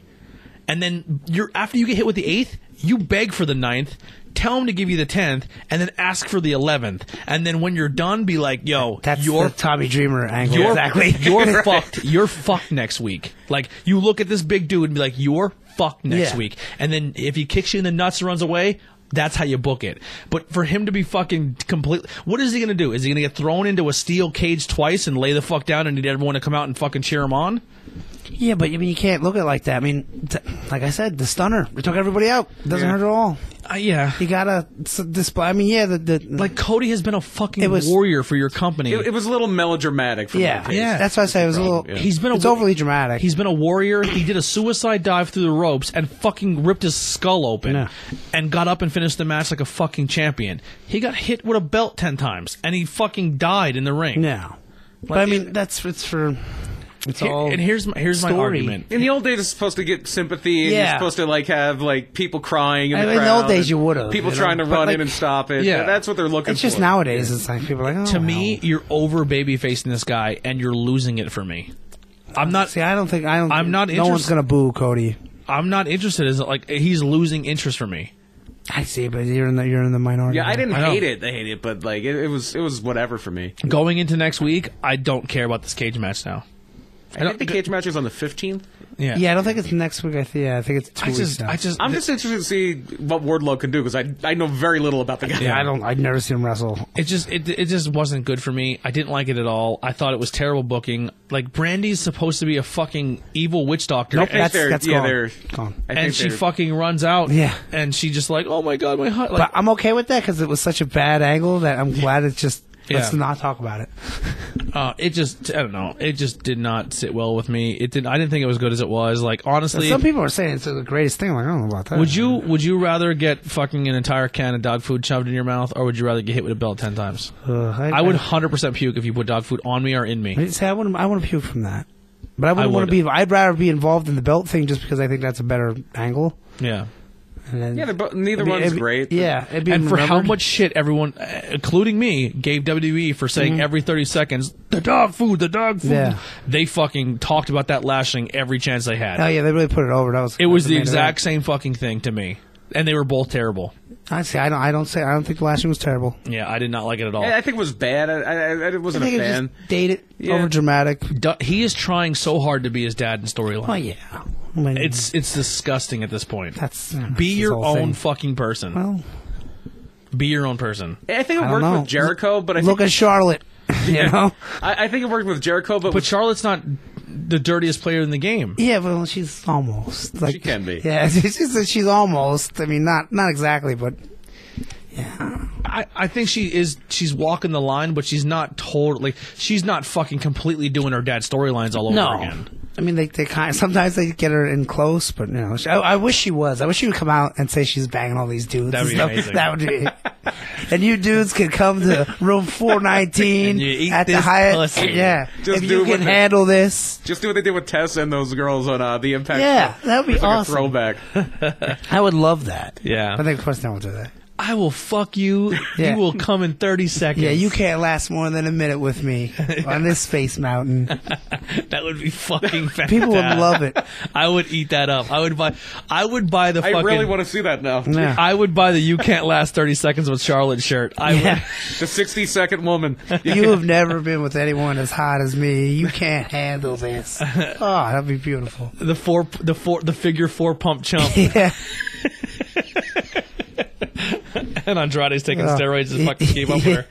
[SPEAKER 2] and then you're after you get hit with the eighth, you beg for the ninth. Tell him to give you the tenth, and then ask for the eleventh, and then when you're done, be like, "Yo,
[SPEAKER 3] That's
[SPEAKER 2] your
[SPEAKER 3] the Tommy Dreamer angle.
[SPEAKER 2] you're, <laughs>
[SPEAKER 3] exactly. <laughs>
[SPEAKER 2] you're fucked. You're fucked next week. Like you look at this big dude and be like, you're fucked next
[SPEAKER 3] Yeah.
[SPEAKER 2] week. And then if he kicks you in the nuts and runs away, that's how you book it. But for him to be fucking complete, what is he gonna do? Is he gonna get thrown into a steel cage twice and lay the fuck down and need everyone to come out and fucking cheer him on?
[SPEAKER 3] Yeah, but I mean, you can't look at it like that. I mean, t- like I said, the stunner it took everybody out. It doesn't
[SPEAKER 4] Yeah.
[SPEAKER 3] hurt at all.
[SPEAKER 2] Uh, yeah.
[SPEAKER 3] You gotta s- display. I mean, yeah, the, the
[SPEAKER 2] Like Cody has been a fucking
[SPEAKER 3] It was-
[SPEAKER 2] warrior for your company.
[SPEAKER 4] It, it was a little melodramatic for
[SPEAKER 3] yeah,
[SPEAKER 4] my taste.
[SPEAKER 2] Yeah.
[SPEAKER 3] That's why I say it was a little.
[SPEAKER 4] Yeah.
[SPEAKER 2] He's been a
[SPEAKER 3] it's
[SPEAKER 2] wa-
[SPEAKER 3] overly dramatic.
[SPEAKER 2] He's been a warrior. He did a suicide dive through the ropes and fucking ripped his skull open
[SPEAKER 3] Yeah.
[SPEAKER 2] and got up and finished the match like a fucking champion. He got hit with a belt 10 times and he fucking died in the ring.
[SPEAKER 3] no, but I mean that's it's for it's
[SPEAKER 2] Here-
[SPEAKER 3] all
[SPEAKER 2] and here's my, here's my
[SPEAKER 3] story.
[SPEAKER 2] argument.
[SPEAKER 4] In the old days, it's supposed to get sympathy. And You're
[SPEAKER 3] Yeah.
[SPEAKER 4] supposed to like have like people crying. In
[SPEAKER 3] I
[SPEAKER 4] the,
[SPEAKER 3] mean, in the
[SPEAKER 4] crowd
[SPEAKER 3] old days,
[SPEAKER 4] and
[SPEAKER 3] you would've,
[SPEAKER 4] people
[SPEAKER 3] you know,
[SPEAKER 4] trying to
[SPEAKER 3] but,
[SPEAKER 4] run
[SPEAKER 3] like,
[SPEAKER 4] in and stop it.
[SPEAKER 2] yeah.
[SPEAKER 4] that's what they're looking
[SPEAKER 3] It's
[SPEAKER 4] for.
[SPEAKER 3] just nowadays. It's like people are like oh,
[SPEAKER 2] To me, you're over baby facing this guy and you're losing it for me. I'm
[SPEAKER 3] well.
[SPEAKER 2] not
[SPEAKER 3] see, I don't think I don't.
[SPEAKER 2] I'm not
[SPEAKER 3] No one's
[SPEAKER 2] interest-
[SPEAKER 3] gonna boo Cody.
[SPEAKER 2] I'm not interested as like he's losing interest for me.
[SPEAKER 3] I see, but you're in the you're in the minority.
[SPEAKER 4] Yeah, I didn't
[SPEAKER 2] I know.
[SPEAKER 4] hate it. I hate it, but like it, it was it was whatever for me.
[SPEAKER 2] Going into next week, I don't care about this cage match now.
[SPEAKER 4] I, think the cage match is on the 15th.
[SPEAKER 2] Yeah.
[SPEAKER 3] Yeah, I don't think it's next week. I think yeah, I think it's two
[SPEAKER 2] I
[SPEAKER 3] weeks.
[SPEAKER 2] just
[SPEAKER 3] now.
[SPEAKER 2] I just
[SPEAKER 4] I'm just interested to see what Wardlow can do because I I know very little about the guy.
[SPEAKER 3] I don't. I've never seen him wrestle.
[SPEAKER 2] It just it, it just wasn't good for me. I didn't like it at all. I thought it was terrible booking. Like Brandy's supposed to be a fucking evil witch doctor,
[SPEAKER 4] Nope,
[SPEAKER 2] and,
[SPEAKER 4] think
[SPEAKER 3] That's
[SPEAKER 4] they're-
[SPEAKER 3] that's
[SPEAKER 4] yeah,
[SPEAKER 3] gone.
[SPEAKER 4] they're-
[SPEAKER 3] gone.
[SPEAKER 4] I
[SPEAKER 2] and
[SPEAKER 4] think
[SPEAKER 2] she
[SPEAKER 4] they're-
[SPEAKER 2] fucking runs out.
[SPEAKER 3] Yeah.
[SPEAKER 2] and she just like, oh my god, my heart. Like,
[SPEAKER 3] But I'm okay with that because it was such a bad angle that I'm glad it's just. Let's
[SPEAKER 2] Yeah.
[SPEAKER 3] not talk about it.
[SPEAKER 2] uh, it just I don't know. It just did not sit well with me. It did. not I didn't think it was good as it was. Like honestly,
[SPEAKER 3] Some people are saying it's the greatest thing. I'm like, I don't know about that.
[SPEAKER 2] would you would you rather get fucking an entire can of dog food shoved in your mouth, or would you rather get hit with a belt ten times?
[SPEAKER 3] Uh,
[SPEAKER 2] I would hundred percent puke if you put dog food on me or in me.
[SPEAKER 3] I, say I wouldn't. I wouldn't puke from that. But I wouldn't
[SPEAKER 2] I
[SPEAKER 3] want to
[SPEAKER 2] would.
[SPEAKER 3] be. I'd rather be involved in the belt thing just because I think that's a better angle.
[SPEAKER 2] Yeah.
[SPEAKER 3] And then,
[SPEAKER 4] Yeah, they're both, neither
[SPEAKER 3] it'd be-
[SPEAKER 4] one's
[SPEAKER 3] it'd be-
[SPEAKER 4] great.
[SPEAKER 3] Yeah, it'd be
[SPEAKER 2] and for how
[SPEAKER 3] remembered.
[SPEAKER 2] much shit everyone, uh, including me, gave WWE for saying every 30 seconds, the dog food, the dog food.
[SPEAKER 3] Mm-hmm. Yeah.
[SPEAKER 2] They fucking talked about that lashing every chance they had.
[SPEAKER 3] Oh yeah, they really put it over. That was.
[SPEAKER 2] it was
[SPEAKER 3] that
[SPEAKER 2] the
[SPEAKER 3] made
[SPEAKER 2] exact same fucking thing to me. And they were both terrible.
[SPEAKER 3] I see. I don't. I don't say. I don't think the last one was terrible.
[SPEAKER 2] Yeah, I did not like it at all.
[SPEAKER 4] I I think it was bad. I, I, I- I
[SPEAKER 3] I
[SPEAKER 4] wasn't a
[SPEAKER 3] think it
[SPEAKER 4] fan.
[SPEAKER 3] was just dated,
[SPEAKER 4] Yeah.
[SPEAKER 3] over dramatic.
[SPEAKER 2] Du- he is trying so hard to be his dad in storyline.
[SPEAKER 3] Oh yeah. I mean,
[SPEAKER 2] It's it's disgusting at this point.
[SPEAKER 3] that's
[SPEAKER 2] be
[SPEAKER 3] this
[SPEAKER 2] your
[SPEAKER 3] whole
[SPEAKER 2] own
[SPEAKER 3] thing.
[SPEAKER 2] fucking person.
[SPEAKER 3] well,
[SPEAKER 2] be your own person.
[SPEAKER 4] I think
[SPEAKER 3] I
[SPEAKER 4] it
[SPEAKER 3] don't
[SPEAKER 4] worked
[SPEAKER 3] know.
[SPEAKER 4] with Jericho, but I
[SPEAKER 3] look
[SPEAKER 4] think,
[SPEAKER 3] at Charlotte. You know.
[SPEAKER 4] I, I think it worked with Jericho, but,
[SPEAKER 2] But
[SPEAKER 4] with,
[SPEAKER 2] Charlotte's not the dirtiest player in the game.
[SPEAKER 3] Yeah, well, she's almost like
[SPEAKER 4] can be.
[SPEAKER 3] Yeah, <laughs> she's she's almost. I mean, not not exactly, but
[SPEAKER 2] I, I think she is she's walking the line, but she's not totally she's not fucking completely doing her dad's storylines all over again.
[SPEAKER 3] I mean, they, they kind sometimes they get her in close, but you know, she, I, I wish she was. I wish she would come out and say she's banging all these dudes.
[SPEAKER 2] That'd be
[SPEAKER 3] and stuff.
[SPEAKER 2] amazing.
[SPEAKER 3] That would be. and you dudes could come to room four nineteen
[SPEAKER 2] And you eat
[SPEAKER 3] at the
[SPEAKER 2] this
[SPEAKER 3] Hyatt.
[SPEAKER 2] pussy.
[SPEAKER 3] Yeah,
[SPEAKER 4] Just
[SPEAKER 3] if
[SPEAKER 4] do
[SPEAKER 3] you
[SPEAKER 4] what
[SPEAKER 3] can
[SPEAKER 4] they-
[SPEAKER 3] handle this.
[SPEAKER 4] just do what they did with Tessa and those girls on uh, the Impact.
[SPEAKER 3] Yeah, that would be
[SPEAKER 4] It's like
[SPEAKER 3] awesome.
[SPEAKER 4] a
[SPEAKER 2] <laughs>
[SPEAKER 4] throwback.
[SPEAKER 3] I would love that.
[SPEAKER 2] Yeah.
[SPEAKER 3] but they, of course no one will do that.
[SPEAKER 2] I will fuck you.
[SPEAKER 3] <laughs> Yeah.
[SPEAKER 2] You will come in thirty seconds.
[SPEAKER 3] Yeah, you can't last more than a minute
[SPEAKER 2] <laughs>
[SPEAKER 3] with me on this space mountain.
[SPEAKER 2] that would be fucking fantastic.
[SPEAKER 3] <laughs> People would love it.
[SPEAKER 2] <laughs> I would eat that up. I would buy I would buy the
[SPEAKER 4] I
[SPEAKER 2] fucking
[SPEAKER 4] really want to see that now.
[SPEAKER 3] Yeah.
[SPEAKER 2] I would buy the you can't last thirty seconds with Charlotte shirt. I
[SPEAKER 3] Yeah.
[SPEAKER 4] The 60 second woman.
[SPEAKER 3] <laughs> You have never been with anyone as hot as me. You can't handle
[SPEAKER 2] <laughs>
[SPEAKER 3] this. Oh, that'd be beautiful. <laughs>
[SPEAKER 2] would the four the four the figure four pump chump
[SPEAKER 3] Yeah.
[SPEAKER 2] and Andrade's taking
[SPEAKER 3] Yeah.
[SPEAKER 2] steroids to fucking keep
[SPEAKER 3] <laughs>
[SPEAKER 2] up with her.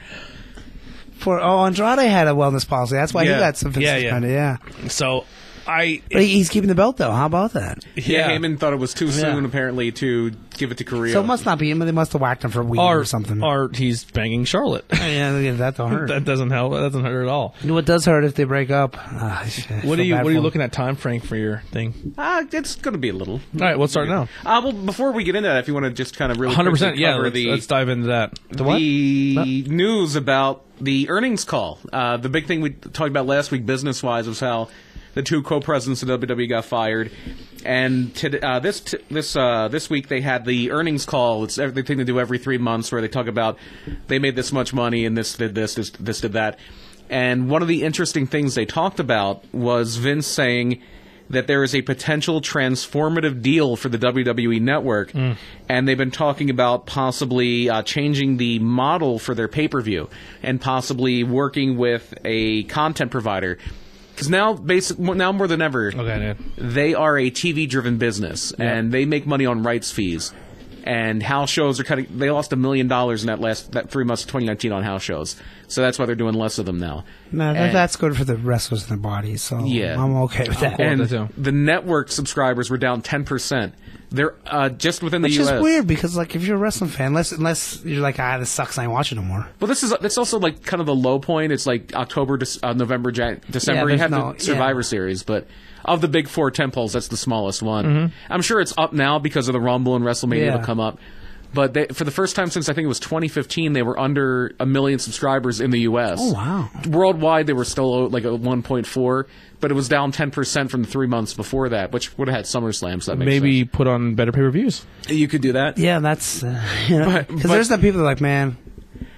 [SPEAKER 3] For oh, Andrade had a wellness policy. That's why
[SPEAKER 4] Yeah.
[SPEAKER 3] he got something
[SPEAKER 2] Yeah, yeah.
[SPEAKER 3] suspended. Yeah.
[SPEAKER 2] So I
[SPEAKER 3] But he- he's keeping the belt though. How about that?
[SPEAKER 4] Yeah, Heyman thought it was too soon, apparently, to give it to Korea.
[SPEAKER 3] So it must not be him. They must have whacked him for weed or,
[SPEAKER 2] or
[SPEAKER 3] something.
[SPEAKER 2] Or he's banging Charlotte.
[SPEAKER 3] yeah, look at that don't
[SPEAKER 2] <laughs>
[SPEAKER 3] hurt.
[SPEAKER 2] that doesn't help. That doesn't hurt at all.
[SPEAKER 3] you know what does hurt if they break up? Ah, shit, I
[SPEAKER 2] What are
[SPEAKER 3] feel
[SPEAKER 2] you
[SPEAKER 3] bad
[SPEAKER 2] What are you
[SPEAKER 3] for
[SPEAKER 2] looking at time frame for your thing?
[SPEAKER 4] uh, it's going to be a little.
[SPEAKER 2] All right, we'll start now.
[SPEAKER 4] Uh, well, before we get into that, if you want to just kind of really
[SPEAKER 2] Hundred percent.
[SPEAKER 4] quickly
[SPEAKER 2] Yeah,
[SPEAKER 4] cover
[SPEAKER 2] let's,
[SPEAKER 4] the,
[SPEAKER 2] let's dive into that. The
[SPEAKER 4] the news about the earnings call. Uh, the big thing we talked about last week, business wise, was how the two co-presidents of WWE got fired. And to, uh, this t- this uh, this week they had the earnings call. It's everything they do every three months, where they talk about they made this much money and this did this, this this did that. And one of the interesting things they talked about was Vince saying that there is a potential transformative deal for the WWE network, and they've been talking about possibly uh, changing the model for their pay per view and possibly working with a content provider. Because now, basic, now more than ever,
[SPEAKER 2] Okay, dude.
[SPEAKER 4] they are a TV driven business and they make money on rights fees. And house shows are cutting. They lost a million dollars in that last that three months of 2019 on house shows, so that's why they're doing less of them now.
[SPEAKER 3] No, that,
[SPEAKER 4] And-
[SPEAKER 3] that's good for the wrestlers in their bodies. So
[SPEAKER 4] Yeah.
[SPEAKER 3] I'm okay with that.
[SPEAKER 2] Cool.
[SPEAKER 4] and
[SPEAKER 2] with that, too.
[SPEAKER 4] the network subscribers were down 10%. They're uh, just within the
[SPEAKER 3] Which
[SPEAKER 4] U.S.
[SPEAKER 3] is weird because like if you're a wrestling fan, unless unless you're like ah this sucks, I ain't watching no more.
[SPEAKER 4] Well, this is that's also like kind of the low point. It's like October, Dec- uh, November, Jan- December. you
[SPEAKER 3] there's
[SPEAKER 4] have
[SPEAKER 3] no-
[SPEAKER 4] the Survivor Series, but of the big four temples, that's the smallest one. I'm sure it's up now because of the Rumble and WrestleMania
[SPEAKER 3] Mm-hmm. Yeah.
[SPEAKER 4] will come up. But they, for the first time since I think it was 2015, they were under a million subscribers in the U.S. Oh
[SPEAKER 3] wow.
[SPEAKER 4] Worldwide, they were still uh, like a 1.4, but it was down 10 percent from the three months before that, which would have had SummerSlam. So that makes
[SPEAKER 2] Maybe put on better pay per views.
[SPEAKER 4] sense. you could do that.
[SPEAKER 3] Yeah, that's uh, <laughs> you know
[SPEAKER 4] But-
[SPEAKER 3] 'cause
[SPEAKER 4] but-
[SPEAKER 3] there's the people that are like man.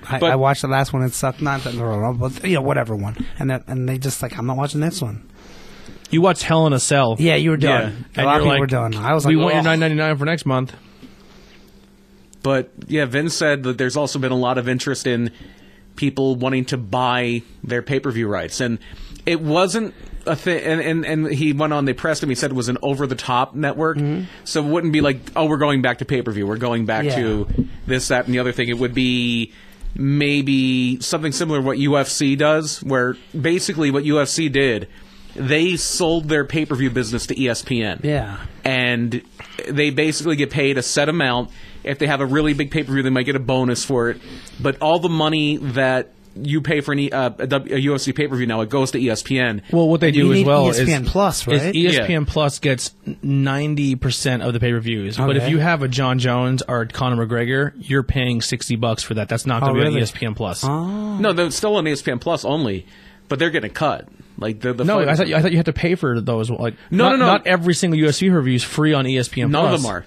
[SPEAKER 3] I,
[SPEAKER 4] But-
[SPEAKER 3] I watched the last one and it sucked. Not that Royal Rumble, but you know whatever one, and that, and they just like I'm not watching this one.
[SPEAKER 2] You watch Hell in a Cell.
[SPEAKER 3] Yeah, you were done.
[SPEAKER 2] Yeah.
[SPEAKER 3] A
[SPEAKER 2] And
[SPEAKER 3] lot of
[SPEAKER 2] you're
[SPEAKER 3] people
[SPEAKER 2] like,
[SPEAKER 3] were done. I was like,
[SPEAKER 2] We want your
[SPEAKER 3] "Ugh."
[SPEAKER 2] nine ninety nine for next month.
[SPEAKER 4] But yeah, Vin said that there's also been a lot of interest in people wanting to buy their pay per view rights, and it wasn't a thing. And, and and he went on. They pressed him. He said it was an over the top network,
[SPEAKER 3] Mm-hmm.
[SPEAKER 4] so it wouldn't be like, oh, we're going back to pay per view. We're going back
[SPEAKER 3] Yeah.
[SPEAKER 4] to this, that, and the other thing. It would be maybe something similar to what UFC does, where basically what UFC did. They sold their pay per view business to E ESPN
[SPEAKER 3] Yeah.
[SPEAKER 4] and they basically get paid a set amount. If they have a really big pay per view, they might get a bonus for it. But all the money that you pay for an e, uh, a, w, a UFC pay per view now, it goes to E ESPN.
[SPEAKER 2] Well, what they
[SPEAKER 3] You
[SPEAKER 2] do
[SPEAKER 3] need
[SPEAKER 2] as well
[SPEAKER 3] ESPN
[SPEAKER 2] is
[SPEAKER 3] Plus, right?
[SPEAKER 2] Is E ESPN Plus gets ninety percent of the pay per views, but if
[SPEAKER 3] Okay.
[SPEAKER 2] you have a John Jones or Conor McGregor, you're paying sixty bucks for that. That's not going
[SPEAKER 3] Oh,
[SPEAKER 2] to be on
[SPEAKER 3] really?
[SPEAKER 2] E ESPN Plus.
[SPEAKER 4] no, they're still on E ESPN Plus only, but they're getting cut. Like the, the
[SPEAKER 2] No,
[SPEAKER 4] fighters-
[SPEAKER 2] I thought, you- I thought you had to pay for those. Like,
[SPEAKER 4] No,
[SPEAKER 2] not,
[SPEAKER 4] no, no.
[SPEAKER 2] Not every single UFC review is free on E ESPN.
[SPEAKER 4] none of
[SPEAKER 2] Plus.
[SPEAKER 4] them are.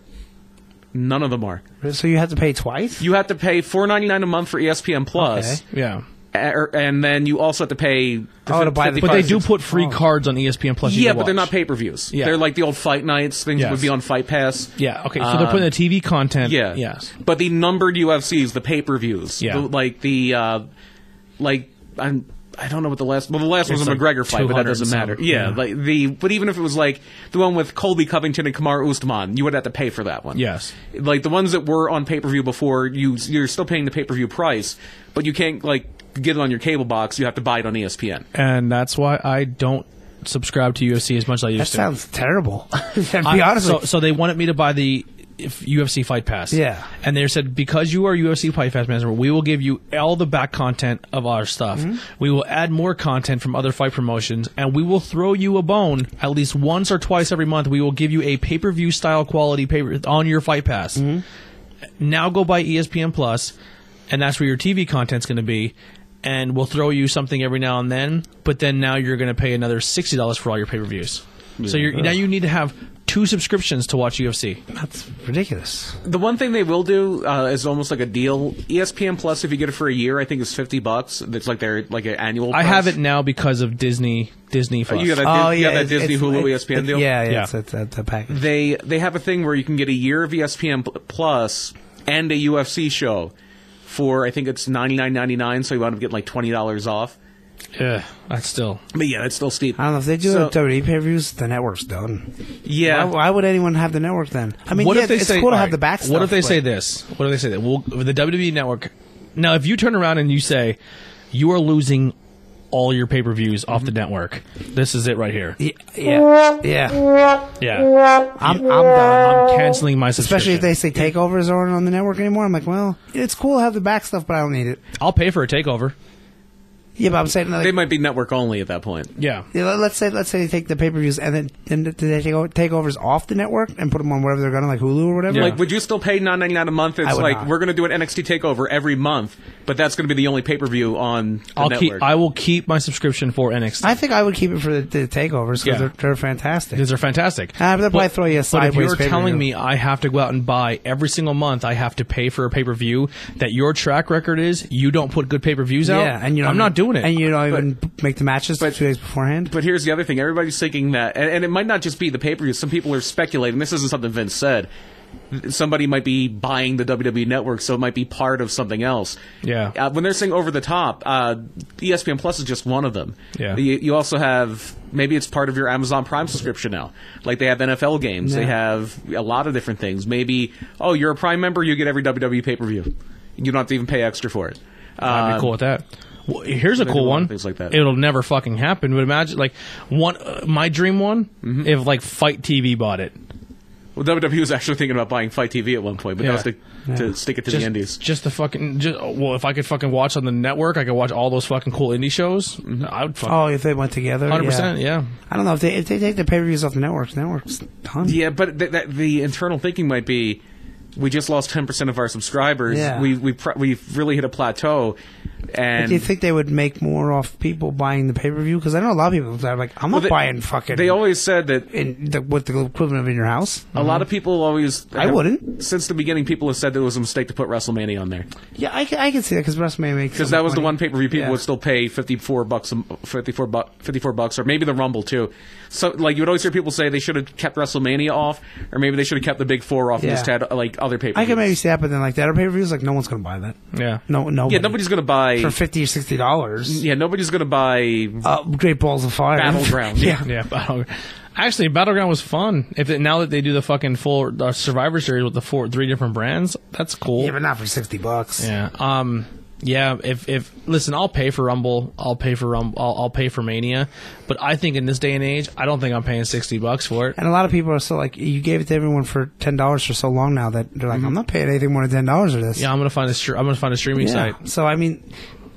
[SPEAKER 4] None of them are.
[SPEAKER 3] "Oh." so you have to pay twice.
[SPEAKER 4] You have to pay four ninety nine a month for E ESPN Plus,
[SPEAKER 2] Yeah,
[SPEAKER 4] a- or- and then you also have to pay. The
[SPEAKER 3] Oh, to buy the-
[SPEAKER 4] $55.
[SPEAKER 2] but they do put free cards on E ESPN Plus. you
[SPEAKER 4] Yeah,
[SPEAKER 2] can
[SPEAKER 4] but they're
[SPEAKER 2] watch.
[SPEAKER 4] not pay per views.
[SPEAKER 2] Yeah.
[SPEAKER 4] They're like the old fight nights things that
[SPEAKER 2] Yes.
[SPEAKER 4] would be on Fight Pass. Um,
[SPEAKER 2] Yeah, okay. So they're putting the TV content.
[SPEAKER 4] Yeah.
[SPEAKER 2] Yes.
[SPEAKER 4] But the numbered UFCs, the pay per views.
[SPEAKER 2] Yeah.
[SPEAKER 4] like the uh like I'm I don't know what the last well the last
[SPEAKER 2] It's
[SPEAKER 4] was a
[SPEAKER 2] like
[SPEAKER 4] McGregor fight, but that
[SPEAKER 2] 200 and
[SPEAKER 4] doesn't
[SPEAKER 2] some,
[SPEAKER 4] matter. Yeah,
[SPEAKER 2] yeah.
[SPEAKER 4] like the but even if it was like the one with Colby Covington and Kamara Usman, you would have to pay for that one.
[SPEAKER 2] Yes.
[SPEAKER 4] Like the ones that were on pay per view before, you you're still paying the pay per view price, but you can't like get it on your cable box, you have to buy it on E ESPN.
[SPEAKER 2] And that's why I don't subscribe to UFC as much as I used
[SPEAKER 3] That
[SPEAKER 2] to.
[SPEAKER 3] sounds terrible. <laughs> to
[SPEAKER 2] I-
[SPEAKER 3] be honest,
[SPEAKER 2] so,
[SPEAKER 3] with you.
[SPEAKER 2] so they wanted me to buy the if UFC Fight Pass.
[SPEAKER 3] Yeah.
[SPEAKER 2] And they said, because you are UFC Fight Pass manager, we will give you all the back content of our stuff.
[SPEAKER 3] Mm-hmm.
[SPEAKER 2] We will add more content from other fight promotions, and we will throw you a bone at least once or twice every month. We will give you a pay per view style quality pay on your Fight Pass.
[SPEAKER 4] Mm-hmm.
[SPEAKER 2] Now go buy E ESPN Plus, and that's where your TV content's going to be. And we'll throw you something every now and then, but then now you're going to pay another sixty dollars for all your pay per views. So you're, now you need to have two subscriptions to watch UFC.
[SPEAKER 3] that's ridiculous.
[SPEAKER 4] The one thing they will do uh, is almost like a deal. E ESPN Plus, if you get it for a year, I think is fifty bucks. It's like their like an annual.
[SPEAKER 2] I
[SPEAKER 4] price.
[SPEAKER 2] have it now because of Disney. Disney. Plus.
[SPEAKER 4] You got that,
[SPEAKER 3] Oh
[SPEAKER 4] Dis- you
[SPEAKER 3] yeah,
[SPEAKER 4] got that
[SPEAKER 3] it's-
[SPEAKER 4] Disney
[SPEAKER 3] it's-
[SPEAKER 4] Hulu
[SPEAKER 3] it's-
[SPEAKER 4] ESPN
[SPEAKER 3] it-
[SPEAKER 4] deal.
[SPEAKER 3] Yeah, yeah,
[SPEAKER 2] Yeah.
[SPEAKER 3] It's, it's, it's a package.
[SPEAKER 4] They they have a thing where you can get a year of E ESPN pl- Plus and a UFC show for I think it's ninety nine ninety nine. So you wound up getting like twenty dollars off.
[SPEAKER 2] Ugh, that's still.
[SPEAKER 4] But yeah, that's still steep.
[SPEAKER 3] I don't know if they do
[SPEAKER 4] So-
[SPEAKER 3] it WWE pay per views. E The network's done.
[SPEAKER 4] Yeah,
[SPEAKER 3] Why, why would anyone have the network then? I mean,
[SPEAKER 2] what
[SPEAKER 3] yeah,
[SPEAKER 2] if they
[SPEAKER 3] it's
[SPEAKER 2] say?
[SPEAKER 3] cool to
[SPEAKER 2] all
[SPEAKER 3] have
[SPEAKER 2] right,
[SPEAKER 3] the back stuff,
[SPEAKER 2] What if they
[SPEAKER 3] but-
[SPEAKER 2] say this? What if they say that? Well, the WWE network. Now, if you turn around and you say you are losing all your pay per views off the network, this is it right here.
[SPEAKER 3] Y- Yeah, yeah.
[SPEAKER 2] Yeah,
[SPEAKER 3] I'm, I'm done. I'm
[SPEAKER 2] canceling my subscription.
[SPEAKER 3] Especially if they say takeovers aren't on the network anymore. I'm like, well, it's cool to have the back stuff, but I don't need it.
[SPEAKER 2] I'll pay for a takeover.
[SPEAKER 3] Yeah, but I'm saying like,
[SPEAKER 4] they might be network only at that point.
[SPEAKER 2] Yeah.
[SPEAKER 3] Yeah, let- let's say let's say they take the pay per views and then then do they take o- takeovers off the network and put them on whatever they're going to like Hulu or whatever.
[SPEAKER 2] Yeah.
[SPEAKER 4] Like, would you still pay nine ninety nine a month? It's
[SPEAKER 3] would
[SPEAKER 4] like
[SPEAKER 3] not.
[SPEAKER 4] we're going to do an NXT takeover every month, but that's going to be the only pay per view on the
[SPEAKER 2] I'll
[SPEAKER 4] network.
[SPEAKER 2] keep. I will keep my subscription for NXT.
[SPEAKER 3] I think I would keep it for the, the takeovers because
[SPEAKER 2] Yeah.
[SPEAKER 3] they're, they're fantastic.
[SPEAKER 2] These are fantastic.
[SPEAKER 3] Ah, but they'll probably throw you a
[SPEAKER 2] But if
[SPEAKER 3] sideways
[SPEAKER 2] you're
[SPEAKER 3] pay-per-view.
[SPEAKER 2] telling me I have to go out and buy every single month, I have to pay for a pay per view. That your track record is you don't put good pay per views out.
[SPEAKER 3] yeah, and you don't,
[SPEAKER 2] I'm not doing it.
[SPEAKER 3] and you don't even p- make the matches two days beforehand.
[SPEAKER 4] But here's the other thing: everybody's thinking that, and, and it might not just be the pay per view. Some people are speculating. This isn't something Vince said. Somebody might be buying the WWE network, so it might be part of something else.
[SPEAKER 2] Yeah.
[SPEAKER 4] Uh, when they're saying over the top, uh, ESPN Plus is just one of them.
[SPEAKER 2] Yeah.
[SPEAKER 4] You, you also have maybe it's part of your Amazon Prime subscription now. Like they have NFL games, they
[SPEAKER 3] Yeah.
[SPEAKER 4] have a lot of different things. Maybe oh, you're a Prime member, you get every WWE pay per view. You don't have to even pay extra for it.
[SPEAKER 2] I'd
[SPEAKER 4] Uh,
[SPEAKER 2] be cool with that. Um, Well, here's a
[SPEAKER 4] do a
[SPEAKER 2] cool
[SPEAKER 4] lot of
[SPEAKER 2] one.
[SPEAKER 4] things like that.
[SPEAKER 2] It'll never fucking
[SPEAKER 4] Mm-hmm.
[SPEAKER 2] happen. But imagine, like, one uh, my dream one if like Fight TV bought it.
[SPEAKER 4] Well, WWE was actually thinking about buying Fight TV at one point, but that
[SPEAKER 2] Yeah.
[SPEAKER 4] was to, to stick it to the
[SPEAKER 2] Just,
[SPEAKER 4] Indies.
[SPEAKER 2] just the fucking. Just, well, if I could fucking watch on the network, I could watch all those fucking cool indie shows.
[SPEAKER 4] Mm-hmm.
[SPEAKER 2] I would fucking
[SPEAKER 3] Oh, if they went together,
[SPEAKER 2] hundred
[SPEAKER 3] yeah.
[SPEAKER 2] percent. Yeah.
[SPEAKER 3] I don't know if they if they take the pay per views off the networks. Networks done.
[SPEAKER 4] Yeah, but th- that, the internal thinking might be, we just lost ten percent of our subscribers.
[SPEAKER 3] Yeah.
[SPEAKER 4] We we pr- we've really hit a plateau, and
[SPEAKER 3] Do you think they would make more off people buying the pay per view? Because I know a lot of people that are like, I'm not
[SPEAKER 4] Well, they-
[SPEAKER 3] buying fucking.
[SPEAKER 4] they always said that
[SPEAKER 3] in the, with the equivalent of in your house.
[SPEAKER 4] a lot of people always.
[SPEAKER 3] Mm-hmm. I wouldn't.
[SPEAKER 4] Since the beginning, people have said that it was a mistake to put WrestleMania on there
[SPEAKER 3] Yeah, I, ca- I can see that because WrestleMania makes
[SPEAKER 4] because that was the one pay
[SPEAKER 3] paper
[SPEAKER 4] per view people
[SPEAKER 3] Yeah.
[SPEAKER 4] would still pay fifty four bucks, a m- 54, bu- 54 bucks, or maybe the Rumble too. So like you would always hear people say they should have kept WrestleMania off, or maybe they should have kept the Big Four off
[SPEAKER 3] Yeah.
[SPEAKER 4] and just had like other pay per views.
[SPEAKER 3] I could maybe see that, but then like the other pay per views, like no one's gonna buy that.
[SPEAKER 2] Yeah.
[SPEAKER 3] No, no.
[SPEAKER 4] Yeah, nobody's gonna buy.
[SPEAKER 3] for fifty or sixty dollars.
[SPEAKER 4] yeah, nobody's gonna buy
[SPEAKER 3] Uh, Great Balls of Fire, <laughs>
[SPEAKER 4] Battleground.
[SPEAKER 3] yeah.
[SPEAKER 2] Yeah, Battleground. Actually, Battleground was fun. If it, now that they do the fucking full uh, Survivor Series with the four, three different brands, that's cool.
[SPEAKER 3] yeah, but not for sixty bucks.
[SPEAKER 2] Yeah. Um. Yeah. If if listen, I'll pay for Rumble. I'll pay for Rumble. I'll, I'll pay for Mania. But I think in this day and age, I don't think I'm paying sixty bucks for it.
[SPEAKER 3] And a lot of people are still like, you gave it to everyone for ten dollars for so long now that they're like,
[SPEAKER 4] Mm-hmm.
[SPEAKER 3] I'm not paying anything more than ten dollars for this.
[SPEAKER 2] Yeah, I'm gonna find a str- I'm gonna find a streaming
[SPEAKER 3] Yeah.
[SPEAKER 2] site.
[SPEAKER 3] So I mean,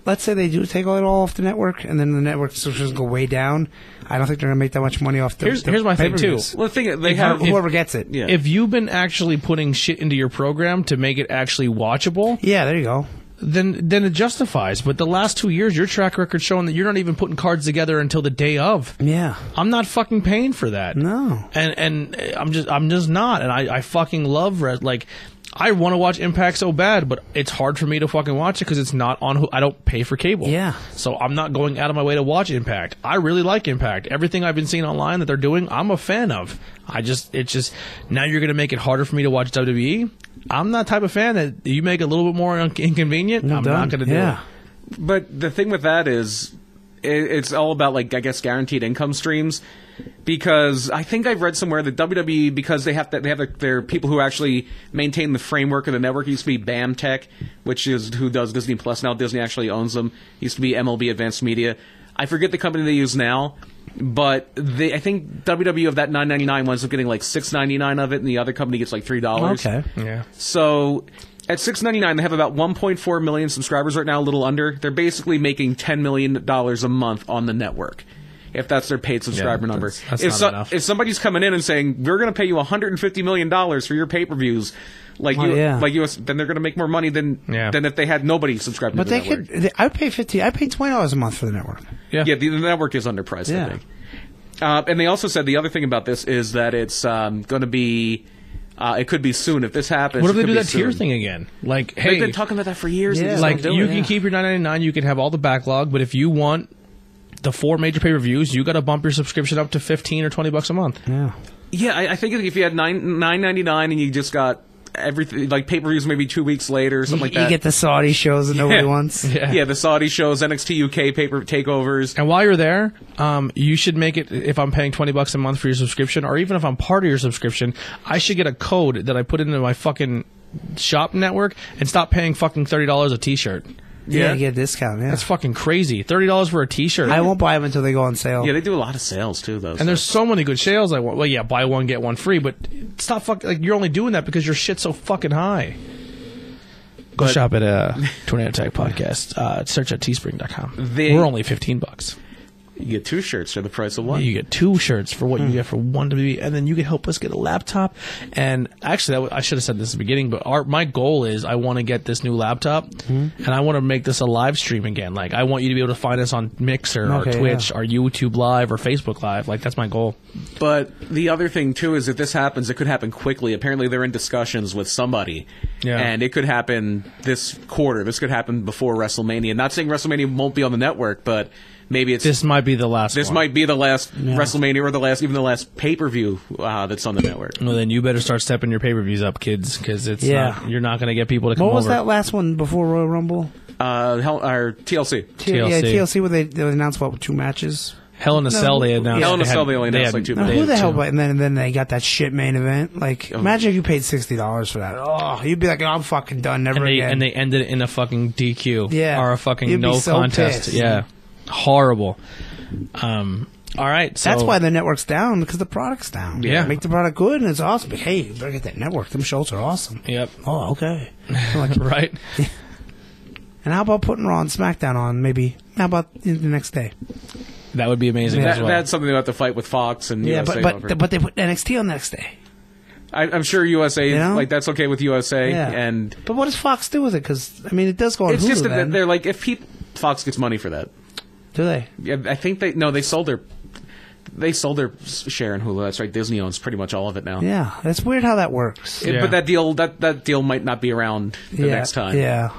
[SPEAKER 3] let's say they do take all it all off the network, and then the network subscriptions go way down. I don't think they're gonna make that much money off the.
[SPEAKER 2] Here's-
[SPEAKER 3] the
[SPEAKER 2] here's my thing, too.
[SPEAKER 3] pay-per-views.
[SPEAKER 4] Well, the thing they have,
[SPEAKER 2] if-
[SPEAKER 3] Whoever gets it,
[SPEAKER 4] yeah.
[SPEAKER 2] If you've been actually putting shit into your program to make it actually watchable,
[SPEAKER 3] yeah. There you go.
[SPEAKER 2] then then it justifies. But the last two years, your track record's showing that you're not even putting cards together until the day of.
[SPEAKER 3] Yeah.
[SPEAKER 2] I'm not fucking paying for that.
[SPEAKER 3] No.
[SPEAKER 2] And and uh, I'm just I'm just not. And I I fucking love res- like I want to watch Impact so bad, but it's hard for me to fucking watch it because it's not on. Ho- I don't pay for cable.
[SPEAKER 3] Yeah.
[SPEAKER 2] So I'm not going out of my way to watch Impact. I really like Impact. Everything I've been seeing online that they're doing, I'm a fan of. I just it's just now you're gonna make it harder for me to watch WWE. I'm that type of fan that you make it a little bit more un- inconvenient. I'm
[SPEAKER 3] done.
[SPEAKER 2] not gonna do
[SPEAKER 3] Yeah.
[SPEAKER 2] it.
[SPEAKER 4] but the thing with that is, i it's all about like I guess guaranteed income streams, because I think I've read somewhere that WWE because they have to, they have like, their people who actually maintain the framework of the network. It used to be BAM Tech, which is who does Disney Plus now. Disney actually owns them. It used to be MLB Advanced Media. I forget the company they use now. But they, I think WWE of that nine ninety nine winds up getting like six ninety nine of it, and the other company gets like three dollars.
[SPEAKER 3] Okay.
[SPEAKER 2] Yeah.
[SPEAKER 4] So at 6.99 they have about 1.4 million subscribers right now, a little under. They're basically making 10 million dollars a month on the network. If that's their paid subscriber
[SPEAKER 2] that's-
[SPEAKER 4] number.
[SPEAKER 2] that's
[SPEAKER 4] if
[SPEAKER 2] not enough.
[SPEAKER 4] if somebody's coming in and saying, "We're going to pay you 150 million dollars for your pay-per-views," like
[SPEAKER 3] Well,
[SPEAKER 4] you
[SPEAKER 3] Oh, yeah.
[SPEAKER 4] like US, then they're going to make more money than
[SPEAKER 2] Yeah.
[SPEAKER 4] than if they had nobody subscribed
[SPEAKER 3] But
[SPEAKER 4] to the
[SPEAKER 3] they
[SPEAKER 4] network.
[SPEAKER 3] could. They, I would pay fifty. I pay twenty dollars a month for the network.
[SPEAKER 2] Yeah.
[SPEAKER 4] Yeah, the, the network is underpriced,
[SPEAKER 3] Yeah.
[SPEAKER 4] I think. Uh, and they also said the other thing about this is that it's um, going to be uh, it could be soon if this happens.
[SPEAKER 2] What if
[SPEAKER 4] it
[SPEAKER 2] they
[SPEAKER 4] could
[SPEAKER 2] do
[SPEAKER 4] be
[SPEAKER 2] that tier
[SPEAKER 4] soon.
[SPEAKER 2] thing again? Like, hey,
[SPEAKER 4] They've been talking about that for years. they
[SPEAKER 3] Yeah.
[SPEAKER 4] just
[SPEAKER 2] like
[SPEAKER 4] don't do
[SPEAKER 2] you
[SPEAKER 4] it.
[SPEAKER 2] can keep your 999 you can have all the backlog but if you want the four major pay-per-views you got to bump your subscription up to 15 or 20 bucks a month
[SPEAKER 3] Yeah.
[SPEAKER 4] Yeah, I, I think if you had nine nine ninety nine and you just got everything like pay per views maybe two weeks later or something like
[SPEAKER 3] you
[SPEAKER 4] that.
[SPEAKER 3] get the Saudi shows that nobody wants.
[SPEAKER 4] yeah. the Saudi shows, NXT UK paper takeovers.
[SPEAKER 2] and while you're there um, you should make it if i'm paying 20 bucks a month for your subscription or even if i'm part of your subscription i should get a code that i put into my fucking shop network and stop paying fucking $30 a t-shirt
[SPEAKER 3] Yeah,
[SPEAKER 4] Yeah.
[SPEAKER 3] you get a discount. Yeah.
[SPEAKER 2] that's fucking crazy $30 for a t-shirt
[SPEAKER 3] I won't buy them until they go on sale.
[SPEAKER 4] Yeah, they do a lot of sales too, though.
[SPEAKER 2] and there's so many good sales I want. Well, yeah, buy one get one free, but stop fuck like you're only doing that because your shit's so fucking high. Go shop at uh, Tornado Attack Podcast. Uh, search at teespring.com.
[SPEAKER 4] They-
[SPEAKER 2] We're only 15 bucks.
[SPEAKER 4] you get two shirts for the price of one.
[SPEAKER 2] You get two shirts for what you get for one WWE, and then you can help us get a laptop. And actually, that w- I should have said this at the beginning, but our, my goal is I want to get this new laptop, and I want to make this a live stream again. Like, I want you to be able to find us on Mixer
[SPEAKER 3] Okay,
[SPEAKER 2] or
[SPEAKER 3] yeah.
[SPEAKER 2] Twitch or YouTube Live or Facebook Live. Like, that's my goal.
[SPEAKER 4] But the other thing too is if this happens, it could happen quickly. Apparently, they're in discussions with somebody,
[SPEAKER 2] Yeah.
[SPEAKER 4] and it could happen this quarter. This could happen before WrestleMania. Not saying WrestleMania won't be on the network, but maybe it's
[SPEAKER 2] This might be the last.
[SPEAKER 4] this
[SPEAKER 2] one.
[SPEAKER 4] might be the last WrestleMania or the last even the last pay per view uh, that's on the network.
[SPEAKER 2] Well, then you better start stepping your pay per views up, kids, because it's
[SPEAKER 3] Yeah.
[SPEAKER 2] not, you're not going to get people to come
[SPEAKER 3] What was
[SPEAKER 2] over.
[SPEAKER 3] that last one before Royal Rumble?
[SPEAKER 4] Uh, hell, or TLC.
[SPEAKER 3] T- Yeah,
[SPEAKER 2] TLC.
[SPEAKER 3] TLC where they, they announced what two matches.
[SPEAKER 2] Hell in a
[SPEAKER 3] No.
[SPEAKER 2] Cell they announced.
[SPEAKER 4] Hell in a
[SPEAKER 2] had-
[SPEAKER 4] Cell they Oh. only announced,
[SPEAKER 2] had-
[SPEAKER 4] like, two
[SPEAKER 2] they
[SPEAKER 3] Now, who
[SPEAKER 2] had
[SPEAKER 3] the hell?
[SPEAKER 2] two.
[SPEAKER 3] But and then and then they got that shit main event. Like, imagine if you paid sixty dollars for that. Oh, you'd be like, I'm fucking done. Never
[SPEAKER 2] and they
[SPEAKER 3] again.
[SPEAKER 2] and they ended it in a fucking DQ
[SPEAKER 3] Yeah.
[SPEAKER 2] or a fucking
[SPEAKER 3] You'd be
[SPEAKER 2] no
[SPEAKER 3] so
[SPEAKER 2] contest.
[SPEAKER 3] pissed.
[SPEAKER 2] Yeah, horrible. Um, All right. So
[SPEAKER 3] That's why the network's down because the product's down.
[SPEAKER 2] Yeah.
[SPEAKER 3] make the product good and it's awesome. But hey, you better get that network. Them shows are awesome.
[SPEAKER 2] Yep. <laughs>
[SPEAKER 3] Oh, okay. I'm like,
[SPEAKER 2] Right.
[SPEAKER 3] and how about putting Raw and SmackDown on? Maybe how about the next day?
[SPEAKER 2] That would be amazing
[SPEAKER 4] That-
[SPEAKER 2] as well.
[SPEAKER 4] That's something they have to fight with Fox and
[SPEAKER 3] Yeah,
[SPEAKER 4] USA.
[SPEAKER 3] but
[SPEAKER 4] over.
[SPEAKER 3] but but they put NXT on the next day.
[SPEAKER 4] I, I'm sure USA
[SPEAKER 3] You know?
[SPEAKER 4] like that's okay with USA
[SPEAKER 3] Yeah.
[SPEAKER 4] and
[SPEAKER 3] But what does Fox do with it? Because I mean, it does go on
[SPEAKER 4] it's
[SPEAKER 3] Hulu.
[SPEAKER 4] just that
[SPEAKER 3] then,
[SPEAKER 4] they're like if he Fox gets money for that.
[SPEAKER 3] do they?
[SPEAKER 4] Yeah, I think they no they sold their they sold their share in Hulu. That's right. Disney owns pretty much all of it now.
[SPEAKER 3] Yeah, that's weird how that works.
[SPEAKER 4] It-
[SPEAKER 2] Yeah.
[SPEAKER 4] But that deal that that deal might not be around the
[SPEAKER 3] yeah,
[SPEAKER 4] next time.
[SPEAKER 3] Yeah.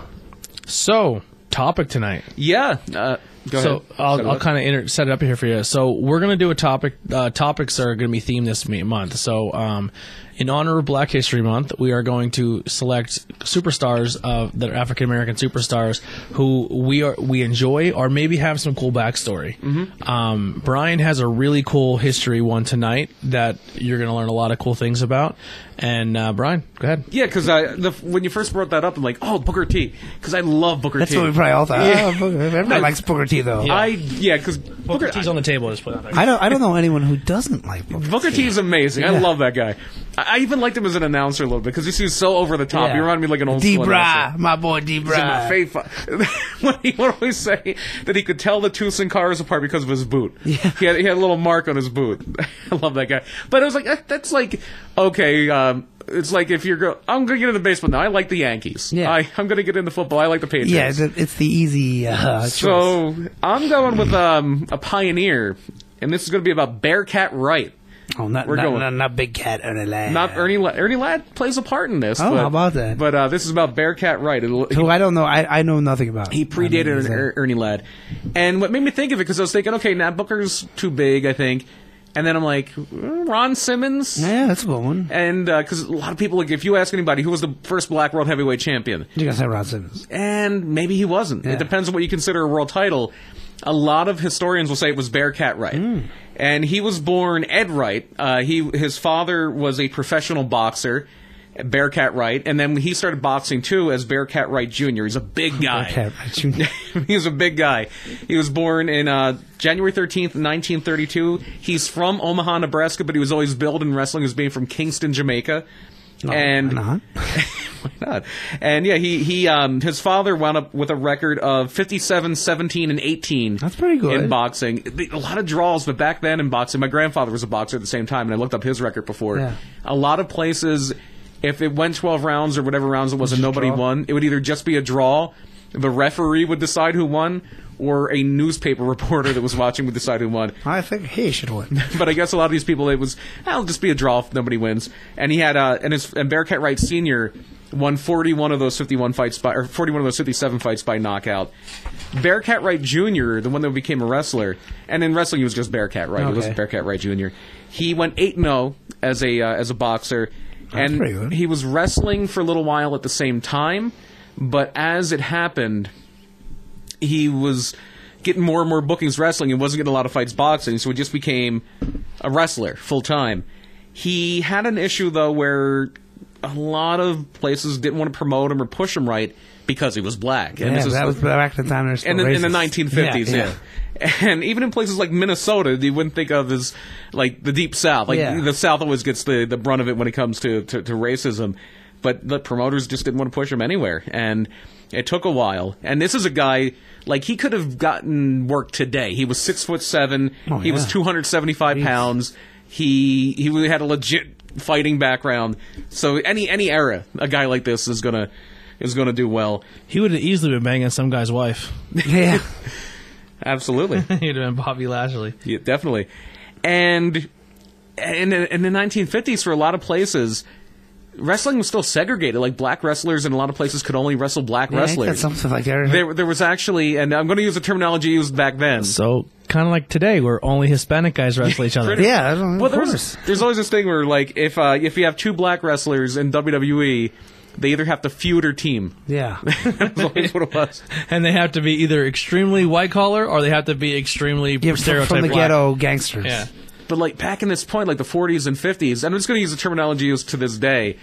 [SPEAKER 2] so topic tonight.
[SPEAKER 4] Yeah. Uh, go
[SPEAKER 2] so
[SPEAKER 4] ahead.
[SPEAKER 2] I'll,
[SPEAKER 4] Set it
[SPEAKER 2] I'll
[SPEAKER 4] up.
[SPEAKER 2] kind of inter- set it up here for you. So we're gonna do a topic. Uh, topics are gonna be themed this me- month. So um, in honor of Black History Month, we are going to select superstars of that are African American superstars who we are we enjoy or maybe have some cool backstory.
[SPEAKER 4] Mm-hmm.
[SPEAKER 2] Um, Brian has a really cool history one tonight that you're gonna learn a lot of cool things about. And uh, Brian, go ahead.
[SPEAKER 4] Yeah, because when you first brought that up, I'm like, oh, Booker T, because I love Booker
[SPEAKER 3] That's
[SPEAKER 4] T.
[SPEAKER 3] what we probably all thought.
[SPEAKER 4] Yeah.
[SPEAKER 3] Oh, Booker- everybody
[SPEAKER 4] I-
[SPEAKER 3] likes Booker T though.
[SPEAKER 4] I yeah, because Booker,
[SPEAKER 2] Booker T's on the table. Just put that.
[SPEAKER 3] I don't. I don't know anyone who doesn't like Booker.
[SPEAKER 4] Booker T is amazing. I love that guy. I, I even liked him as an announcer a little bit because he seems so over the top.
[SPEAKER 3] Yeah.
[SPEAKER 4] He reminded me of, like an old
[SPEAKER 3] D.
[SPEAKER 4] school
[SPEAKER 3] Bra,
[SPEAKER 4] announcer.
[SPEAKER 3] my boy D.
[SPEAKER 4] He's in
[SPEAKER 3] Bra.
[SPEAKER 4] my faith. <laughs> when he would always say that he could tell the two Sin Caras apart because of his boot. Yeah. He, had, he had a little mark on his boot. <laughs> I love that guy. But it was like, that, that's like, okay, um, it's like if you're go- I'm going to get in the baseball now. I like the Yankees.
[SPEAKER 3] Yeah.
[SPEAKER 4] I, I'm going to get into football. I like the Patriots.
[SPEAKER 3] Yeah, it's, it's the easy uh, choice.
[SPEAKER 4] So I'm going with um, a pioneer, and this is going to be about Bearcat Wright.
[SPEAKER 3] oh, not,
[SPEAKER 4] we're
[SPEAKER 3] not,
[SPEAKER 4] going-
[SPEAKER 3] Not, not Big Cat on the land.
[SPEAKER 4] Not Ernie Ladd. Ernie Ladd plays a part in this.
[SPEAKER 3] Oh,
[SPEAKER 4] but,
[SPEAKER 3] how about that?
[SPEAKER 4] But uh, this is about Bearcat Wright. It'll-
[SPEAKER 3] Who I don't know. I, I know nothing about.
[SPEAKER 4] He predated
[SPEAKER 3] I mean,
[SPEAKER 4] an
[SPEAKER 3] is that-
[SPEAKER 4] er- Ernie Ladd. And what made me think of it, because I was thinking, okay, now Booker's too big, I think. And then I'm like, mm, Ron Simmons?
[SPEAKER 3] Yeah, that's a good one.
[SPEAKER 4] And because a lot of people, like, if you ask anybody who was the first black world heavyweight champion,
[SPEAKER 3] You're gonna say Ron Simmons.
[SPEAKER 4] and maybe he wasn't.
[SPEAKER 3] Yeah.
[SPEAKER 4] It depends on what you consider a world title. A lot of historians will say it was Bearcat Wright,
[SPEAKER 3] Hmm.
[SPEAKER 4] and he was born Ed Wright. Uh, he his father was a professional boxer, Bearcat Wright, and then he started boxing too as Bearcat Wright Jr. He's
[SPEAKER 3] <laughs>
[SPEAKER 4] a big guy.
[SPEAKER 3] Okay, right, you-
[SPEAKER 4] <laughs> He's a big guy. He was born in uh, January 13th, 1932. He's from Omaha, Nebraska, but he was always billed in wrestling as being from Kingston, Jamaica.
[SPEAKER 3] Oh,
[SPEAKER 4] and
[SPEAKER 3] why
[SPEAKER 4] <laughs> why not? And yeah, he he um his father wound up with a record of 57, 17 and 18.
[SPEAKER 3] That's pretty good.
[SPEAKER 4] In boxing. A lot of draws, but back then in boxing, my grandfather was a boxer at the same time and I looked up his record before.
[SPEAKER 3] Yeah.
[SPEAKER 4] A lot of places if it went 12 rounds or whatever rounds it was and nobody
[SPEAKER 3] draw.
[SPEAKER 4] won, it would either just be a draw, the referee would decide who won, or a newspaper <laughs> reporter that was watching would decide who won
[SPEAKER 3] I think he should
[SPEAKER 4] <laughs>
[SPEAKER 3] win.
[SPEAKER 4] but I guess a lot of these people, it was "Ah, it'll just be a draw if nobody wins. And he had uh, and his and Bearcat Wright Senior won 41 of those 51 fights by or 41 of those 57 fights by knockout. Bearcat Wright Jr., the one that became a wrestler, and in wrestling he was just Bearcat Wright. He
[SPEAKER 3] Okay.
[SPEAKER 4] wasn't Bearcat Wright Jr. He went 8 0 as a uh, as a boxer,
[SPEAKER 3] pretty good.
[SPEAKER 4] and he was wrestling for a little while at the same time. But as it happened, he was getting more and more bookings wrestling and wasn't getting a lot of fights boxing, so he just became a wrestler full time. He had an issue though where a lot of places didn't want to promote him or push him right because he was black.
[SPEAKER 3] Yeah,
[SPEAKER 4] And this
[SPEAKER 3] but
[SPEAKER 4] is
[SPEAKER 3] that was back at the time.
[SPEAKER 4] in the, in the 1950s, yeah, <laughs> And even in places like Minnesota, you wouldn't think of as like the deep South. Like
[SPEAKER 3] Yeah.
[SPEAKER 4] the South always gets the, the brunt of it when it comes to, to, to racism. But the promoters just didn't want to push him anywhere. And it took a while. And this is a guy, like, he could have gotten work today. He was six foot seven.
[SPEAKER 3] Oh,
[SPEAKER 4] he was
[SPEAKER 3] yeah.
[SPEAKER 4] 275 pounds. He he really had a legit fighting background. So any any era, a guy like this is gonna is gonna do well.
[SPEAKER 2] He would have easily been banging some guy's wife.
[SPEAKER 3] Yeah. <laughs>
[SPEAKER 2] <laughs>
[SPEAKER 4] Absolutely.
[SPEAKER 2] He'd have been Bobby Lashley.
[SPEAKER 4] Yeah, definitely. And in in the 1950s, for a lot of places, wrestling was still segregated. Like black wrestlers in a lot of places could only wrestle black
[SPEAKER 3] Yeah, ain't that
[SPEAKER 4] wrestlers.
[SPEAKER 3] something like that.
[SPEAKER 4] There, there was actually, and I'm going to use the terminology used back then.
[SPEAKER 2] So kind of like today, where only Hispanic guys wrestle each other.
[SPEAKER 3] yeah. I don't,
[SPEAKER 4] Well,
[SPEAKER 3] well, of
[SPEAKER 4] there's
[SPEAKER 3] course.
[SPEAKER 4] there's always this thing where like if uh, if you have two black wrestlers in WWE, they either have to feud or team. <laughs>
[SPEAKER 3] Yeah.
[SPEAKER 4] That's always what it was.
[SPEAKER 2] and they have to be either extremely white collar or they have to be extremely
[SPEAKER 3] yeah from,
[SPEAKER 2] stereotype
[SPEAKER 3] from the
[SPEAKER 2] black.
[SPEAKER 3] ghetto gangsters.
[SPEAKER 2] Yeah.
[SPEAKER 4] But like back in this point, like the 40s and 50s, and I'm just going to use the terminology used to this day.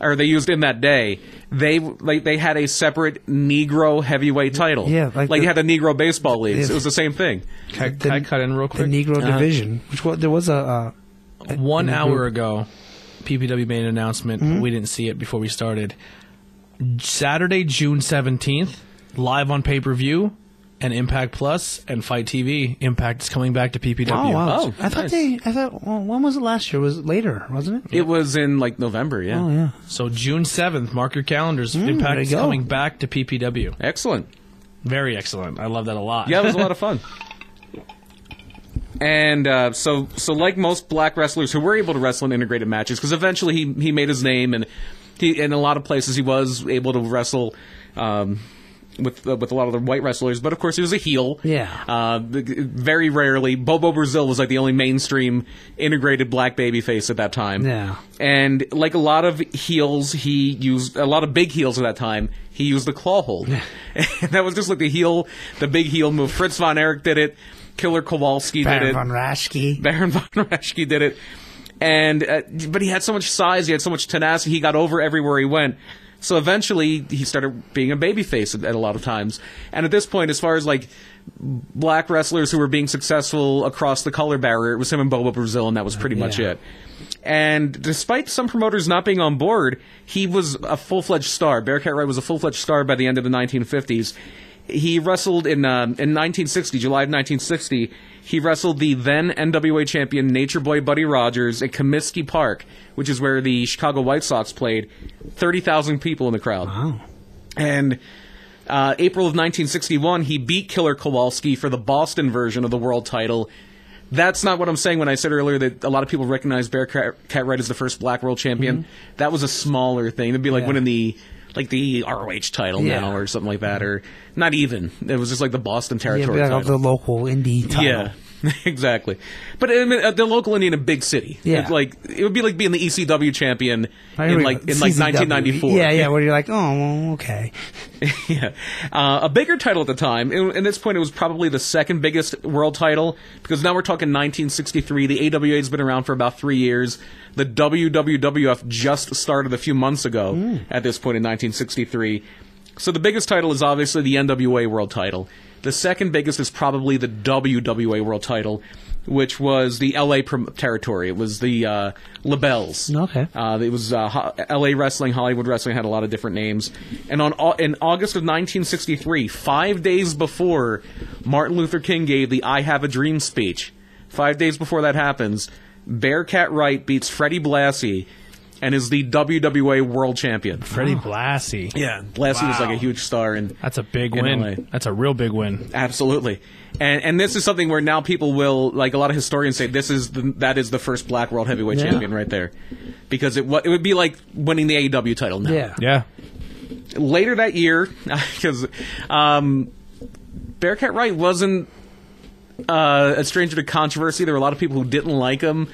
[SPEAKER 4] or they used in that day, they like they had a separate Negro heavyweight title.
[SPEAKER 3] Yeah, like
[SPEAKER 4] like
[SPEAKER 3] the-
[SPEAKER 4] you had the Negro baseball leagues.
[SPEAKER 3] Yeah.
[SPEAKER 4] It was the same thing.
[SPEAKER 2] Can, I- can I cut in real quick?
[SPEAKER 3] The
[SPEAKER 4] Uh-huh.
[SPEAKER 3] Negro
[SPEAKER 4] Uh,
[SPEAKER 3] Division, which was, there was a uh,
[SPEAKER 2] One hour ago, PPW made an announcement.
[SPEAKER 3] Mm-hmm.
[SPEAKER 2] We didn't see it before we started. Saturday, June seventeenth, live on pay per view, and Impact Plus and Fight TV. Impact is coming back to PPW.
[SPEAKER 3] oh wow!
[SPEAKER 4] Oh,
[SPEAKER 3] I thought
[SPEAKER 4] nice.
[SPEAKER 3] they I thought well, when was it last year? It was later, wasn't it?
[SPEAKER 4] It was in like November. Yeah,
[SPEAKER 3] Oh yeah,
[SPEAKER 2] So June seventh, mark your calendars. Impact
[SPEAKER 3] Mm, there
[SPEAKER 2] is
[SPEAKER 3] you go.
[SPEAKER 2] coming back to PPW.
[SPEAKER 4] excellent.
[SPEAKER 2] Very excellent. I love that a lot. <laughs>
[SPEAKER 4] Yeah, it was a lot of fun. And uh, so, so like most black wrestlers who were able to wrestle in integrated matches, because eventually he he made his name, and he in a lot of places he was able to wrestle. Um, with uh, with a lot of the white wrestlers, but of course he was a heel.
[SPEAKER 3] Yeah.
[SPEAKER 4] Uh, the- very rarely, Bobo Brazil was like the only mainstream integrated black babyface at that time.
[SPEAKER 3] Yeah.
[SPEAKER 4] And like a lot of heels, he used a lot of big heels at that time. He used the claw hold. <laughs> And that was just like the heel, the big heel move. Fritz von Erich did it. Killer Kowalski did
[SPEAKER 3] Baron
[SPEAKER 4] it.
[SPEAKER 3] von Raschke.
[SPEAKER 4] <laughs> Baron von Raschke did it. And uh, but he had so much size, he had so much tenacity. He got over everywhere he went. So eventually, he started being a babyface at, at a lot of times. And at this point, as far as like black wrestlers who were being successful across the color barrier, it was him and Bobo Brazil, and that was pretty much
[SPEAKER 3] yeah.
[SPEAKER 4] it. And despite some promoters not being on board, he was a full fledged star. Bearcat Wright was a full fledged star by the end of the 1950s. He wrestled in um, in 1960, July of 1960. He wrestled the then NWA champion Nature Boy Buddy Rogers at Comiskey Park, which is where the Chicago White Sox played. Thirty thousand people in the crowd. Wow! And uh, April of 1961, he beat Killer Kowalski for the Boston version of the world title. That's not what I'm saying when I said earlier that a lot of people recognize Bearcat Cat Red as the first black world champion. That was a smaller thing. It'd be like
[SPEAKER 3] Mm-hmm. Yeah.
[SPEAKER 4] winning the like the ROH title
[SPEAKER 3] Yeah.
[SPEAKER 4] now or something like that, or not even. It was just like the Boston
[SPEAKER 3] Yeah,
[SPEAKER 4] territory
[SPEAKER 3] like of
[SPEAKER 4] title.
[SPEAKER 3] the local indie title.
[SPEAKER 4] Yeah, <laughs> exactly. But I mean, uh, the local Indian, a big city.
[SPEAKER 3] Yeah.
[SPEAKER 4] It's like it would be like being the ECW champion
[SPEAKER 3] I
[SPEAKER 4] in
[SPEAKER 3] remember
[SPEAKER 4] like in like
[SPEAKER 3] CZW.
[SPEAKER 4] 1994.
[SPEAKER 3] Yeah, yeah, where you're like, oh, well, okay.
[SPEAKER 4] <laughs> yeah. Uh, a bigger title at the time. And at this point, it was probably the second biggest world title because now we're talking 1963. The AWA has been around for about three years. The WWWF just started a few months ago at this point in 1963. So the biggest title is obviously the NWA world title. The second biggest is probably the WWA world title, which was the LA prom- territory. It was the uh, LaBelle's.
[SPEAKER 3] Okay.
[SPEAKER 4] Uh, it was uh, Ho- L.A. Wrestling, Hollywood Wrestling had a lot of different names. And on au- in August of 1963, five days before Martin Luther King gave the "I Have a Dream" speech, five days before that happens, Bearcat Wright beats Freddie Blassie and is the WWA World Champion.
[SPEAKER 2] Freddie Blassie.
[SPEAKER 4] Oh. Yeah, Blassie was like a huge star and
[SPEAKER 2] That's a big
[SPEAKER 4] In
[SPEAKER 2] win.
[SPEAKER 4] LA.
[SPEAKER 2] That's a real big win.
[SPEAKER 4] Absolutely, and and this is something where now people will like a lot of historians say this is the, that is the first black world heavyweight champion right there, because it wa- it would be like winning the AEW title now.
[SPEAKER 3] Yeah.
[SPEAKER 2] Yeah.
[SPEAKER 4] Later that year, <laughs> because um, Bearcat Wright wasn't uh, a stranger to controversy. There were a lot of people who didn't like him.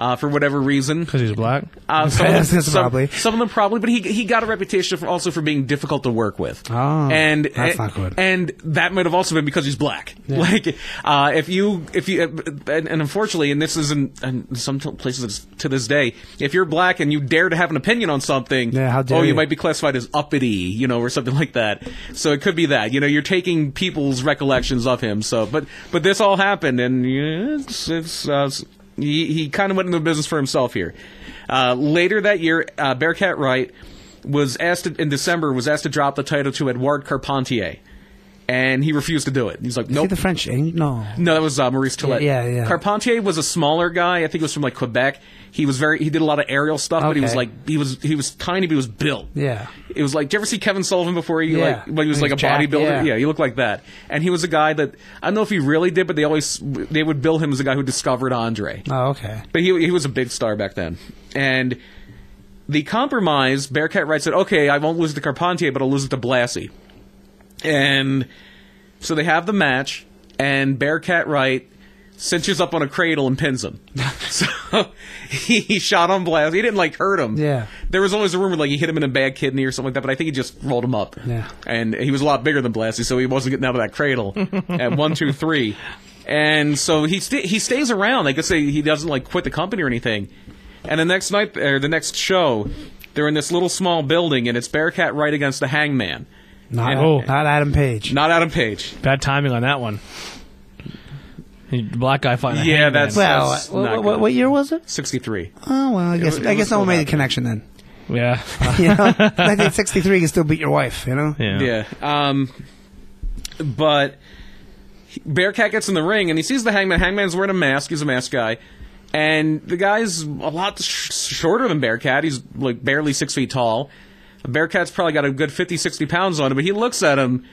[SPEAKER 4] Uh, for whatever reason,
[SPEAKER 2] Because he's black.
[SPEAKER 4] uh, some,
[SPEAKER 3] <laughs>
[SPEAKER 4] of
[SPEAKER 3] Yes,
[SPEAKER 4] them,
[SPEAKER 3] yes,
[SPEAKER 4] some,
[SPEAKER 3] probably.
[SPEAKER 4] some of them probably, but he he got a reputation for also for being difficult to work with.
[SPEAKER 3] Oh,
[SPEAKER 4] and
[SPEAKER 3] that's
[SPEAKER 4] and,
[SPEAKER 3] not good.
[SPEAKER 4] And that might have also been because he's black. <laughs> Like uh, if you if you uh, and, and unfortunately, and this is in, in some t- places it's to this day, if you're black and you dare to have an opinion on something,
[SPEAKER 3] Yeah, how dare
[SPEAKER 4] oh, you
[SPEAKER 3] you.
[SPEAKER 4] might be classified as uppity, you know, or something <laughs> like that. So it could be that you know you're taking people's recollections of him. So, but but this all happened, and yeah, it's it's. Uh, s- he, he kind of went into business for himself here. Uh, later that year, uh, Bearcat Wright was asked to, in December was asked to drop the title to Edouard Carpentier, and he refused to do it. He's like,
[SPEAKER 3] See
[SPEAKER 4] nope.
[SPEAKER 3] the French? Eng- No.
[SPEAKER 4] No, that was uh, Maurice Tillett.
[SPEAKER 3] Yeah, yeah, yeah.
[SPEAKER 4] Carpentier was a smaller guy. I think he was from like Quebec. He was very. He did a lot of aerial stuff, but he was
[SPEAKER 3] Okay.
[SPEAKER 4] like he was he was tiny, but he was built.
[SPEAKER 3] Yeah.
[SPEAKER 4] It was like, did you ever see Kevin Sullivan before
[SPEAKER 3] Yeah.
[SPEAKER 4] he like when he was
[SPEAKER 3] When
[SPEAKER 4] like
[SPEAKER 3] he
[SPEAKER 4] a
[SPEAKER 3] was jacked,
[SPEAKER 4] bodybuilder?
[SPEAKER 3] yeah.
[SPEAKER 4] yeah, he looked like that. And he was a guy that I don't know if he really did, but they always they would bill him as the guy who discovered Andre.
[SPEAKER 3] Oh, okay.
[SPEAKER 4] But he he was a big star back then. And the compromise, Bearcat Wright said, okay, I won't lose to Carpentier, but I'll lose it to Blassie. And so they have the match, and Bearcat Wright cinches up on a cradle and pins him. <laughs> so he, he shot on Blassie. He didn't like hurt him.
[SPEAKER 3] Yeah.
[SPEAKER 4] There was always a rumor like he hit him in a bad kidney or something like that, but I think he just rolled him up.
[SPEAKER 3] Yeah.
[SPEAKER 4] And he was a lot bigger than Blassie, so he wasn't getting out of that cradle at one, two, three. And so he sta he stays around. I guess they, he doesn't like quit the company or anything. And the next night or the next show, They're in this little small building, and it's Bearcat right against the Hangman.
[SPEAKER 3] Not,
[SPEAKER 2] Oh.
[SPEAKER 3] not Adam Page.
[SPEAKER 4] Not Adam Page.
[SPEAKER 2] Bad timing on that one. The Black guy fighting. a
[SPEAKER 4] Yeah,
[SPEAKER 2] hangman.
[SPEAKER 4] that's-
[SPEAKER 3] well,
[SPEAKER 4] that's
[SPEAKER 3] what,
[SPEAKER 4] not
[SPEAKER 3] what- what,
[SPEAKER 4] good.
[SPEAKER 3] what year was it?
[SPEAKER 4] Sixty-three.
[SPEAKER 3] Oh well, I guess
[SPEAKER 4] was- it
[SPEAKER 3] I
[SPEAKER 4] was
[SPEAKER 3] guess no one made
[SPEAKER 4] still
[SPEAKER 3] the
[SPEAKER 4] happening.
[SPEAKER 3] connection then. <laughs>
[SPEAKER 2] yeah,
[SPEAKER 3] You know, 1963 can still beat your wife. You know,
[SPEAKER 2] yeah,
[SPEAKER 4] <laughs> Yeah. Um, but he- Bearcat gets in the ring and he sees the Hangman. Hangman's wearing a mask. He's a mask guy. And the guy's a lot sh- shorter than Bearcat. He's like barely six feet tall. Bearcat's probably got a good 50, 60 pounds on him, but he looks at him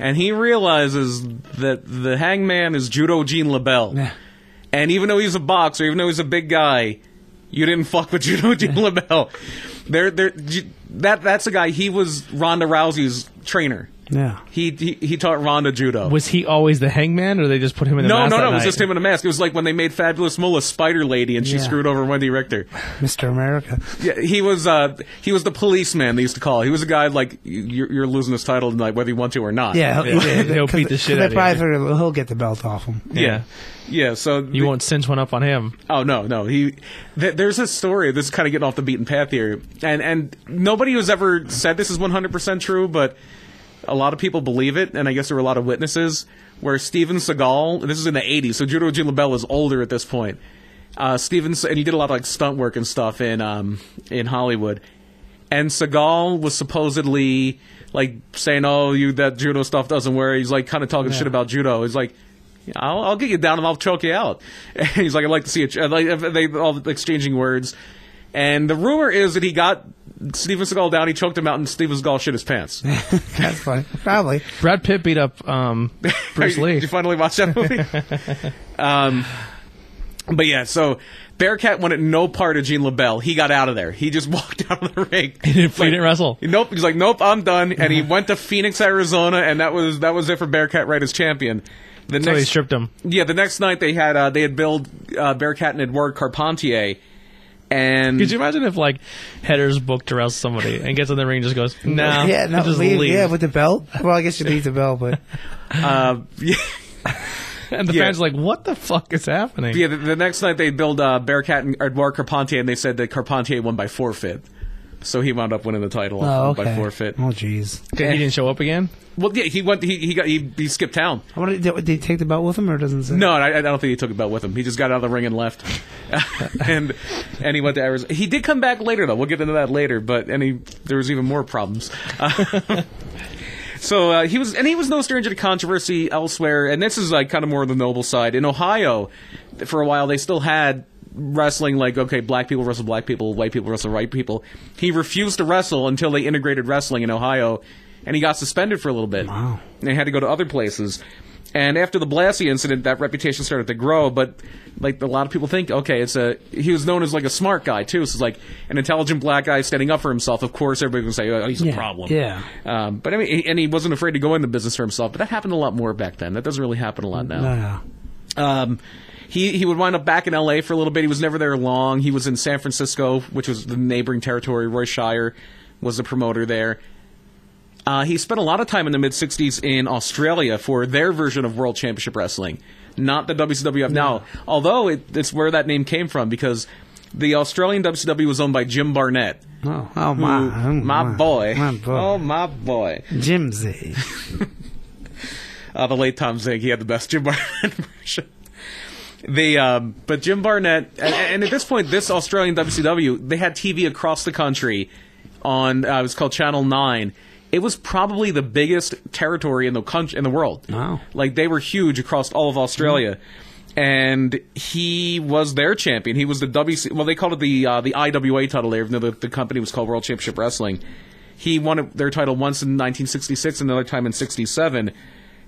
[SPEAKER 4] and he realizes that the Hangman is Judo Jean LaBelle.
[SPEAKER 3] Yeah.
[SPEAKER 4] And even though he's a boxer, even though he's a big guy, you didn't <laughs> fuck with Judo Jean LaBelle. There, there, that that's a guy. He was Ronda Rousey's trainer.
[SPEAKER 3] yeah.
[SPEAKER 4] He he, he taught Ronda judo.
[SPEAKER 2] Was he always the hangman, or they just put him in the
[SPEAKER 4] no,
[SPEAKER 2] mask
[SPEAKER 4] no,
[SPEAKER 2] that
[SPEAKER 4] no. It was
[SPEAKER 2] night?
[SPEAKER 4] just him in a mask. It was like when they made Fabulous Moolah Spider Lady, and she
[SPEAKER 3] Yeah.
[SPEAKER 4] screwed over Wendy Richter.
[SPEAKER 3] Mr. America.
[SPEAKER 4] Yeah, he was uh, he was the policeman they used to call. He was a guy like you're, you're losing this title tonight, whether you want to or not.
[SPEAKER 3] Yeah, he'll, <laughs>
[SPEAKER 2] Yeah, he'll beat the shit
[SPEAKER 3] they
[SPEAKER 2] out of you.
[SPEAKER 3] probably figured he'll get the belt off him.
[SPEAKER 4] yeah, yeah. So
[SPEAKER 2] You won't cinch one up on him.
[SPEAKER 4] Oh no, no. He th- there's this story. This is kind of getting off the beaten path here, and and nobody who's ever said this is 100 percent true, but a lot of people believe it, and I guess there were a lot of witnesses where Steven Seagal. This is in the 80s, so Judo Jean LaBelle is older at this point. Uh, Steven Se- and he did a lot of like stunt work and stuff in um in Hollywood, and Seagal was supposedly like saying, "Oh, you that judo stuff doesn't work." He's like kind of talking shit about judo. He's like. I'll, I'll get you down and I'll choke you out. <laughs> And he's like, I'd like to see it. I'd Like, if they all exchanging words, and the rumor is that he got Steven Seagal down. He choked him out, and Steven Seagal shit his
[SPEAKER 3] <laughs>
[SPEAKER 4] pants.
[SPEAKER 3] That's funny. Probably.
[SPEAKER 2] Brad Pitt beat up um, Bruce
[SPEAKER 4] Are you-
[SPEAKER 2] Lee.
[SPEAKER 4] <laughs> Did you finally watch that movie?
[SPEAKER 2] <laughs>
[SPEAKER 4] um, but yeah, so Bearcat wanted no part of Gene LaBelle. He got out of there. He just <laughs> walked out of the ring.
[SPEAKER 2] He didn't- he didn't wrestle.
[SPEAKER 4] Nope. He's like, nope, I'm done.
[SPEAKER 2] <laughs>
[SPEAKER 4] And he went to Phoenix, Arizona, and that was that was it for Bearcat Right as champion. The
[SPEAKER 2] So they
[SPEAKER 4] next,
[SPEAKER 2] stripped him.
[SPEAKER 4] yeah, the next night they had uh, they had billed uh, Bearcat and Edward Carpentier, and
[SPEAKER 2] Could you imagine if like Header's booked to wrestle somebody and gets in the ring and just
[SPEAKER 4] <laughs>
[SPEAKER 2] goes, nah,
[SPEAKER 3] yeah, no,
[SPEAKER 2] Uh, just
[SPEAKER 3] leave,
[SPEAKER 2] leave,
[SPEAKER 3] Yeah, with the belt. Well, I guess you leave the belt, but
[SPEAKER 4] uh, <laughs> yeah.
[SPEAKER 2] <laughs> and the
[SPEAKER 4] yeah.
[SPEAKER 2] fans are like, what the fuck is happening?
[SPEAKER 4] Yeah, the, the next night they billed uh, Bearcat and Edouard Carpentier, and they said that Carpentier won by forfeit. So he wound up winning the title
[SPEAKER 3] oh, okay.
[SPEAKER 4] by forfeit.
[SPEAKER 3] Oh, jeez.
[SPEAKER 2] Okay, He didn't show up again.
[SPEAKER 4] Well, yeah, he went. He he got he, he skipped town.
[SPEAKER 3] I wonder, did, did he take the belt with him or doesn't say?
[SPEAKER 4] No, and I, I don't think he took a belt with him. He just got out of the ring and left. <laughs> and and he went to Arizona. He did come back later though. We'll get into that later. But and he there was even more problems. Uh, so uh, he was and he was no stranger to controversy elsewhere. And this is like kind of more of the noble side in Ohio. For a while, they still had wrestling like okay black people wrestle black people white people wrestle white people he refused to wrestle until they integrated wrestling in ohio and he got suspended for a little bit
[SPEAKER 3] Wow.
[SPEAKER 4] and had to go to other places. And after the Blassie incident, that reputation started to grow. But like a lot of people think, okay, it's a he was known as like a smart guy too. So it's like an intelligent black guy standing up for himself. Of course, everybody can say, oh, he's
[SPEAKER 3] Yeah,
[SPEAKER 4] a problem.
[SPEAKER 3] yeah.
[SPEAKER 4] Um, but I mean, he- and he wasn't afraid to go into business for himself. But that happened a lot more back then. That doesn't really happen a lot now.
[SPEAKER 3] No, no.
[SPEAKER 4] Um, he he would wind up back in L.A. for a little bit. He was never there long. He was in San Francisco, which was the neighboring territory. Roy Shire was the promoter there. Uh, he spent a lot of time in the mid '60s in Australia for their version of World Championship Wrestling, not the WCWF now. Although it, it's where that name came from because the Australian WCW was owned by Jim Barnett.
[SPEAKER 3] Oh, oh my,
[SPEAKER 4] who-
[SPEAKER 3] oh,
[SPEAKER 4] my, boy.
[SPEAKER 3] my boy,
[SPEAKER 4] Oh my boy.
[SPEAKER 3] Jimsy.
[SPEAKER 4] uh, the late Tom Zink. He had the best Jim <laughs> Barnett version. The um, but Jim Barnett, and, and at this point, this Australian WCW, they had TV across the country on. Uh, it was called Channel Nine. It was probably the biggest territory in the country in the world.
[SPEAKER 3] Wow.
[SPEAKER 4] Like they were huge across all of Australia. And he was their champion. He was the WC. Well, they called it the uh, the IWA title there, even though the, the company was called World Championship Wrestling. He won it- their title once in 1966, another time in '67,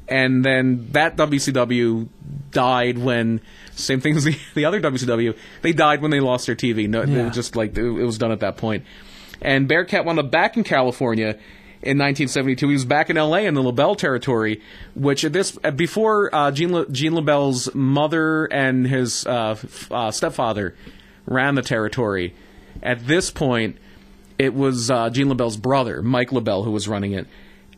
[SPEAKER 4] and then that WCW died when same thing as the, <laughs> the other WCW. They died when they lost their TV. No, they
[SPEAKER 3] Yeah.
[SPEAKER 4] were just like it it was done at that point. And Bearcat wound up back in California in 1972. He was back in L.A. in the LaBelle territory, which at this uh, before uh, Gene, La, Gene LaBelle's mother and his uh, f- uh, stepfather ran the territory. At this point, it was uh, Gene LaBelle's brother, Mike LaBelle, who was running it.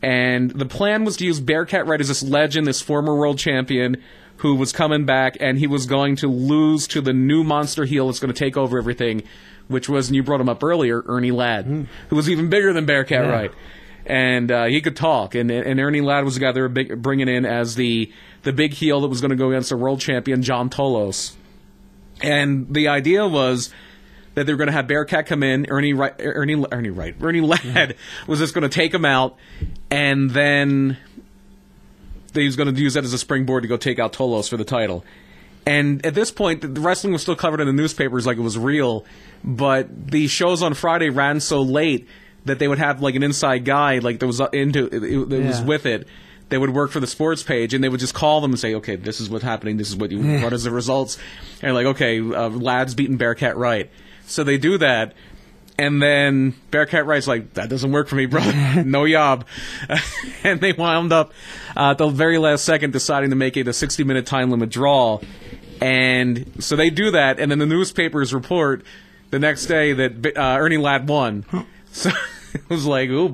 [SPEAKER 4] And the plan was to use Bearcat Red as this legend, this former world champion who was coming back, and he was going to lose to the new monster heel that's going to take over everything, which was, and you brought him up earlier, Ernie Ladd, who was even bigger than Bearcat Wright. And uh, he could talk, and and Ernie Ladd was the guy they were big, bringing in as the the big heel that was going to go against the world champion John Tolos. And the idea was that they were going to have Bearcat come in. Ernie, Ri- Ernie, Ernie Wright, Ernie Ladd was just going to take him out, and then that he was going to use that as a springboard to go take out Tolos for the title. And at this point, the- the wrestling was still covered in the newspapers like it was real, but the shows on Friday ran so late that they would have like an inside guy, like that was uh, into it, it, that was
[SPEAKER 3] Yeah.
[SPEAKER 4] with it. They would work for the sports page, and they would just call them and say, "Okay, this is what's happening. This is what you what is the results." And like, okay, uh, Lad's beaten Bearcat Wright, so they do that, and then Bearcat Wright's like, that doesn't work for
[SPEAKER 2] <laughs>
[SPEAKER 4] me, brother. no job. <laughs> and they wound up uh, at the very last second deciding to make it a 60 minute time limit draw. And so they do that, and then the newspapers report the next day that uh, Ernie
[SPEAKER 2] <gasps>
[SPEAKER 4] Ladd won. So <laughs> it was like, ooh.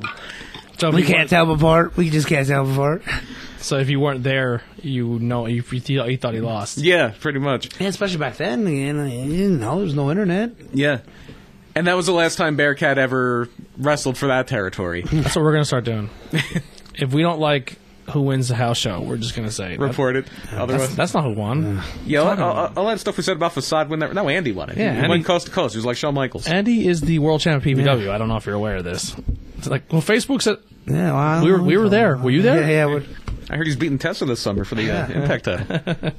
[SPEAKER 2] So if
[SPEAKER 3] We
[SPEAKER 2] you
[SPEAKER 3] can't tell them apart. We just can't tell them apart.
[SPEAKER 2] weren't- So if you weren't there, you know you, you, thought- you thought he lost.
[SPEAKER 4] Yeah, pretty much.
[SPEAKER 3] Yeah, especially back then, you know, you didn't know there was no internet.
[SPEAKER 4] Yeah. And that was the last time Bearcat ever wrestled for
[SPEAKER 2] <laughs>
[SPEAKER 4] that territory.
[SPEAKER 2] That's what we're gonna start
[SPEAKER 4] <laughs>
[SPEAKER 2] doing. if we don't like who wins the house show, we're just gonna say that-
[SPEAKER 4] Report it.
[SPEAKER 2] That's,
[SPEAKER 4] Otherwise,
[SPEAKER 2] that's not who won.
[SPEAKER 4] yeah, all, all, all that stuff we said about Facade when that, no, Andy won it.
[SPEAKER 2] Yeah,
[SPEAKER 4] he
[SPEAKER 2] Andy-
[SPEAKER 4] went coast to coast. He was like Shawn Michaels.
[SPEAKER 2] Andy is the world champion of PPW. I don't know if you're aware of this. It's like, well, Facebook said
[SPEAKER 3] Yeah, well, I don't
[SPEAKER 2] We were-
[SPEAKER 3] know.
[SPEAKER 2] we were there. Were you there?
[SPEAKER 3] Yeah, yeah. We're,
[SPEAKER 4] I heard he's beating Tesla this summer for the uh, Impact title.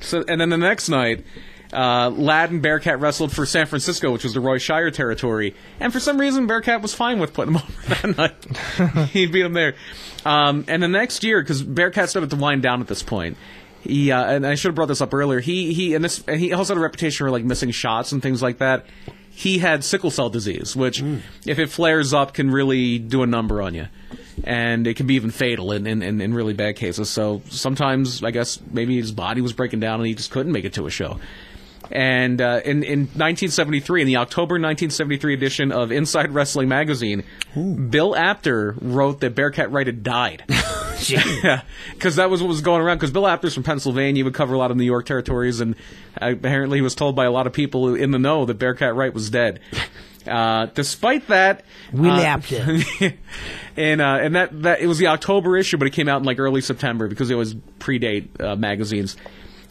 [SPEAKER 4] so, and then the next night, uh, Ladd and Bearcat wrestled for San Francisco, which was the Roy Shire territory. And for some reason, Bearcat was fine with putting him <laughs> over that night. he beat him there. Um, and the next year, because Bearcat started to wind down at this point. He, uh, and I should have brought this up earlier. He he and this and he also had a reputation for like missing shots and things like that. He had sickle cell disease, which, if it flares up, can really do a number on you and it can be even fatal in, in, in, in really bad cases. So sometimes, I guess, maybe his body was breaking down and he just couldn't make it to a show. And uh, in, in 1973, in the October 1973 edition of Inside Wrestling Magazine, Bill Apter wrote that Bearcat Wright had died. <laughs> Because that was what was going around. Because Bill Apter's from Pennsylvania, he would cover a lot of New York territories, and apparently he was told by a lot of people in the know that Bearcat Wright was dead. Uh, despite that,
[SPEAKER 3] we
[SPEAKER 4] uh,
[SPEAKER 3] lapped it.
[SPEAKER 4] <laughs> and uh, and that that it was the October issue, but it came out in like early September because it was predate uh, magazines.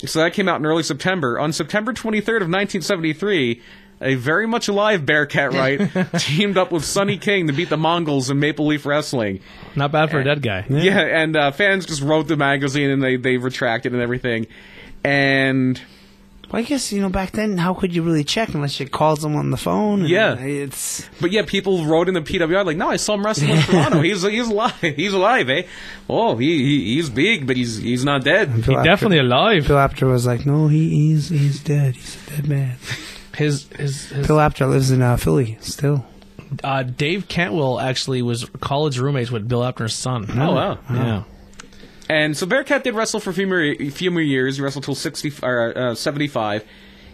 [SPEAKER 4] So that came out in early September. On September 23rd of 1973, a very much alive Bearcat Wright teamed up with Sonny King to beat the Mongols in Maple Leaf Wrestling.
[SPEAKER 2] not bad for a dead guy.
[SPEAKER 4] Yeah, and uh, fans just wrote the magazine and they they retracted and everything. And
[SPEAKER 3] Well, I guess you know back then, how could you really check unless you called someone on the phone? and uh,
[SPEAKER 4] Yeah.
[SPEAKER 3] it's
[SPEAKER 4] But yeah, people wrote in the PWI like, "No, I saw him wrestle with Toronto. He's he's alive. He's alive, eh? Oh, he, he he's big, but he's he's not dead."
[SPEAKER 3] Bill Apter-
[SPEAKER 2] Definitely alive.
[SPEAKER 3] Bill Apter was like, no, he, he's he's dead. He's a dead <laughs> man.
[SPEAKER 2] His his, his
[SPEAKER 3] Bill Apter lives in uh, Philly still.
[SPEAKER 2] uh, Dave Cantwell actually was college roommates with Bill Apner's son.
[SPEAKER 4] Oh wow!
[SPEAKER 2] Yeah.
[SPEAKER 4] And so Bearcat did wrestle for a few more, a few more years. He wrestled till sixty or uh, seventy five.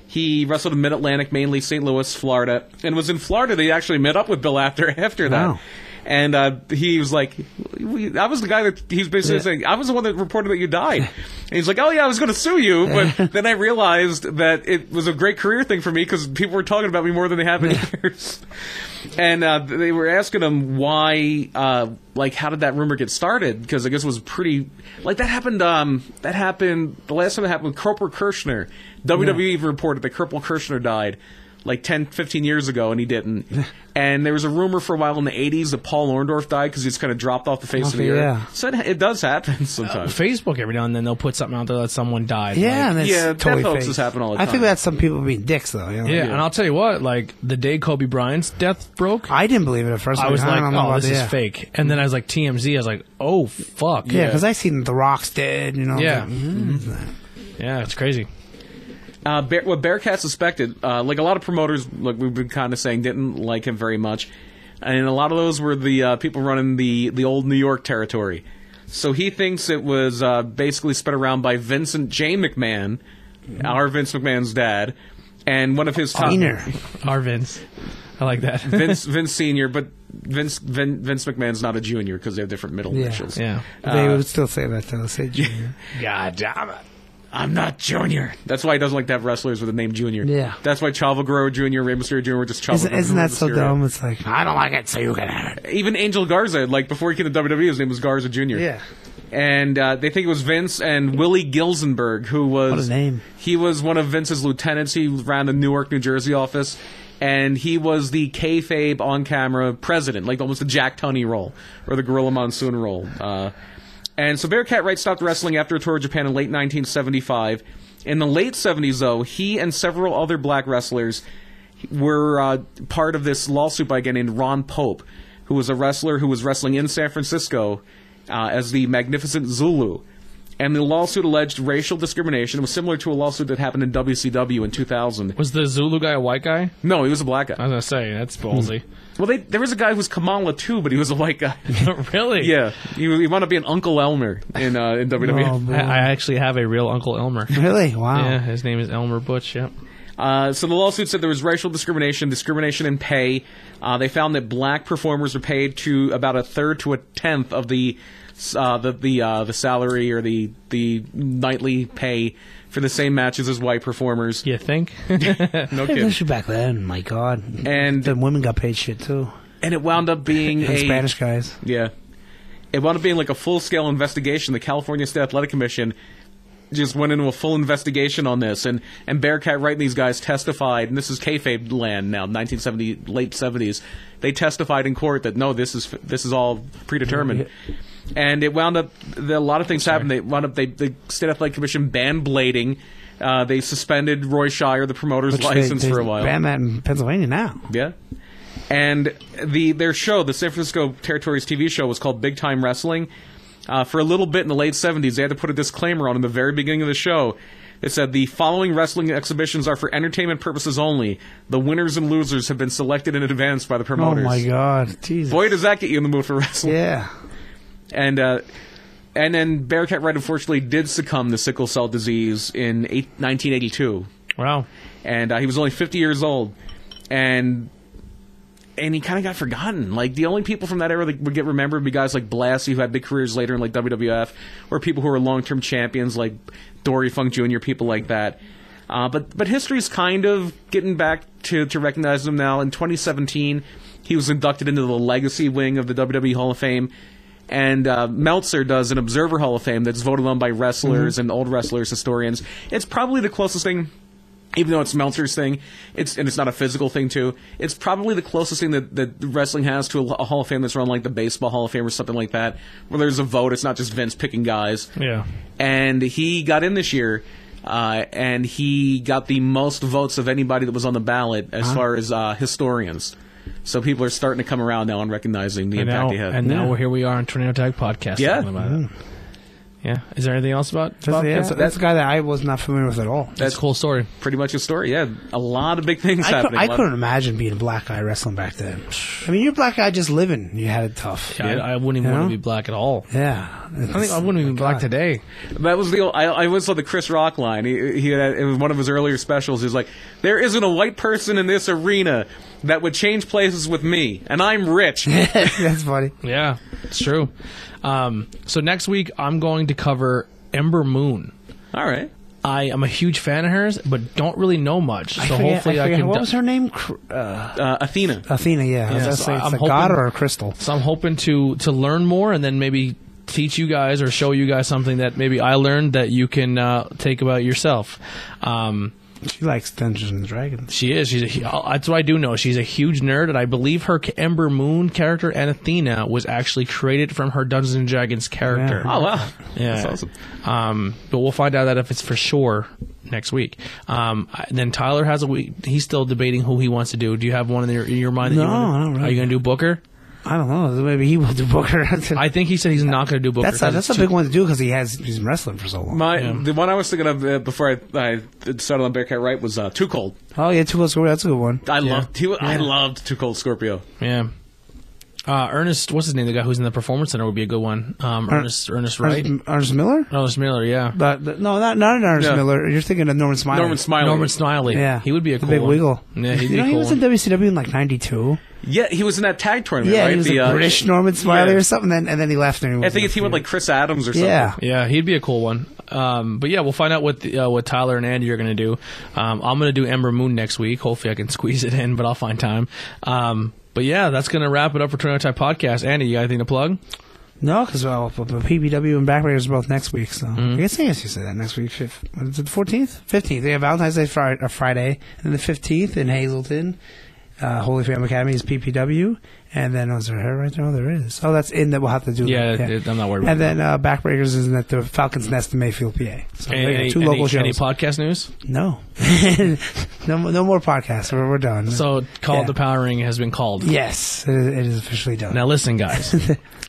[SPEAKER 4] He wrestled in Mid Atlantic, mainly St. Louis, Florida, and it was in Florida that he actually met up with Bill after <laughs> after that.
[SPEAKER 3] Wow.
[SPEAKER 4] And uh, he was like, we- "I was the guy that he's basically saying I was the one that reported that you died." And he's like, "Oh yeah, I was going to sue you, but then I realized that it was a great career thing for me because people were talking about me more than they have in years." <laughs> and uh, they were asking him why, uh, like, how did that rumor get started? Because I guess it was pretty, like, that happened. Um, that happened the last time it happened with Corporal Kirshner. WWE even reported that Corporal Kirshner died like 10, 15 years ago, and he <laughs> didn't. and there was a rumor for a while in the '80s that Paul Orndorff died because he's kind of dropped off the face of the
[SPEAKER 3] Okay, yeah.
[SPEAKER 4] earth. So it, it does happen <laughs> sometimes.
[SPEAKER 2] Facebook every now and then they'll put something out there that someone died.
[SPEAKER 3] Yeah,
[SPEAKER 2] like-
[SPEAKER 3] and that's
[SPEAKER 4] yeah, death
[SPEAKER 3] totally fake.
[SPEAKER 4] hoaxes happen all the
[SPEAKER 3] I
[SPEAKER 4] time.
[SPEAKER 3] think that's some people being dicks though. You know?
[SPEAKER 2] yeah. And I'll tell you what, like the day Kobe Bryant's death broke,
[SPEAKER 3] I didn't believe it at first.
[SPEAKER 2] I was like,
[SPEAKER 3] don't know
[SPEAKER 2] oh,
[SPEAKER 3] about
[SPEAKER 2] this is
[SPEAKER 3] yeah.
[SPEAKER 2] fake. And then I was like, TMZ. I was like, oh fuck.
[SPEAKER 3] Yeah, because I seen The Rock's dead. You know.
[SPEAKER 2] Yeah. Mm-hmm.
[SPEAKER 3] like, mm.
[SPEAKER 2] Yeah, it's crazy.
[SPEAKER 4] Uh, Bear, what Bearcat suspected, uh, like a lot of promoters, like we've been kind of saying, didn't like him very much, and a lot of those were the uh, people running the the old New York territory. So he thinks it was uh, basically spread around by Vincent J. McMahon,
[SPEAKER 3] Mm-hmm.
[SPEAKER 4] our Vince McMahon's dad, and one of his top
[SPEAKER 3] Wiener.
[SPEAKER 2] Our Vince. I like that.
[SPEAKER 4] <laughs> Vince Vince Senior, but Vince Vin, Vince McMahon's not a junior because they have different middle
[SPEAKER 3] Yeah.
[SPEAKER 4] initials.
[SPEAKER 2] Uh, yeah.
[SPEAKER 3] They would still say that though. Say Junior.
[SPEAKER 2] God damn it.
[SPEAKER 4] I'm not Junior. That's why he doesn't like to have wrestlers with the name Junior.
[SPEAKER 3] Yeah.
[SPEAKER 4] That's why Chavo Guerrero Jr., Rey Mysterio Jr. were just Chavo
[SPEAKER 3] Isn't,
[SPEAKER 4] Guerrero
[SPEAKER 3] isn't that so
[SPEAKER 4] Mysterio.
[SPEAKER 3] dumb? It's like I don't like it, so you can have it.
[SPEAKER 4] Even Angel Garza, like before he came to WWE, his name was Garza Jr.
[SPEAKER 3] Yeah.
[SPEAKER 4] And uh, they think it was Vince and Willie Gilzenberg, who was
[SPEAKER 3] What a name.
[SPEAKER 4] He was one of Vince's lieutenants. He ran the Newark, New Jersey office, and he was the kayfabe on-camera president, like almost the Jack Tunney role or the Gorilla Monsoon role. Uh, and so Bearcat Wright stopped wrestling after a tour of Japan in late 1975. In the late 70s, though, he and several other black wrestlers were uh, part of this lawsuit by a guy named Ron Pope, who was a wrestler who was wrestling in San Francisco uh, as the Magnificent Zulu. And the lawsuit alleged racial discrimination. It was similar to a lawsuit that happened in WCW in 2000.
[SPEAKER 2] Was the Zulu guy a white guy?
[SPEAKER 4] No, he was a black
[SPEAKER 2] I
[SPEAKER 4] guy.
[SPEAKER 2] was gonna say that's ballsy.
[SPEAKER 4] Well, they, there was a guy who was Kamala too, but he was a
[SPEAKER 3] <laughs>
[SPEAKER 4] white guy.
[SPEAKER 2] <laughs> really?
[SPEAKER 4] Hmm. yeah, he, he wound up being Uncle Elmer in uh, in
[SPEAKER 3] Oh,
[SPEAKER 4] WWE.
[SPEAKER 3] boy.
[SPEAKER 2] I, I actually have a real Uncle Elmer.
[SPEAKER 3] Really? Wow.
[SPEAKER 2] Yeah, his name is Elmer Butch. Yep.
[SPEAKER 4] Uh, so the lawsuit said there was racial discrimination, discrimination in pay. Uh, they found that black performers were paid to about a third to a tenth of the uh, the the, uh, the salary or the the nightly pay for the same matches as white performers.
[SPEAKER 2] You think?
[SPEAKER 4] No
[SPEAKER 3] Hey, <laughs>
[SPEAKER 4] kidding.
[SPEAKER 3] this was back then. My God.
[SPEAKER 4] And
[SPEAKER 3] the women got paid shit too.
[SPEAKER 4] and it wound up being
[SPEAKER 3] And
[SPEAKER 4] a
[SPEAKER 3] Spanish guys.
[SPEAKER 4] Yeah. It wound up being like a full scale investigation. The California State Athletic Commission just went into a full investigation on this, and, and Bearcat Wright and these guys testified, and this is kayfabe land now, 1970, late 70s. They testified in court that no, this is this is all predetermined. And it wound up, the, a lot of things happened. They wound up, they, the State Athletic Commission banned blading. Uh, they suspended Roy Shire, the promoter's
[SPEAKER 3] Which they-
[SPEAKER 4] license,
[SPEAKER 3] they
[SPEAKER 4] for a while.
[SPEAKER 3] Ban that in Pennsylvania now.
[SPEAKER 4] Yeah. And the their show, the San Francisco Territories TV show, was called Big Time Wrestling. Uh, for a little bit in the late 70s, they had to put a disclaimer on in the very beginning of the show. It said the following wrestling exhibitions are for entertainment purposes only. The winners and losers have been selected in advance by the
[SPEAKER 3] Oh
[SPEAKER 4] promoters.
[SPEAKER 3] my God. Jesus.
[SPEAKER 4] Boy, does that get you in the mood for wrestling.
[SPEAKER 3] yeah.
[SPEAKER 4] And uh, and then Bearcat Red unfortunately did succumb to sickle cell disease in eight, 1982
[SPEAKER 2] <laughs> wow.
[SPEAKER 4] and uh, he was only 50 years old, and and he kind of got forgotten. Like the only people from that era that would get remembered would be guys like Blassie, who had big careers later in like WWF, or people who were long term champions like Dory Funk Jr., people like that. Uh, but but history's kind of getting back to to recognize him now. In 2017, he was inducted into the Legacy wing of the WWE Hall of Fame. And uh, Meltzer does an Observer Hall of Fame that's voted on by wrestlers and old wrestlers, historians. It's probably the closest thing even though it's Meltzer's thing, it's and it's not a physical thing too. It's probably the closest thing that, that wrestling has to a, a Hall of Fame that's run like the baseball Hall of Fame or something like that, where there's a vote. It's not just Vince picking
[SPEAKER 2] <laughs>
[SPEAKER 4] guys.
[SPEAKER 2] Yeah.
[SPEAKER 4] And he got in this year, uh, and he got the most votes of anybody that was on the ballot as far as uh, historians. So people are starting to come around now and recognizing the
[SPEAKER 2] And
[SPEAKER 4] impact
[SPEAKER 2] now,
[SPEAKER 4] he had.
[SPEAKER 2] and now
[SPEAKER 3] Yeah.
[SPEAKER 2] we're here. We are on Tornado Tag Podcast.
[SPEAKER 4] Yeah.
[SPEAKER 2] talking about it. Mm-hmm. Yeah. Is there anything else about?
[SPEAKER 3] That's,
[SPEAKER 2] about
[SPEAKER 3] yeah, that's, that's a guy that I was not familiar with at all.
[SPEAKER 2] That's a cool story.
[SPEAKER 4] Pretty much his story. Yeah, a lot of big things
[SPEAKER 3] I, could,
[SPEAKER 4] happening.
[SPEAKER 3] I
[SPEAKER 4] A lot-
[SPEAKER 3] couldn't imagine being a black guy wrestling back then. I mean, you're a black guy just living. You had it tough.
[SPEAKER 2] Yeah, I, I wouldn't even
[SPEAKER 3] You
[SPEAKER 2] want
[SPEAKER 3] know?
[SPEAKER 2] to be black at all.
[SPEAKER 3] Yeah.
[SPEAKER 2] I think I wouldn't even be black today.
[SPEAKER 4] That was the old, I, I always saw the Chris Rock line. He, he had, it was one of his earlier specials. He was like, "There isn't a white person in this arena that would change places with me, and I'm
[SPEAKER 3] <laughs> <laughs>
[SPEAKER 4] rich."
[SPEAKER 3] That's funny.
[SPEAKER 2] Yeah, it's true. Um, so next week I'm going to cover Ember Moon.
[SPEAKER 4] All right,
[SPEAKER 2] I am a huge fan of hers, but don't really know much. So
[SPEAKER 3] I forget-
[SPEAKER 2] hopefully I,
[SPEAKER 3] forget-
[SPEAKER 2] can.
[SPEAKER 3] What
[SPEAKER 2] di-
[SPEAKER 3] was her name? Cr- Uh,
[SPEAKER 4] uh, Athena.
[SPEAKER 3] Athena, yeah. I was
[SPEAKER 2] Yeah,
[SPEAKER 3] gonna
[SPEAKER 2] so
[SPEAKER 3] say, it's
[SPEAKER 2] I'm
[SPEAKER 3] a god
[SPEAKER 2] hoping-
[SPEAKER 3] or a crystal.
[SPEAKER 2] So I'm hoping to to learn more and then maybe teach you guys or show you guys something that maybe I learned that you can uh, take about yourself. Um,
[SPEAKER 3] She likes Dungeons and Dragons.
[SPEAKER 2] she is. She's. A, hu- that's what I do know. She's a huge nerd, and I believe her ca- Ember Moon character and Athena was actually created from her Dungeons and Dragons character.
[SPEAKER 3] Yeah.
[SPEAKER 4] Oh wow,
[SPEAKER 2] Yeah.
[SPEAKER 4] that's awesome.
[SPEAKER 2] Um, but we'll find out that if it's for sure next week. Um, I- then Tyler has a week. He's still debating who he wants to do. Do you have one in your, in your mind? That
[SPEAKER 3] No,
[SPEAKER 2] you wanna-
[SPEAKER 3] I don't really.
[SPEAKER 2] Are you going to do Booker?
[SPEAKER 3] I don't know. Maybe he will do Booker.
[SPEAKER 2] I think he said he's not going to do Booker.
[SPEAKER 3] that's a,
[SPEAKER 2] 'cause
[SPEAKER 3] that's
[SPEAKER 2] it's
[SPEAKER 3] a
[SPEAKER 2] too-
[SPEAKER 3] big one to do because he has he's been wrestling for so long.
[SPEAKER 4] My the one I was thinking of uh, before I, I decided on Bearcat Right was uh, Too Cold.
[SPEAKER 3] oh yeah, two Cold Scorpio. That's a good one.
[SPEAKER 4] I loved. He, wa- I loved Too Cold Scorpio.
[SPEAKER 2] Yeah. Uh, Ernest, what's his name? The guy who's in the performance center would be a good one. Um, Ernest, Ernest Wright,
[SPEAKER 3] Er- Ernest, Ernest Miller?
[SPEAKER 2] Ernest Miller, yeah.
[SPEAKER 3] But, but- no, not not an Ernest
[SPEAKER 4] Yeah.
[SPEAKER 3] Miller. You're thinking of Norman Smiley.
[SPEAKER 4] Norman Smiley.
[SPEAKER 2] Norman Smiley,
[SPEAKER 3] Yeah,
[SPEAKER 2] he would be a
[SPEAKER 3] The
[SPEAKER 2] cool
[SPEAKER 3] big
[SPEAKER 2] one.
[SPEAKER 3] wiggle.
[SPEAKER 2] Yeah, he'd
[SPEAKER 3] you
[SPEAKER 2] be
[SPEAKER 3] know
[SPEAKER 2] a
[SPEAKER 3] he
[SPEAKER 2] cool
[SPEAKER 3] was in
[SPEAKER 2] one.
[SPEAKER 3] WCW in like '92.
[SPEAKER 4] Yeah, he was in that tag tournament,
[SPEAKER 3] Yeah,
[SPEAKER 4] right?
[SPEAKER 3] he was
[SPEAKER 4] The,
[SPEAKER 3] a
[SPEAKER 4] uh,
[SPEAKER 3] British Norman Smiley
[SPEAKER 4] yeah.
[SPEAKER 3] or something. Then and then he left. And he
[SPEAKER 4] I
[SPEAKER 3] was
[SPEAKER 4] think
[SPEAKER 3] in
[SPEAKER 4] it's
[SPEAKER 3] the
[SPEAKER 4] he went
[SPEAKER 3] feud.
[SPEAKER 4] like Chris Adams or something.
[SPEAKER 3] Yeah.
[SPEAKER 2] Yeah, he'd be a cool one. Um, but yeah, we'll find out what the, uh, what Tyler and Andy are going to do. Um, I'm going to do Ember Moon next week. Hopefully, I can squeeze it in, but I'll find time. Um, but yeah, that's going to wrap it up for Toronto Type Podcast. Andy, you got anything to plug?
[SPEAKER 3] No, because well, but- but PBW and Backbreakers are both next week, so
[SPEAKER 2] Mm-hmm.
[SPEAKER 3] I guess I guess you say that next week. Fif- what is it the fourteenth, fifteenth? They have Valentine's Day Friday, uh, Friday and the fifteenth in Hazleton. Uh, Holy Family Academy is PPW, and then oh, is there hair right there? Oh, there is. Oh, that's in that we'll have to do.
[SPEAKER 2] Yeah,
[SPEAKER 3] that,
[SPEAKER 2] it- I'm not worried.
[SPEAKER 3] And
[SPEAKER 2] about
[SPEAKER 3] then uh, Backbreakers is at the Falcons Nest in Mayfield, PA. So
[SPEAKER 2] that.
[SPEAKER 3] there you
[SPEAKER 2] any,
[SPEAKER 3] go,
[SPEAKER 2] any-
[SPEAKER 3] two local
[SPEAKER 2] any-
[SPEAKER 3] shows.
[SPEAKER 2] any podcast news?
[SPEAKER 3] no, <laughs> no, mo- no more podcasts. We're, we're done.
[SPEAKER 2] So, called
[SPEAKER 3] Yeah.
[SPEAKER 2] the Power Ring has been called.
[SPEAKER 3] yes, it is, it is officially done.
[SPEAKER 2] Now listen,
[SPEAKER 3] <laughs>
[SPEAKER 2] guys.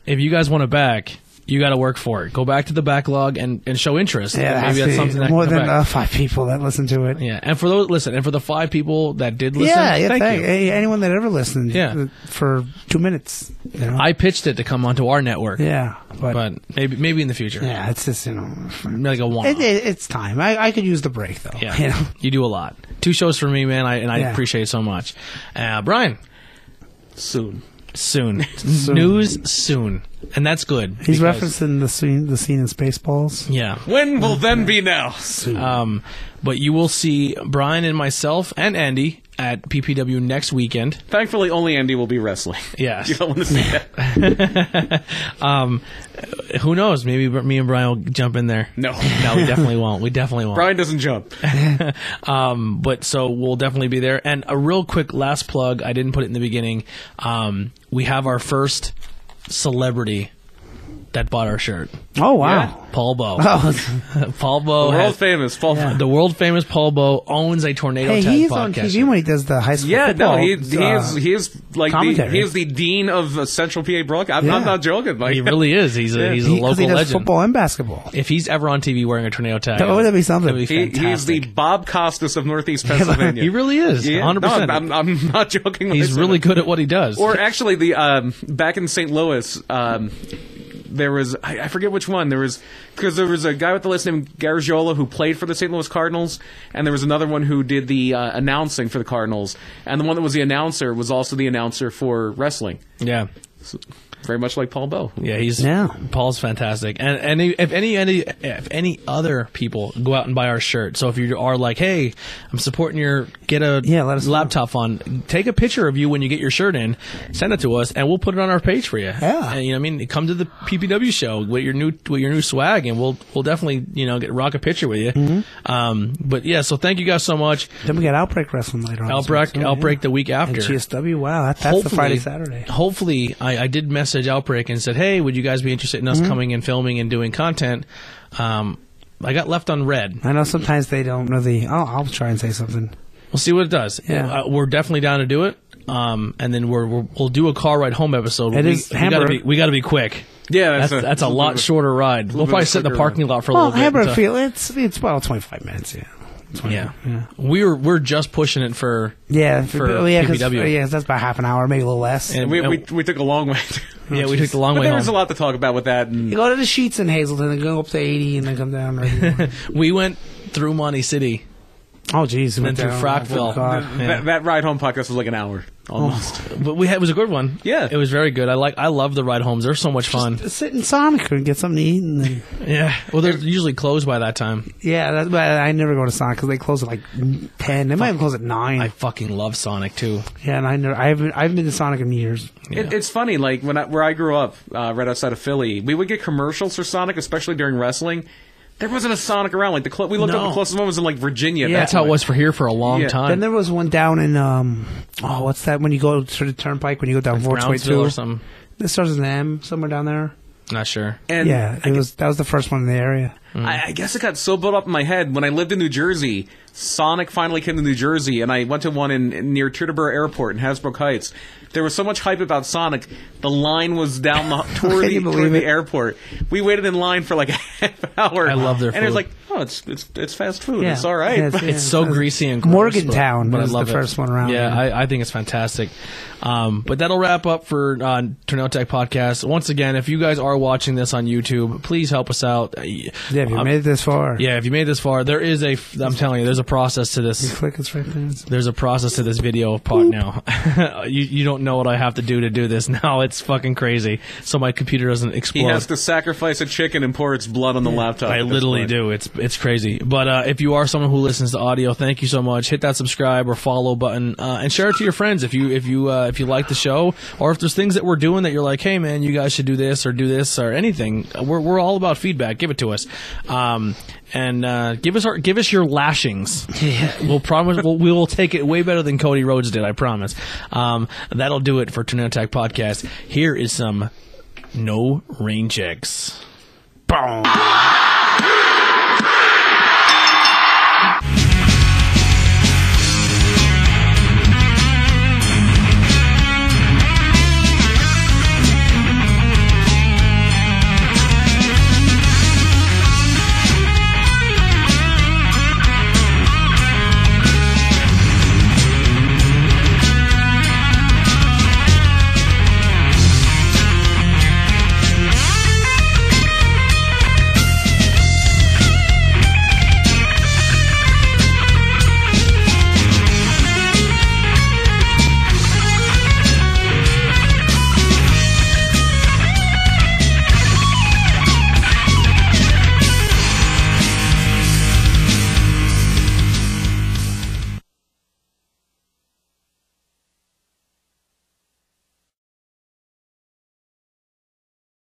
[SPEAKER 2] if you guys want to back, you got to work for it. Go back to the backlog and, and show interest.
[SPEAKER 3] yeah,
[SPEAKER 2] maybe
[SPEAKER 3] that's
[SPEAKER 2] that's something that
[SPEAKER 3] more
[SPEAKER 2] can come
[SPEAKER 3] than
[SPEAKER 2] back.
[SPEAKER 3] uh, five people that listen to it.
[SPEAKER 2] Yeah, and for those listen, and for the five people that did listen,
[SPEAKER 3] yeah, yeah.
[SPEAKER 2] thank
[SPEAKER 3] thank-
[SPEAKER 2] you.
[SPEAKER 3] a- Anyone that ever listened,
[SPEAKER 2] Yeah.
[SPEAKER 3] th- for two minutes, you know?
[SPEAKER 2] I pitched it to come onto our network,
[SPEAKER 3] yeah, but,
[SPEAKER 2] but maybe maybe in the future,
[SPEAKER 3] yeah, it's just you know,
[SPEAKER 2] like a one.
[SPEAKER 3] it, it, it's time. I, I could use the break though.
[SPEAKER 2] yeah,
[SPEAKER 3] <laughs> you know?
[SPEAKER 2] you do a lot. Two shows for me, man, I, and I
[SPEAKER 3] Yeah.
[SPEAKER 2] appreciate it so much. Uh, Brian,
[SPEAKER 4] Soon.
[SPEAKER 3] <laughs>
[SPEAKER 2] soon. news soon, and that's good.
[SPEAKER 3] He's
[SPEAKER 2] because-
[SPEAKER 3] referencing the scene, the scene in Spaceballs.
[SPEAKER 2] Yeah,
[SPEAKER 4] When will
[SPEAKER 3] Mm-hmm.
[SPEAKER 4] then be now?
[SPEAKER 2] Um, but you will see Brian and myself and Andy at PPW next weekend.
[SPEAKER 4] Thankfully, only Andy will be wrestling. <laughs>
[SPEAKER 2] Yes.
[SPEAKER 4] you don't want
[SPEAKER 3] <laughs>
[SPEAKER 4] to see that.
[SPEAKER 2] Um, who knows? Maybe me and Brian will jump in there.
[SPEAKER 4] No.
[SPEAKER 2] no,
[SPEAKER 3] <laughs>
[SPEAKER 2] we definitely won't. We definitely won't.
[SPEAKER 4] Brian doesn't jump.
[SPEAKER 2] Um, but so we'll definitely be there. And a real quick last plug. I didn't put it in the beginning. Um, we have our first celebrity that bought our shirt.
[SPEAKER 3] Oh wow.
[SPEAKER 2] Paul Bo.
[SPEAKER 3] Oh,
[SPEAKER 2] <laughs> Paul Bo.
[SPEAKER 4] World
[SPEAKER 2] has-
[SPEAKER 4] famous. Paul.
[SPEAKER 3] Yeah.
[SPEAKER 2] the world famous Paul Bo owns a tornado.
[SPEAKER 3] hey,
[SPEAKER 2] Tag
[SPEAKER 3] he's
[SPEAKER 2] podcast
[SPEAKER 3] on TV
[SPEAKER 2] shirt.
[SPEAKER 3] when he does the high school.
[SPEAKER 4] Yeah,
[SPEAKER 3] football,
[SPEAKER 4] no, he, he
[SPEAKER 3] uh,
[SPEAKER 4] is he is like the,
[SPEAKER 3] commentary.
[SPEAKER 4] he is the dean of uh, Central PA broadcast. I'm,
[SPEAKER 3] Yeah.
[SPEAKER 4] I'm not joking. Like
[SPEAKER 2] He really is. He's a he's a
[SPEAKER 3] he- 'cause
[SPEAKER 2] local
[SPEAKER 3] he does
[SPEAKER 2] legend.
[SPEAKER 3] football and basketball.
[SPEAKER 2] If he's ever on TV wearing a tornado tag,
[SPEAKER 3] That would be something.
[SPEAKER 2] that'd
[SPEAKER 4] he,
[SPEAKER 2] be
[SPEAKER 4] he is the
[SPEAKER 2] fantastic.
[SPEAKER 4] Bob Costas
[SPEAKER 2] <laughs>
[SPEAKER 4] of Northeast Pennsylvania.
[SPEAKER 2] He really is.
[SPEAKER 4] Yeah.
[SPEAKER 2] 100.
[SPEAKER 4] No, I'm,
[SPEAKER 2] percent
[SPEAKER 4] I'm, I'm not <laughs> joking. when I
[SPEAKER 2] He's
[SPEAKER 4] say
[SPEAKER 2] really
[SPEAKER 4] that.
[SPEAKER 2] good at what he does.
[SPEAKER 4] Or actually, the um, back in St. Louis, um, there was I, I forget which one there was because there was a guy with the last name Garagiola who played for the St. Louis Cardinals, and there was another one who did the uh, announcing for the Cardinals, and the one that was the announcer was also the announcer for wrestling,
[SPEAKER 2] yeah.
[SPEAKER 4] very much like Paul Bow.
[SPEAKER 2] Yeah, he's
[SPEAKER 3] Yeah.
[SPEAKER 2] Paul's fantastic, and and if any any if any other people go out and buy our shirt, so if you are like, hey, I'm supporting your get a
[SPEAKER 3] Yeah, let us know.
[SPEAKER 2] laptop on, take a picture of you when you get your shirt in, send it to us, and we'll put it on our page for you.
[SPEAKER 3] Yeah.
[SPEAKER 2] and, you know, what I mean, come to the PPW show with your new with your new swag, and we'll we'll definitely you know get rock a picture with you.
[SPEAKER 3] Mm-hmm.
[SPEAKER 2] Um, but yeah, so thank you guys so much.
[SPEAKER 3] Then we got Outbreak Wrestling later on.
[SPEAKER 2] Outbreak
[SPEAKER 3] Oh, Yeah.
[SPEAKER 2] Outbreak the week
[SPEAKER 3] And
[SPEAKER 2] after.
[SPEAKER 3] GSW. Wow, that, that's the Friday Saturday.
[SPEAKER 2] Hopefully, I, I did message Outbreak and said, "Hey, would you guys be interested in
[SPEAKER 3] Mm-hmm.
[SPEAKER 2] us coming and filming and doing content?" Um, I got left on red.
[SPEAKER 3] I know sometimes they don't really. I'll, I'll try and say something.
[SPEAKER 2] We'll see what it does.
[SPEAKER 3] Yeah.
[SPEAKER 2] Uh, we're definitely down to do it. Um, and then we're, we're we'll do a car ride home episode.
[SPEAKER 3] It
[SPEAKER 2] we,
[SPEAKER 3] is
[SPEAKER 2] we gotta
[SPEAKER 3] Hamburg.
[SPEAKER 2] be we gotta be quick.
[SPEAKER 4] Yeah,
[SPEAKER 2] That's that's, a lot shorter ride. We'll
[SPEAKER 4] bit
[SPEAKER 2] probably
[SPEAKER 4] of a
[SPEAKER 2] sit in the
[SPEAKER 4] quicker
[SPEAKER 2] parking lot for a
[SPEAKER 3] Well,
[SPEAKER 2] little bit.
[SPEAKER 3] Hamburg
[SPEAKER 2] to-
[SPEAKER 3] Field. It's it's well, twenty five minutes. Yeah,
[SPEAKER 2] yeah. we're we're just pushing it for
[SPEAKER 3] yeah,
[SPEAKER 2] For
[SPEAKER 3] well, yeah, 'cause- oh,
[SPEAKER 2] PPW.
[SPEAKER 3] yeah, that's about half an hour, maybe a little less.
[SPEAKER 2] and-
[SPEAKER 4] We,
[SPEAKER 2] and-
[SPEAKER 4] we, we took a long way.
[SPEAKER 2] <laughs> yeah we took the long
[SPEAKER 4] but
[SPEAKER 2] way
[SPEAKER 4] there was a
[SPEAKER 2] home.
[SPEAKER 4] lot to talk about with that. And
[SPEAKER 3] you go to the sheets in Hazelton, and go up to eighty, and then come down. Right
[SPEAKER 2] we went through Monty City.
[SPEAKER 3] <laughs> oh, jeez,
[SPEAKER 2] Then through Frackville.
[SPEAKER 3] Oh, God.
[SPEAKER 2] Yeah. Oh.
[SPEAKER 4] that, that ride home podcast was like an hour almost.
[SPEAKER 2] But we had, it was a good one.
[SPEAKER 4] Yeah.
[SPEAKER 2] it was very good. I like I love the ride homes. They're so much fun.
[SPEAKER 3] Sit in Sonic and get something to eat. And then,
[SPEAKER 2] yeah. Well, they're usually closed by that time.
[SPEAKER 3] yeah, that's but I never go to Sonic because they close at like ten. They might even close at nine.
[SPEAKER 2] I fucking love Sonic too.
[SPEAKER 3] yeah, and I never. I haven't. I've been to Sonic in years.
[SPEAKER 4] It, it's funny, like when I, where I grew up, uh, right outside of Philly, we would get commercials for Sonic, especially during wrestling. There wasn't a Sonic around. Like the cl- we looked up
[SPEAKER 2] No.
[SPEAKER 4] the closest one was in like Virginia. at
[SPEAKER 3] Yeah,
[SPEAKER 4] that
[SPEAKER 2] That's how it
[SPEAKER 4] point.
[SPEAKER 2] was for here for a long
[SPEAKER 4] Yeah.
[SPEAKER 2] time.
[SPEAKER 3] Then there was one down in um. Oh, what's that? When you go to the turnpike, when you go down four twenty
[SPEAKER 2] Brownsville
[SPEAKER 3] two
[SPEAKER 2] or something.
[SPEAKER 3] This starts with an M somewhere down there.
[SPEAKER 2] Not sure.
[SPEAKER 4] And
[SPEAKER 3] yeah, it was that was the first one in the area.
[SPEAKER 2] Mm-hmm.
[SPEAKER 4] I, I guess it got so built up in my head when I lived in New Jersey. Sonic finally came to New Jersey, and I went to one in, in near Teterboro Airport in Hasbrook Heights. There was so much hype about Sonic, the line was down
[SPEAKER 2] <laughs>
[SPEAKER 4] the toward,
[SPEAKER 3] Can
[SPEAKER 4] the,
[SPEAKER 3] you
[SPEAKER 4] toward
[SPEAKER 3] believe
[SPEAKER 4] the
[SPEAKER 3] it?
[SPEAKER 4] airport. We waited in line for like <laughs> a half hour.
[SPEAKER 2] I love their
[SPEAKER 4] and it was
[SPEAKER 2] food.
[SPEAKER 4] like, oh, it's it's it's fast food.
[SPEAKER 3] Yeah.
[SPEAKER 4] It's all right.
[SPEAKER 3] Yeah,
[SPEAKER 4] <laughs>
[SPEAKER 3] it's-
[SPEAKER 4] but-
[SPEAKER 3] yeah.
[SPEAKER 2] It's so greasy and gross,
[SPEAKER 3] Morgantown
[SPEAKER 2] but, but
[SPEAKER 3] was
[SPEAKER 2] I love
[SPEAKER 3] the
[SPEAKER 2] it.
[SPEAKER 3] first one around.
[SPEAKER 2] Yeah, I, I think it's fantastic. Um, but that'll wrap up for uh, Turnout Tech podcast. Once again, if you guys are watching this on YouTube, please help us out. Uh,
[SPEAKER 3] yeah, if you
[SPEAKER 2] um,
[SPEAKER 3] made it this far,
[SPEAKER 2] yeah, if you made it this far, there is a. f- I'm telling you, there's a process to this.
[SPEAKER 3] click it's right there.
[SPEAKER 2] There's a process to this video part now. <laughs> you you don't know what I have to do to do this <laughs> now. It's fucking crazy. So my computer doesn't
[SPEAKER 4] He
[SPEAKER 2] explode.
[SPEAKER 4] has to sacrifice a chicken and pour its blood on the laptop.
[SPEAKER 2] I
[SPEAKER 4] at this
[SPEAKER 2] literally
[SPEAKER 4] point.
[SPEAKER 2] do. It's it's crazy. But uh, if you are someone who listens to audio, thank you so much. Hit that subscribe or follow button uh, and share it to your friends if you if you uh, if you like the show or if there's things that we're doing that you're like, hey man, you guys should do this or do this or anything. We're we're all about feedback. Give it to us. Um, and uh, give us our give us your lashings. we'll promise we'll, we will take it way better than Cody Rhodes did. I promise. Um, that'll do it for Tornado Attack podcast. Here is some no rain checks.
[SPEAKER 3] Boom.